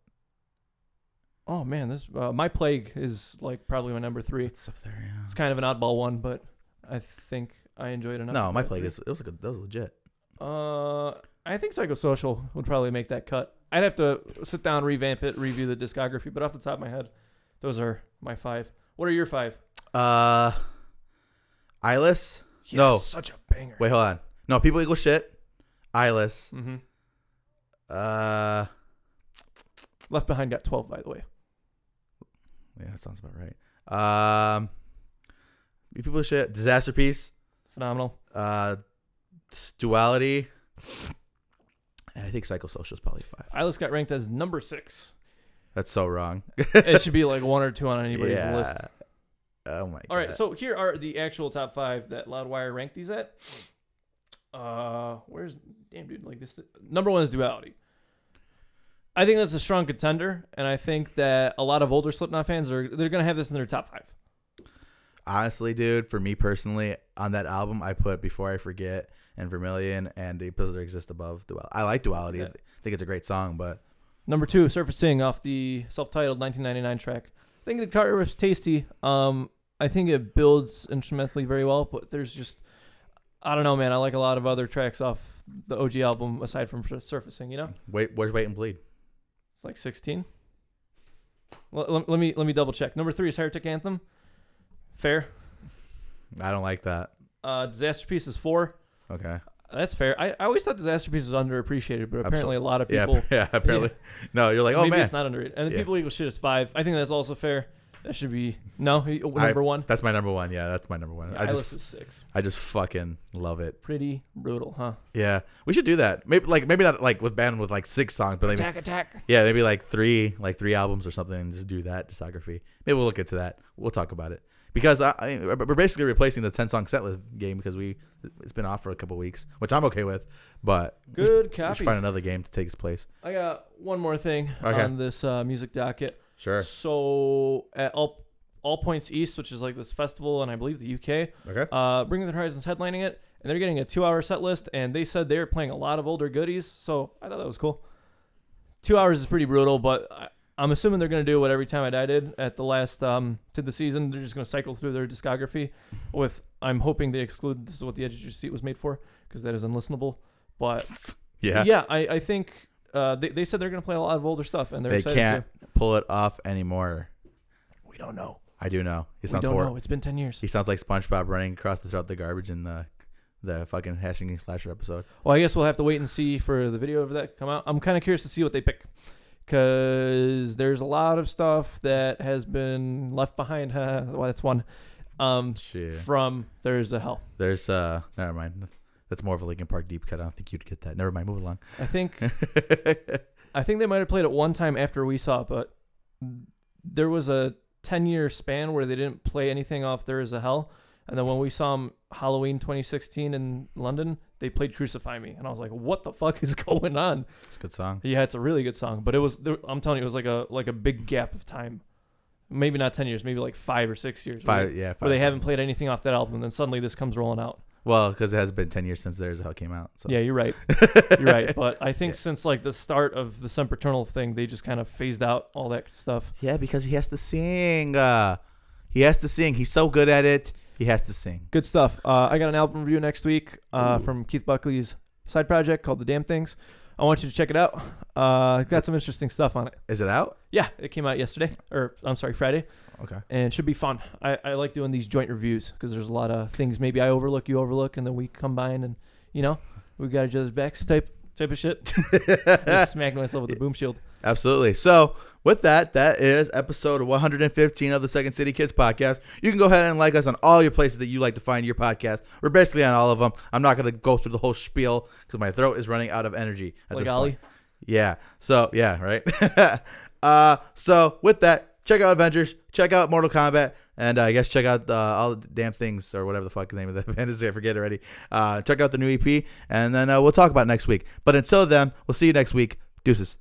S2: Oh man, this uh, My Plague is like probably my number three.
S1: It's up there.
S2: It's kind of an oddball one, but I think I enjoyed it
S1: Yeah.
S2: enough.
S1: No,
S2: to
S1: my
S2: go
S1: plague
S2: through.
S1: is it was a good, that was legit.
S2: Uh, I think Psychosocial would probably make that cut. I'd have to sit down, revamp it, review the discography, but off the top of my head, those are my five. What are your five?
S1: Uh, Eyeless. No.
S2: such a banger.
S1: Wait, hold on. No, people equal shit. Eyeless.
S2: Mm-hmm.
S1: Uh,
S2: Left Behind got twelve, by the way.
S1: yeah, that sounds about right. Um, people shit. Disaster piece.
S2: Phenomenal.
S1: Uh, s- duality. And I think psychosocial is probably five.
S2: Eyeless got ranked as number six.
S1: That's so wrong.
S2: it should be like one or two on anybody's
S1: Yeah.
S2: list.
S1: Oh my god.
S2: All right, so here are the actual top five that Loudwire ranked these at. Uh, where's damn dude? Like this, number one is Duality. I think that's a strong contender, and I think that a lot of older Slipknot fans are they're gonna have this in their top five.
S1: Honestly, dude, for me personally, on that album, I put "Before I Forget" and "Vermilion" and "The Blizzard Exist Above." Dual- I like Duality.
S2: Yeah.
S1: I think it's a great song, but
S2: Number two, surfacing off the self-titled 1999 track. I think the guitar riff's tasty. Um, I think it builds instrumentally very well, but there's just I don't know, man. I like a lot of other tracks off the OG album aside from Sur- surfacing. You know,
S1: wait, where's "Wait and Bleed"?
S2: like 16. Well, let, let me let me double check. Number three is Heretic Anthem. Fair.
S1: I don't like that.
S2: Uh, Disaster Piece is four.
S1: Okay.
S2: That's fair. I, I always thought Disaster Piece was underappreciated, but apparently a lot of
S1: Yeah.
S2: people.
S1: Yeah. Apparently, no. You're like, oh
S2: maybe
S1: man,
S2: it's not underrated. And the
S1: Yeah.
S2: People Equal Shit is five. I think that's also fair. That should be no he-
S1: I-
S2: number one.
S1: that's my number one. Yeah, that's my number one.
S2: Yeah,
S1: I
S2: I
S1: just,
S2: list is six.
S1: I just fucking love it.
S2: Pretty brutal, huh?
S1: Yeah, we should do that. Maybe like maybe not like with band with like six songs, but like,
S2: Attack, attack.
S1: yeah, maybe like three like three albums or something. And just do that discography. Maybe we'll look into that. We'll talk about it because I, I we're basically replacing the ten song setlist game because we it's been off for a couple weeks, which I'm okay with. But we should-
S2: Good
S1: we should
S2: copy.
S1: find another game to take its place.
S2: I got one more thing
S1: Okay.
S2: on this uh, music docket.
S1: Sure.
S2: So at all all points east, which is like this festival, and I believe the UK.
S1: Okay.
S2: Uh, Bring Me the Horizon's headlining it, and they're getting a two-hour set list, and they said they were playing a lot of older goodies, so I thought that was cool. Two hours is pretty brutal, but I, I'm assuming they're gonna do what Every Time I Die did at the last um to the season. They're just gonna cycle through their discography. With I'm hoping they exclude this is what the edge of your seat was made for because that is unlistenable. But
S1: Yeah.
S2: yeah, I I think. Uh, they, they said they're going to play a lot of older stuff, and they're
S1: They
S2: excited
S1: can't pull it off anymore.
S2: to. We don't know.
S1: I do know. He
S2: We
S1: sounds
S2: don't
S1: horrible.
S2: know. It's been ten years.
S1: He sounds like SpongeBob running across the, throughout the garbage in the the fucking hashing and slasher episode.
S2: Well, I guess we'll have to wait and see for the video of that come out. I'm kind of curious to see what they pick because there's a lot of stuff that has been left behind. Huh? Well, that's one um,
S1: Shit.
S2: from There's a Hell.
S1: There's uh never mind. That's more of a Linkin Park deep cut. I don't think you'd get that. Never mind, move along.
S2: I think I think they might have played it one time after we saw it, but there was a 10 year span where they didn't play anything off There Is a Hell. And then when we saw 'em Halloween 2016 in London, they played Crucify Me. And I was like, what the fuck is going on?
S1: It's a good song.
S2: Yeah, it's a really good song, but it was there, I'm telling you, it was like a like a big gap of time. Maybe not ten years, maybe like five or six years. where
S1: Five
S2: they-
S1: yeah, five.
S2: where they
S1: songs.
S2: haven't played anything off that album, and then suddenly this comes rolling out.
S1: Well, because it has been ten years since There's a Hell came out. So
S2: Yeah, you're right. you're right. But I think since like the start of the Sempiternal thing, they just kind of phased out all that stuff.
S1: Yeah, because he has to sing. Uh he has to sing. He's so good at it. He has to sing.
S2: Good stuff. Uh, I got an album review next week uh, from Keith Buckley's side project called The Damn Things. I want you to check it out. Uh, got some interesting stuff on it.
S1: Is it out?
S2: Yeah, it came out yesterday, or I'm sorry, Friday.
S1: Okay.
S2: and it should be fun. I, I like doing these joint reviews because there's a lot of things maybe I overlook, you overlook, and then we combine and you know we got each other's backs type type of shit. I smacked myself with the boom shield.
S1: Absolutely. So, with that, that is episode 115 of the Second City Kids podcast. You can go ahead and like us on all your places that you like to find your podcast. We're basically on all of them. I'm not going to go through the whole spiel because my throat is running out of energy. at
S2: Like
S1: this
S2: Ollie,
S1: point. Yeah. So, yeah, right? uh, so, with that, check out Avengers, check out Mortal Kombat, and uh, I guess check out uh, all the damn things or whatever the fuck the name of the band is. I forget already. E Uh, check out the new EP, and then uh, we'll talk about it next week. But until then, we'll see you next week. Deuces.